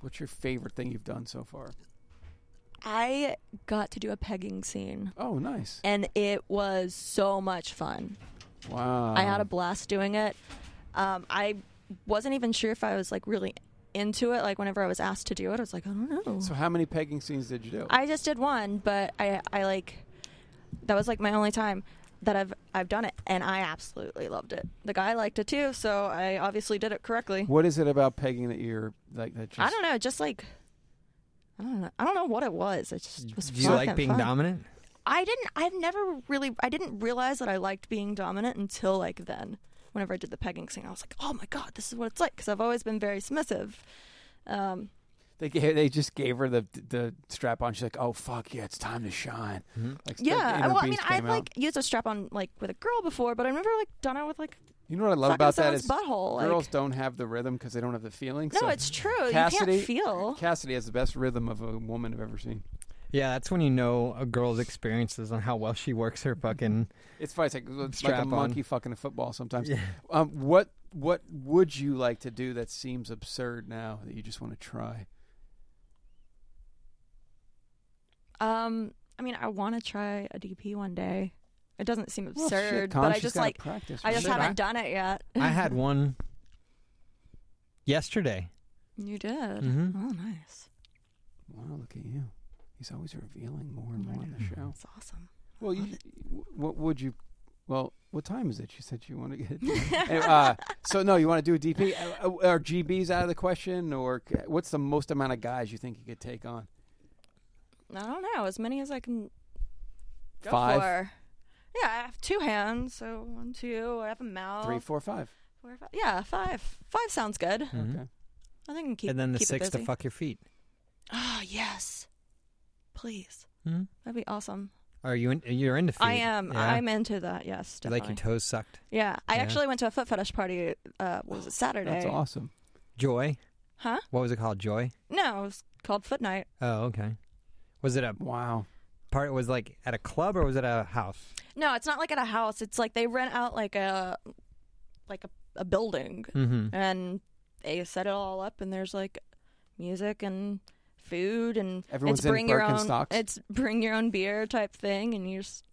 [SPEAKER 2] What's your favorite thing you've done so far?
[SPEAKER 4] I got to do a pegging scene.
[SPEAKER 2] Oh, nice.
[SPEAKER 4] And it was so much fun.
[SPEAKER 2] Wow.
[SPEAKER 4] I had a blast doing it. Um, I wasn't even sure if I was like really into it. Like whenever I was asked to do it, I was like, I don't know.
[SPEAKER 2] So how many pegging scenes did you do?
[SPEAKER 4] I just did one, but I I like that was like my only time that I've I've done it, and I absolutely loved it. The guy liked it too, so I obviously did it correctly.
[SPEAKER 2] what is it about pegging that you're like that? Just,
[SPEAKER 4] I don't know, just like I don't know, I don't know what it was. It just was.
[SPEAKER 3] Do you like
[SPEAKER 4] fucking
[SPEAKER 3] being
[SPEAKER 4] fun.
[SPEAKER 3] dominant?
[SPEAKER 4] I didn't. I've never really. I didn't realize that I liked being dominant until like then. Whenever I did the pegging scene, I was like, "Oh my god, this is what it's like." Because I've always been very submissive. Um,
[SPEAKER 2] They gave, they just gave her the the strap on. She's like, oh fuck yeah, it's time to shine. Like, the
[SPEAKER 4] yeah.
[SPEAKER 2] inner
[SPEAKER 4] Well, I mean,
[SPEAKER 2] beast
[SPEAKER 4] I've
[SPEAKER 2] came out.
[SPEAKER 4] like used a strap on like with a girl before, but I've never like done it with like.
[SPEAKER 2] You know what I love
[SPEAKER 4] Suck
[SPEAKER 2] about that
[SPEAKER 4] someone's
[SPEAKER 2] is
[SPEAKER 4] butthole, like-
[SPEAKER 2] girls don't have the rhythm because they don't have the feeling.
[SPEAKER 4] No,
[SPEAKER 2] so
[SPEAKER 4] it's true. Oh, You can't
[SPEAKER 2] Cassidy,
[SPEAKER 4] feel.
[SPEAKER 2] Cassidy has the best rhythm of a woman I've ever seen.
[SPEAKER 3] Yeah, that's when you know a girl's experiences on how well she works her fucking.
[SPEAKER 2] It's funny. It's like, it's like
[SPEAKER 3] Strap
[SPEAKER 2] a
[SPEAKER 3] on.
[SPEAKER 2] monkey fucking a football sometimes.
[SPEAKER 3] Yeah.
[SPEAKER 2] Um, what what would you like to do that seems absurd now that you just want to try?
[SPEAKER 4] Um, I mean, I want to try a DP one day. It doesn't seem
[SPEAKER 2] Well, shit,
[SPEAKER 4] absurd,
[SPEAKER 2] Con,
[SPEAKER 4] but I
[SPEAKER 2] she's
[SPEAKER 4] just
[SPEAKER 2] gotta
[SPEAKER 4] like
[SPEAKER 2] practice,
[SPEAKER 4] I
[SPEAKER 2] man.
[SPEAKER 4] just
[SPEAKER 2] Shit,
[SPEAKER 4] haven't
[SPEAKER 2] I-
[SPEAKER 4] done it yet.
[SPEAKER 3] I had one yesterday.
[SPEAKER 4] You did.
[SPEAKER 2] Mm-hmm.
[SPEAKER 3] Mhm.
[SPEAKER 4] Oh, nice.
[SPEAKER 2] Wow, look at you. He's always revealing more and more on the show.
[SPEAKER 4] It's awesome.
[SPEAKER 2] Well, you, what would you? Well, what time is it? You said you want to get. It Anyway, uh, so no, you want to do a DP? Uh, uh, Are GBs out of the question, or c- what's the most amount of guys you think you could take on?
[SPEAKER 4] I don't know. As many as I can. Go
[SPEAKER 2] Five?
[SPEAKER 4] For. Yeah, I have two hands, so one, two. I have a mouth.
[SPEAKER 2] Three, four, five.
[SPEAKER 4] four, five. Yeah, five. Five sounds good.
[SPEAKER 3] Mm-hmm.
[SPEAKER 2] Okay.
[SPEAKER 4] I think I can keep.
[SPEAKER 3] Hmm. and then the
[SPEAKER 4] keep it
[SPEAKER 3] six to
[SPEAKER 4] busy.
[SPEAKER 3] fuck your feet.
[SPEAKER 4] Oh yes, please.
[SPEAKER 3] Mhm.
[SPEAKER 4] That'd be awesome.
[SPEAKER 3] Are you in, you're into feet?
[SPEAKER 4] I am.
[SPEAKER 3] yeah?
[SPEAKER 4] I'm into that. Yes,
[SPEAKER 3] You like
[SPEAKER 4] definitely.
[SPEAKER 3] your toes sucked.
[SPEAKER 4] yeah, I
[SPEAKER 3] Yeah.
[SPEAKER 4] actually went to a foot fetish party. Uh, what was it Saturday?
[SPEAKER 2] That's awesome.
[SPEAKER 3] Joy.
[SPEAKER 4] Huh?
[SPEAKER 3] What was it called? Joy.
[SPEAKER 4] No, it was called Foot Night.
[SPEAKER 3] Oh, okay. Was it a
[SPEAKER 2] Wow.
[SPEAKER 3] part? Was like at a club or was it a house?
[SPEAKER 4] No, it's not like at a house. It's like they rent out like a like a, a building,
[SPEAKER 3] Mhm.
[SPEAKER 4] and they set it all up, and there's like music and food, and
[SPEAKER 2] Everyone's
[SPEAKER 4] it's
[SPEAKER 2] in
[SPEAKER 4] bring your own.
[SPEAKER 2] Birkenstocks.
[SPEAKER 4] It's bring your own beer type thing, and you just.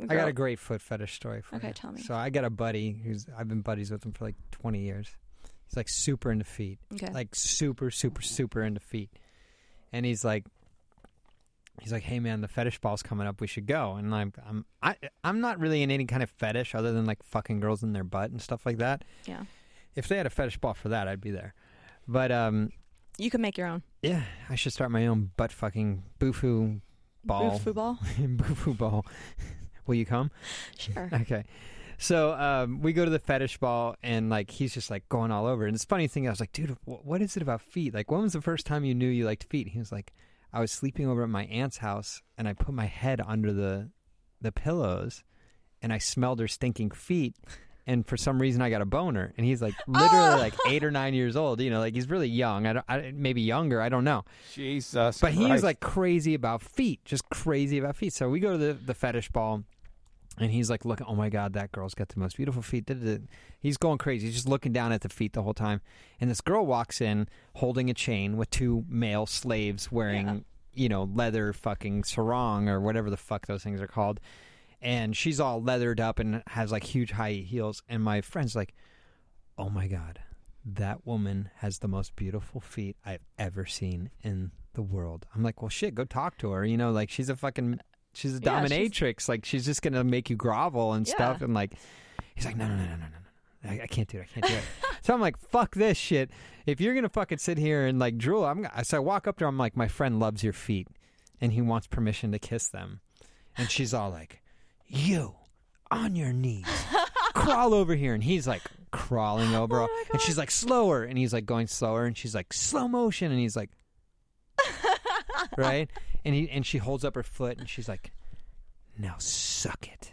[SPEAKER 3] I got a great foot fetish story for
[SPEAKER 4] Okay,
[SPEAKER 3] you.
[SPEAKER 4] tell me.
[SPEAKER 3] So I got a buddy who's I've been buddies with him for like 20 years. He's like super into feet.
[SPEAKER 4] Okay.
[SPEAKER 3] Like super super super into feet. And he's like he's like, "Hey man, the fetish ball's coming up. We should go." And I'm I'm I, I'm not really in any kind of fetish other than like fucking girls in their butt and stuff like that.
[SPEAKER 4] Yeah,
[SPEAKER 3] If they had a fetish ball for that, I'd be there. But um
[SPEAKER 4] you can make your own
[SPEAKER 3] yeah, I should start my own butt fucking boofoo ball.
[SPEAKER 4] Boof ball.
[SPEAKER 3] boofoo ball. Will you come?
[SPEAKER 4] Sure.
[SPEAKER 3] Okay. So um, we go to the fetish ball, and like he's just like going all over. And it's a funny thing. I was like, dude, wh- what is it about feet? Like, when was the first time you knew you liked feet? He was like, I was sleeping over at my aunt's house, and I put my head under the the pillows, and I smelled her stinking feet. And for some reason, I got a boner. And he's like literally like eight or nine years old. You know, like he's really young. I, don't, I maybe younger. I don't know.
[SPEAKER 2] Jesus.
[SPEAKER 3] But he
[SPEAKER 2] Christ.
[SPEAKER 3] was like crazy about feet, just crazy about feet. So we go to the, the fetish ball, and he's like, "Look, oh my god, that girl's got the most beautiful feet." da, da, da. He's going crazy. He's just looking down at the feet the whole time. And this girl walks in holding a chain with two male slaves wearing, you know, leather fucking sarong or whatever the fuck those things are called. And she's all leathered up and has like huge high heels. And my friend's like, "Oh my god." That woman has the most beautiful feet I've ever seen in the world. I'm like, well, shit, go talk to her. You know, like she's a fucking, she's a
[SPEAKER 4] Yeah, she's-
[SPEAKER 3] dominatrix. like she's just gonna make you grovel and
[SPEAKER 4] Yeah.
[SPEAKER 3] stuff. And like, he's like, no, no, no, no, no, no, no, I, I can't do it. I can't do it. So I'm like, fuck this shit. If you're gonna fucking sit here and like drool, I'm. Gonna, so I walk up to her. I'm like, my friend loves your feet, and he wants permission to kiss them. And she's all like, you on your knees, crawl over here. And he's like crawling over, and she's like slower, and he's like going slower, and she's like slow motion, and he's like, right? And he and she holds up her foot, and she's like, now suck it.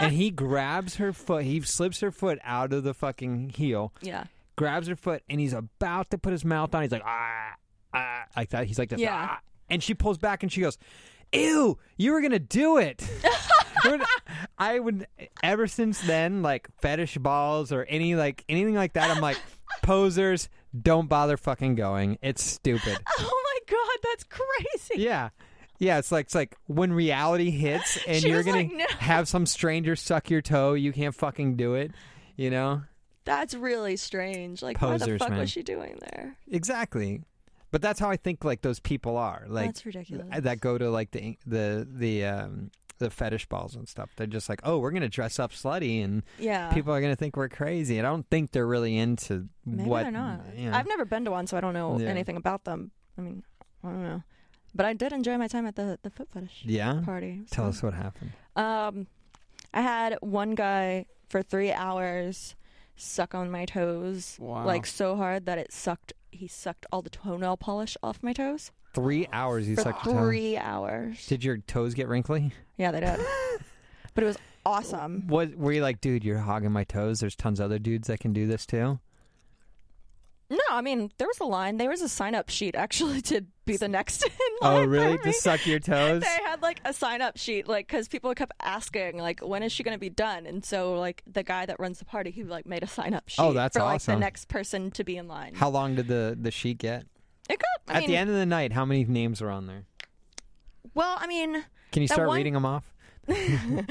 [SPEAKER 3] and he grabs her foot. He slips her foot out of the fucking heel.
[SPEAKER 4] Yeah.
[SPEAKER 3] Grabs her foot, and he's about to put his mouth on. He's like ah, ah like that. He's like this.
[SPEAKER 4] Yeah.
[SPEAKER 3] "Ah." And she pulls back, and she goes, "Ew, you were gonna do it." Dude, I would ever since then like fetish balls or any like anything like that. I'm like posers. Don't bother fucking going. It's stupid.
[SPEAKER 4] Oh my god, that's crazy.
[SPEAKER 3] Yeah. Yeah, it's like it's like when reality hits and
[SPEAKER 4] She
[SPEAKER 3] you're
[SPEAKER 4] was
[SPEAKER 3] gonna
[SPEAKER 4] like, "No."
[SPEAKER 3] have some stranger suck your toe, you can't fucking do it. You know?
[SPEAKER 4] That's really strange. Like, why the
[SPEAKER 3] Posers,
[SPEAKER 4] fuck
[SPEAKER 3] man.
[SPEAKER 4] was she doing there?
[SPEAKER 3] Exactly. But that's how I think like those people are. Like
[SPEAKER 4] Oh, That's ridiculous.
[SPEAKER 3] th- That go to like the the the um the fetish balls and stuff. They're just like, "Oh, we're going to dress up slutty and
[SPEAKER 4] Yeah.
[SPEAKER 3] people are going to think we're crazy." And I don't think they're really into
[SPEAKER 4] Maybe
[SPEAKER 3] what
[SPEAKER 4] they're not.
[SPEAKER 3] yeah.
[SPEAKER 4] I've never been to one, so I don't know
[SPEAKER 3] Yeah.
[SPEAKER 4] anything about them. I mean, I don't know. But I did enjoy my time at the, the foot fetish
[SPEAKER 3] Yeah?
[SPEAKER 4] party.
[SPEAKER 3] Tell
[SPEAKER 4] so.
[SPEAKER 3] us what happened.
[SPEAKER 4] Um, I had one guy for three hours suck on my toes,
[SPEAKER 3] Wow.
[SPEAKER 4] like so hard that it sucked. He sucked all the toenail polish off my toes
[SPEAKER 3] 3 hours you
[SPEAKER 4] for
[SPEAKER 3] sucked your toe.
[SPEAKER 4] three hours.
[SPEAKER 3] Did your toes get wrinkly?
[SPEAKER 4] Yeah, they did. but it was awesome.
[SPEAKER 3] What were you like, dude? You're hogging my toes. There's tons of other dudes that can do this too.
[SPEAKER 4] No, I mean there was a line. There was a sign up sheet actually to be the next in
[SPEAKER 3] Oh,
[SPEAKER 4] line for
[SPEAKER 3] really?
[SPEAKER 4] me.
[SPEAKER 3] Just suck your toes?
[SPEAKER 4] They had like a sign up sheet, like because people kept asking, like, when is she gonna be done? And so like the guy that runs the party, he like made a sign up sheet.
[SPEAKER 3] Oh, that's
[SPEAKER 4] for, Like
[SPEAKER 3] awesome.
[SPEAKER 4] the next person to be in line.
[SPEAKER 3] How long did the the sheet get?
[SPEAKER 4] It got I
[SPEAKER 3] At
[SPEAKER 4] mean,
[SPEAKER 3] the end of the night, how many names were on there?
[SPEAKER 4] Well, I mean,
[SPEAKER 3] Can you
[SPEAKER 4] that
[SPEAKER 3] start
[SPEAKER 4] one-
[SPEAKER 3] reading them off?
[SPEAKER 4] The one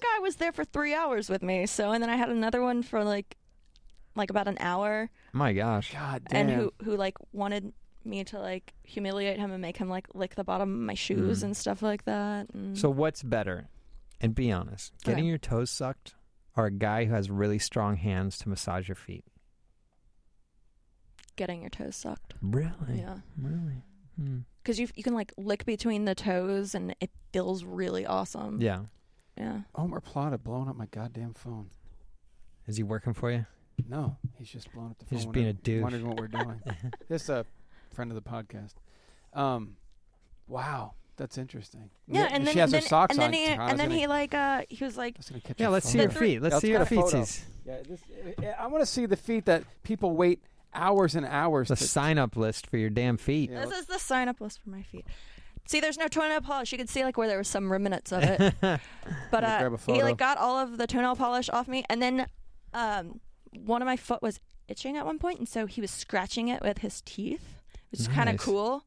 [SPEAKER 4] guy was there for three hours with me, so and then I had another one for like, like about an hour,
[SPEAKER 3] My gosh.
[SPEAKER 2] God
[SPEAKER 4] and who who like wanted me to like humiliate him and make him like lick the bottom of my shoes
[SPEAKER 3] Mm.
[SPEAKER 4] and stuff like that. and-
[SPEAKER 3] So what's better? And be honest, getting
[SPEAKER 4] Okay.
[SPEAKER 3] your toes sucked or a guy who has really strong hands to massage your feet?
[SPEAKER 4] getting your toes sucked,
[SPEAKER 3] Really?
[SPEAKER 4] yeah,
[SPEAKER 3] Really?
[SPEAKER 2] Mm.
[SPEAKER 3] Hmm.
[SPEAKER 4] because you you can like lick between the toes and it feels really awesome.
[SPEAKER 3] Yeah.
[SPEAKER 4] yeah.
[SPEAKER 2] Omer Plata blowing up my goddamn phone.
[SPEAKER 3] Is he working for you?
[SPEAKER 2] No, he's just blowing up the phone.
[SPEAKER 3] He's just
[SPEAKER 2] when
[SPEAKER 3] being
[SPEAKER 2] I'm
[SPEAKER 3] a douche.
[SPEAKER 2] Wondering what we're doing. this is a friend of the podcast. Um, wow, that's interesting.
[SPEAKER 4] Yeah, and then
[SPEAKER 2] she has
[SPEAKER 4] then,
[SPEAKER 2] her socks
[SPEAKER 4] and then
[SPEAKER 2] on.
[SPEAKER 4] he
[SPEAKER 2] Todd, I was
[SPEAKER 4] and then
[SPEAKER 2] gonna-
[SPEAKER 4] he like uh he was like
[SPEAKER 2] I was gonna catch
[SPEAKER 3] Yeah,
[SPEAKER 2] your
[SPEAKER 3] let's see
[SPEAKER 2] phone.
[SPEAKER 3] your feet. Let's
[SPEAKER 2] Let's
[SPEAKER 3] see
[SPEAKER 2] get
[SPEAKER 3] your
[SPEAKER 2] a photo.
[SPEAKER 3] feetsies.
[SPEAKER 2] Yeah, this, uh, I want to see the feet that people wait hours and hours
[SPEAKER 3] The
[SPEAKER 2] to.
[SPEAKER 3] sign up list for your damn feet.
[SPEAKER 2] Yeah,
[SPEAKER 4] This is the sign up list for my feet. See, there's no toenail polish. You could see like where there was some remnants of it. but
[SPEAKER 2] Let me
[SPEAKER 4] uh,
[SPEAKER 2] grab a
[SPEAKER 4] he
[SPEAKER 2] photo.
[SPEAKER 4] like got all of the toenail polish off me, and then um, one of my foot was itching at one point, and so he was scratching it with his teeth, which is kind of
[SPEAKER 3] Nice.
[SPEAKER 4] cool.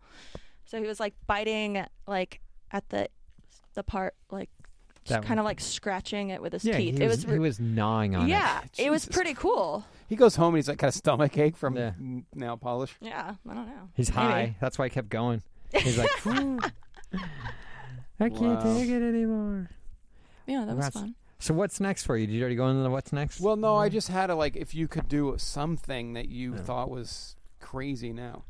[SPEAKER 4] So he was like biting like at the the part like
[SPEAKER 3] That
[SPEAKER 4] just kind of like scratching it with his
[SPEAKER 3] yeah,
[SPEAKER 4] teeth.
[SPEAKER 3] he
[SPEAKER 4] it
[SPEAKER 3] was,
[SPEAKER 4] was,
[SPEAKER 3] he
[SPEAKER 4] re-
[SPEAKER 3] was gnawing on it.
[SPEAKER 4] yeah, it was
[SPEAKER 2] Jesus
[SPEAKER 4] pretty cool.
[SPEAKER 2] He goes home and he's like got a stomach ache from
[SPEAKER 3] Yeah.
[SPEAKER 2] n- nail polish.
[SPEAKER 4] Yeah, I don't know.
[SPEAKER 3] He's
[SPEAKER 4] Maybe.
[SPEAKER 3] high. That's why he kept going. He's like, "Ooh, I can't
[SPEAKER 2] Wow.
[SPEAKER 3] take it anymore.
[SPEAKER 4] Yeah, that was
[SPEAKER 3] That's-
[SPEAKER 4] fun.
[SPEAKER 3] So what's next for you? Did you already go into the what's next?
[SPEAKER 2] Well, no,
[SPEAKER 3] Mm-hmm.
[SPEAKER 2] I just had a like if you could do something that you thought was crazy now.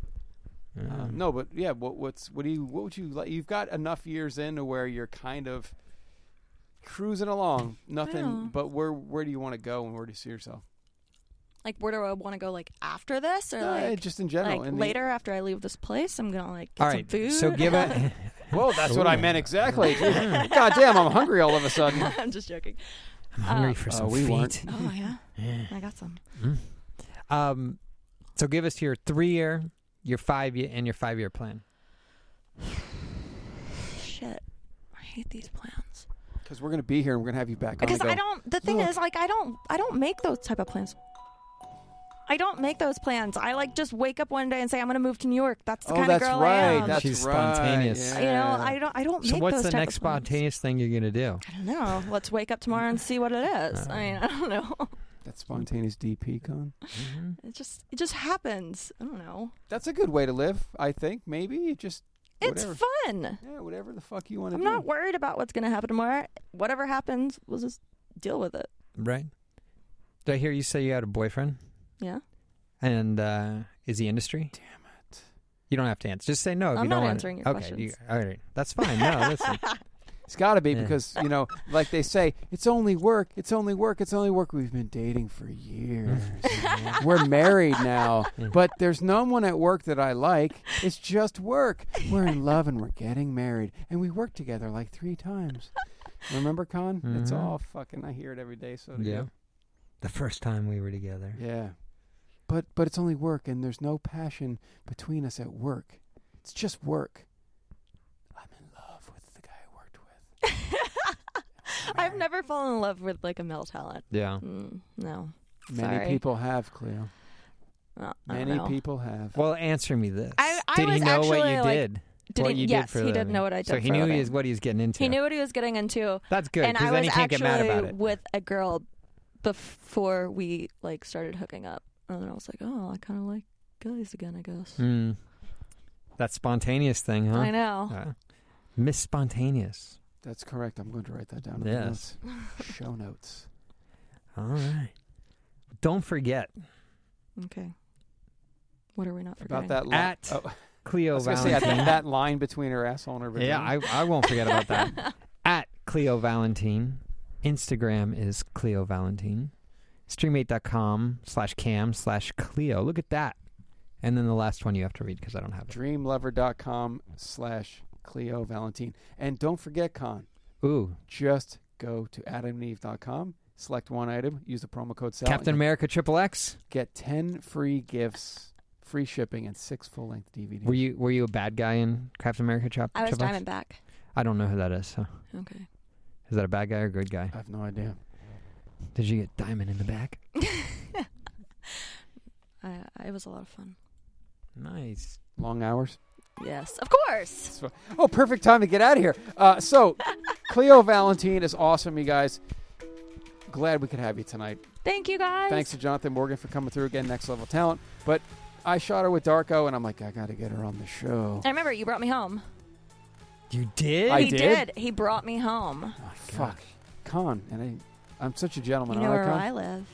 [SPEAKER 3] Yeah.
[SPEAKER 2] Um, no, but yeah, what, what's what do you what would you like? You've got enough years in to where you're kind of cruising along, nothing.
[SPEAKER 4] Wow.
[SPEAKER 2] But where where do you want to go and where do you see yourself?
[SPEAKER 4] Like, where do I want to go? Like after this, or
[SPEAKER 2] Uh,
[SPEAKER 4] like
[SPEAKER 2] just in general.
[SPEAKER 4] like
[SPEAKER 2] in the-
[SPEAKER 4] later after I leave this place, I'm gonna like get
[SPEAKER 3] All
[SPEAKER 4] some
[SPEAKER 3] right.
[SPEAKER 4] food.
[SPEAKER 3] So give a
[SPEAKER 2] Whoa, that's what I meant exactly. Jeez. God damn, I'm hungry all of a sudden.
[SPEAKER 4] I'm just joking.
[SPEAKER 3] I'm hungry
[SPEAKER 4] Uh,
[SPEAKER 3] for
[SPEAKER 2] uh,
[SPEAKER 3] some
[SPEAKER 2] we
[SPEAKER 3] feet.
[SPEAKER 2] weren't.
[SPEAKER 4] Oh yeah, I got some.
[SPEAKER 3] Um, so give us your three year, your five year, and your five year plan.
[SPEAKER 4] Shit, I hate these plans
[SPEAKER 2] Because we're gonna be here and we're gonna have you back. on
[SPEAKER 4] because
[SPEAKER 2] the go.
[SPEAKER 4] I don't. The thing
[SPEAKER 2] Look.
[SPEAKER 4] is, like, I don't. I don't make those type of plans. I don't make those plans. I like just wake up one day and say I'm gonna move to New York. That's the
[SPEAKER 2] Oh,
[SPEAKER 4] kind
[SPEAKER 2] that's
[SPEAKER 4] of girl I
[SPEAKER 2] right.
[SPEAKER 4] am.
[SPEAKER 2] That's
[SPEAKER 3] She's
[SPEAKER 2] right.
[SPEAKER 3] spontaneous.
[SPEAKER 4] you know,
[SPEAKER 2] Yeah.
[SPEAKER 4] I don't. I don't.
[SPEAKER 3] So
[SPEAKER 4] make
[SPEAKER 3] what's
[SPEAKER 4] those
[SPEAKER 3] the
[SPEAKER 4] type
[SPEAKER 3] next
[SPEAKER 4] of plans.
[SPEAKER 3] spontaneous thing you're gonna do?
[SPEAKER 4] I don't know. Let's wake up tomorrow and see what it is. I mean, I don't know.
[SPEAKER 2] That spontaneous DP con.
[SPEAKER 4] It just it just happens. I don't know.
[SPEAKER 2] That's a good way to live, I think. Maybe just
[SPEAKER 4] It's
[SPEAKER 2] whatever.
[SPEAKER 4] fun.
[SPEAKER 2] yeah, whatever the fuck you want to
[SPEAKER 4] I'm
[SPEAKER 2] do.
[SPEAKER 4] not worried about what's going to happen tomorrow. Whatever happens, we'll just deal with it.
[SPEAKER 3] Right? Did I hear you say you had a boyfriend?
[SPEAKER 4] Yeah.
[SPEAKER 3] And uh, is he industry? Damn
[SPEAKER 2] it!
[SPEAKER 3] You don't have to answer. Just say no. If
[SPEAKER 4] I'm
[SPEAKER 3] you
[SPEAKER 4] not
[SPEAKER 3] don't
[SPEAKER 4] answering
[SPEAKER 3] want
[SPEAKER 4] your
[SPEAKER 3] it. okay,
[SPEAKER 4] questions.
[SPEAKER 3] you- all right, that's fine. No, listen.
[SPEAKER 2] It's got to be
[SPEAKER 3] Yeah.
[SPEAKER 2] because you know, like they say, it's only work. It's only work. It's only work. We've been dating for years. We're married now, but there's no one at work that I like. It's just work. We're in love and we're getting married, and we work together like three times. Remember, Con? It's
[SPEAKER 3] Mhm.
[SPEAKER 2] all fucking. I hear it every day. So do
[SPEAKER 3] Yeah.
[SPEAKER 2] you.
[SPEAKER 3] The first time we were together.
[SPEAKER 2] Yeah. But but it's only work and there's no passion between us at work. It's just work. I'm in love with the guy I worked with.
[SPEAKER 4] I've never fallen in love with like a male talent.
[SPEAKER 3] Yeah.
[SPEAKER 4] Mm, no.
[SPEAKER 2] Many
[SPEAKER 4] Sorry.
[SPEAKER 2] people have, Cleo.
[SPEAKER 4] Uh, I don't
[SPEAKER 2] Many
[SPEAKER 4] know.
[SPEAKER 2] people have.
[SPEAKER 3] Well, answer me this.
[SPEAKER 4] I- I
[SPEAKER 3] did he
[SPEAKER 4] was
[SPEAKER 3] know what
[SPEAKER 4] actually,
[SPEAKER 3] you
[SPEAKER 4] like-
[SPEAKER 3] did?
[SPEAKER 4] Did
[SPEAKER 3] what
[SPEAKER 4] he-
[SPEAKER 3] you
[SPEAKER 4] yes,
[SPEAKER 3] did for
[SPEAKER 4] he
[SPEAKER 3] a
[SPEAKER 4] did
[SPEAKER 3] living.
[SPEAKER 4] know what I
[SPEAKER 3] So
[SPEAKER 4] did
[SPEAKER 3] he
[SPEAKER 4] for a
[SPEAKER 3] knew he
[SPEAKER 4] living.
[SPEAKER 3] is what he's getting into.
[SPEAKER 4] He knew what he was getting into.
[SPEAKER 3] That's good,
[SPEAKER 4] And
[SPEAKER 3] 'cause
[SPEAKER 4] I
[SPEAKER 3] then he
[SPEAKER 4] was
[SPEAKER 3] can't get
[SPEAKER 4] actually
[SPEAKER 3] mad about it.
[SPEAKER 4] with a girl before we like started hooking up, and then I was like, oh, I kind of like guys again, I guess.
[SPEAKER 3] Mm. That spontaneous thing, huh?
[SPEAKER 4] I know.
[SPEAKER 3] Uh, Miss Spontaneous.
[SPEAKER 2] That's correct. I'm going to write that down in
[SPEAKER 3] Yes.
[SPEAKER 2] the notes. Show notes.
[SPEAKER 3] All right. Don't forget
[SPEAKER 4] Okay. What are we not
[SPEAKER 2] About
[SPEAKER 4] forgetting?
[SPEAKER 2] that line.
[SPEAKER 3] at Cleo
[SPEAKER 2] I was gonna say, at
[SPEAKER 3] Valentine.
[SPEAKER 2] that, that line between her asshole and her vagina.
[SPEAKER 3] yeah, I, I won't forget about that. at Cleo Valentine. Instagram is Cleo Valentine. Stream8.com slash cam slash Cleo. Look at that. And then the last one you have to read because I don't have it.
[SPEAKER 2] dreamlover.com slash Cleo Valentine. And don't forget, Con,
[SPEAKER 3] Ooh,
[SPEAKER 2] just go to adamandeve.com, select one item, use the promo code SAL,
[SPEAKER 3] Captain America Triple X.
[SPEAKER 2] Get 10 free gifts, free shipping, and six full length DVDs.
[SPEAKER 3] Were you were you a bad guy in Captain America Chop-
[SPEAKER 4] I was
[SPEAKER 3] Triple X?
[SPEAKER 4] Diamondback.
[SPEAKER 3] I don't know who that is. So.
[SPEAKER 4] Okay.
[SPEAKER 3] Is that a bad guy or a good guy?
[SPEAKER 2] I have no idea.
[SPEAKER 3] Did you get diamond in the back?
[SPEAKER 4] I, I- it was a lot of fun.
[SPEAKER 3] Nice.
[SPEAKER 2] Long hours.
[SPEAKER 4] Yes, of course.
[SPEAKER 2] So- Oh, perfect time to get out of here. Uh, so, Cleo Valentine is awesome, you guys. Glad we could have you tonight.
[SPEAKER 4] Thank you guys.
[SPEAKER 2] Thanks to Jonathan Morgan for coming through again, next level talent. But I shot her with Darko, and I'm like, I got to get her on the show.
[SPEAKER 4] I remember you brought me home.
[SPEAKER 3] You did?
[SPEAKER 2] I
[SPEAKER 4] he
[SPEAKER 2] did? Oh,
[SPEAKER 4] He brought me home.
[SPEAKER 2] Fuck, Con, and I, I'm such a gentleman.
[SPEAKER 4] you know
[SPEAKER 2] aren't
[SPEAKER 4] where
[SPEAKER 2] I, Con?
[SPEAKER 4] I live.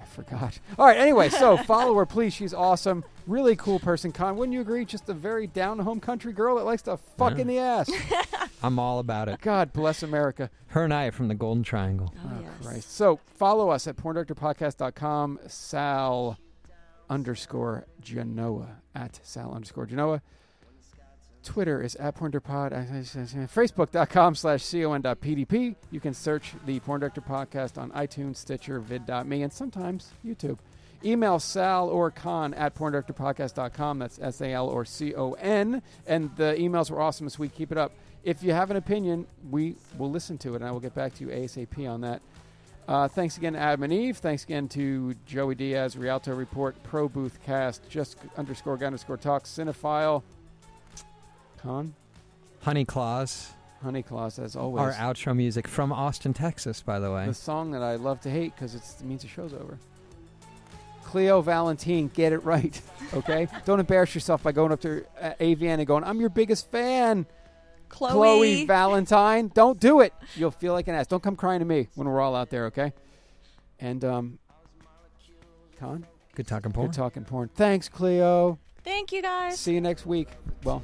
[SPEAKER 2] I forgot. All right. Anyway, so follow her, please. She's awesome. Really cool person, Con. Wouldn't you agree? Just a very down home country girl that likes to fuck in the ass.
[SPEAKER 3] I'm all about it.
[SPEAKER 2] God bless America.
[SPEAKER 3] Her and I are from the Golden Triangle.
[SPEAKER 4] Oh,
[SPEAKER 2] Oh,
[SPEAKER 4] yes.
[SPEAKER 2] Christ. So follow us at porndirectorpodcast.com, Sal underscore Genoa, at Sal underscore Genoa. Twitter is at porndirectorpod, Facebook.com slash con.pdp. You can search the Porn Director Podcast on iTunes, Stitcher, vid.me, and sometimes YouTube. Email sal or con at porndirectorpodcast.com. That's S A L or C O N. And the emails were awesome this week. Keep it up. If you have an opinion, we will listen to it, and I will get back to you ASAP on that. Uh, thanks again, to Adam and Eve. Thanks again to Joey Diaz, Rialto Report, Pro Booth Cast, Just underscore Guy underscore Talk, Cinephile, Con,
[SPEAKER 3] Honey Claws,
[SPEAKER 2] Honey Claus, as
[SPEAKER 3] our
[SPEAKER 2] always.
[SPEAKER 3] outro music from Austin, Texas, by the way.
[SPEAKER 2] The song that I love to hate because it means the show's over. Cleo Valentine, get it right, okay? Don't embarrass yourself by going up to uh, AVN and going, I'm your biggest fan.
[SPEAKER 4] Chloe.
[SPEAKER 2] Valentine. Don't do it. You'll feel like an ass. Don't come crying to me when we're all out there, okay? And um Con,
[SPEAKER 3] Good talking porn.
[SPEAKER 2] good talking porn. Thanks, Cleo.
[SPEAKER 4] Thank you guys.
[SPEAKER 2] See you next week. Well,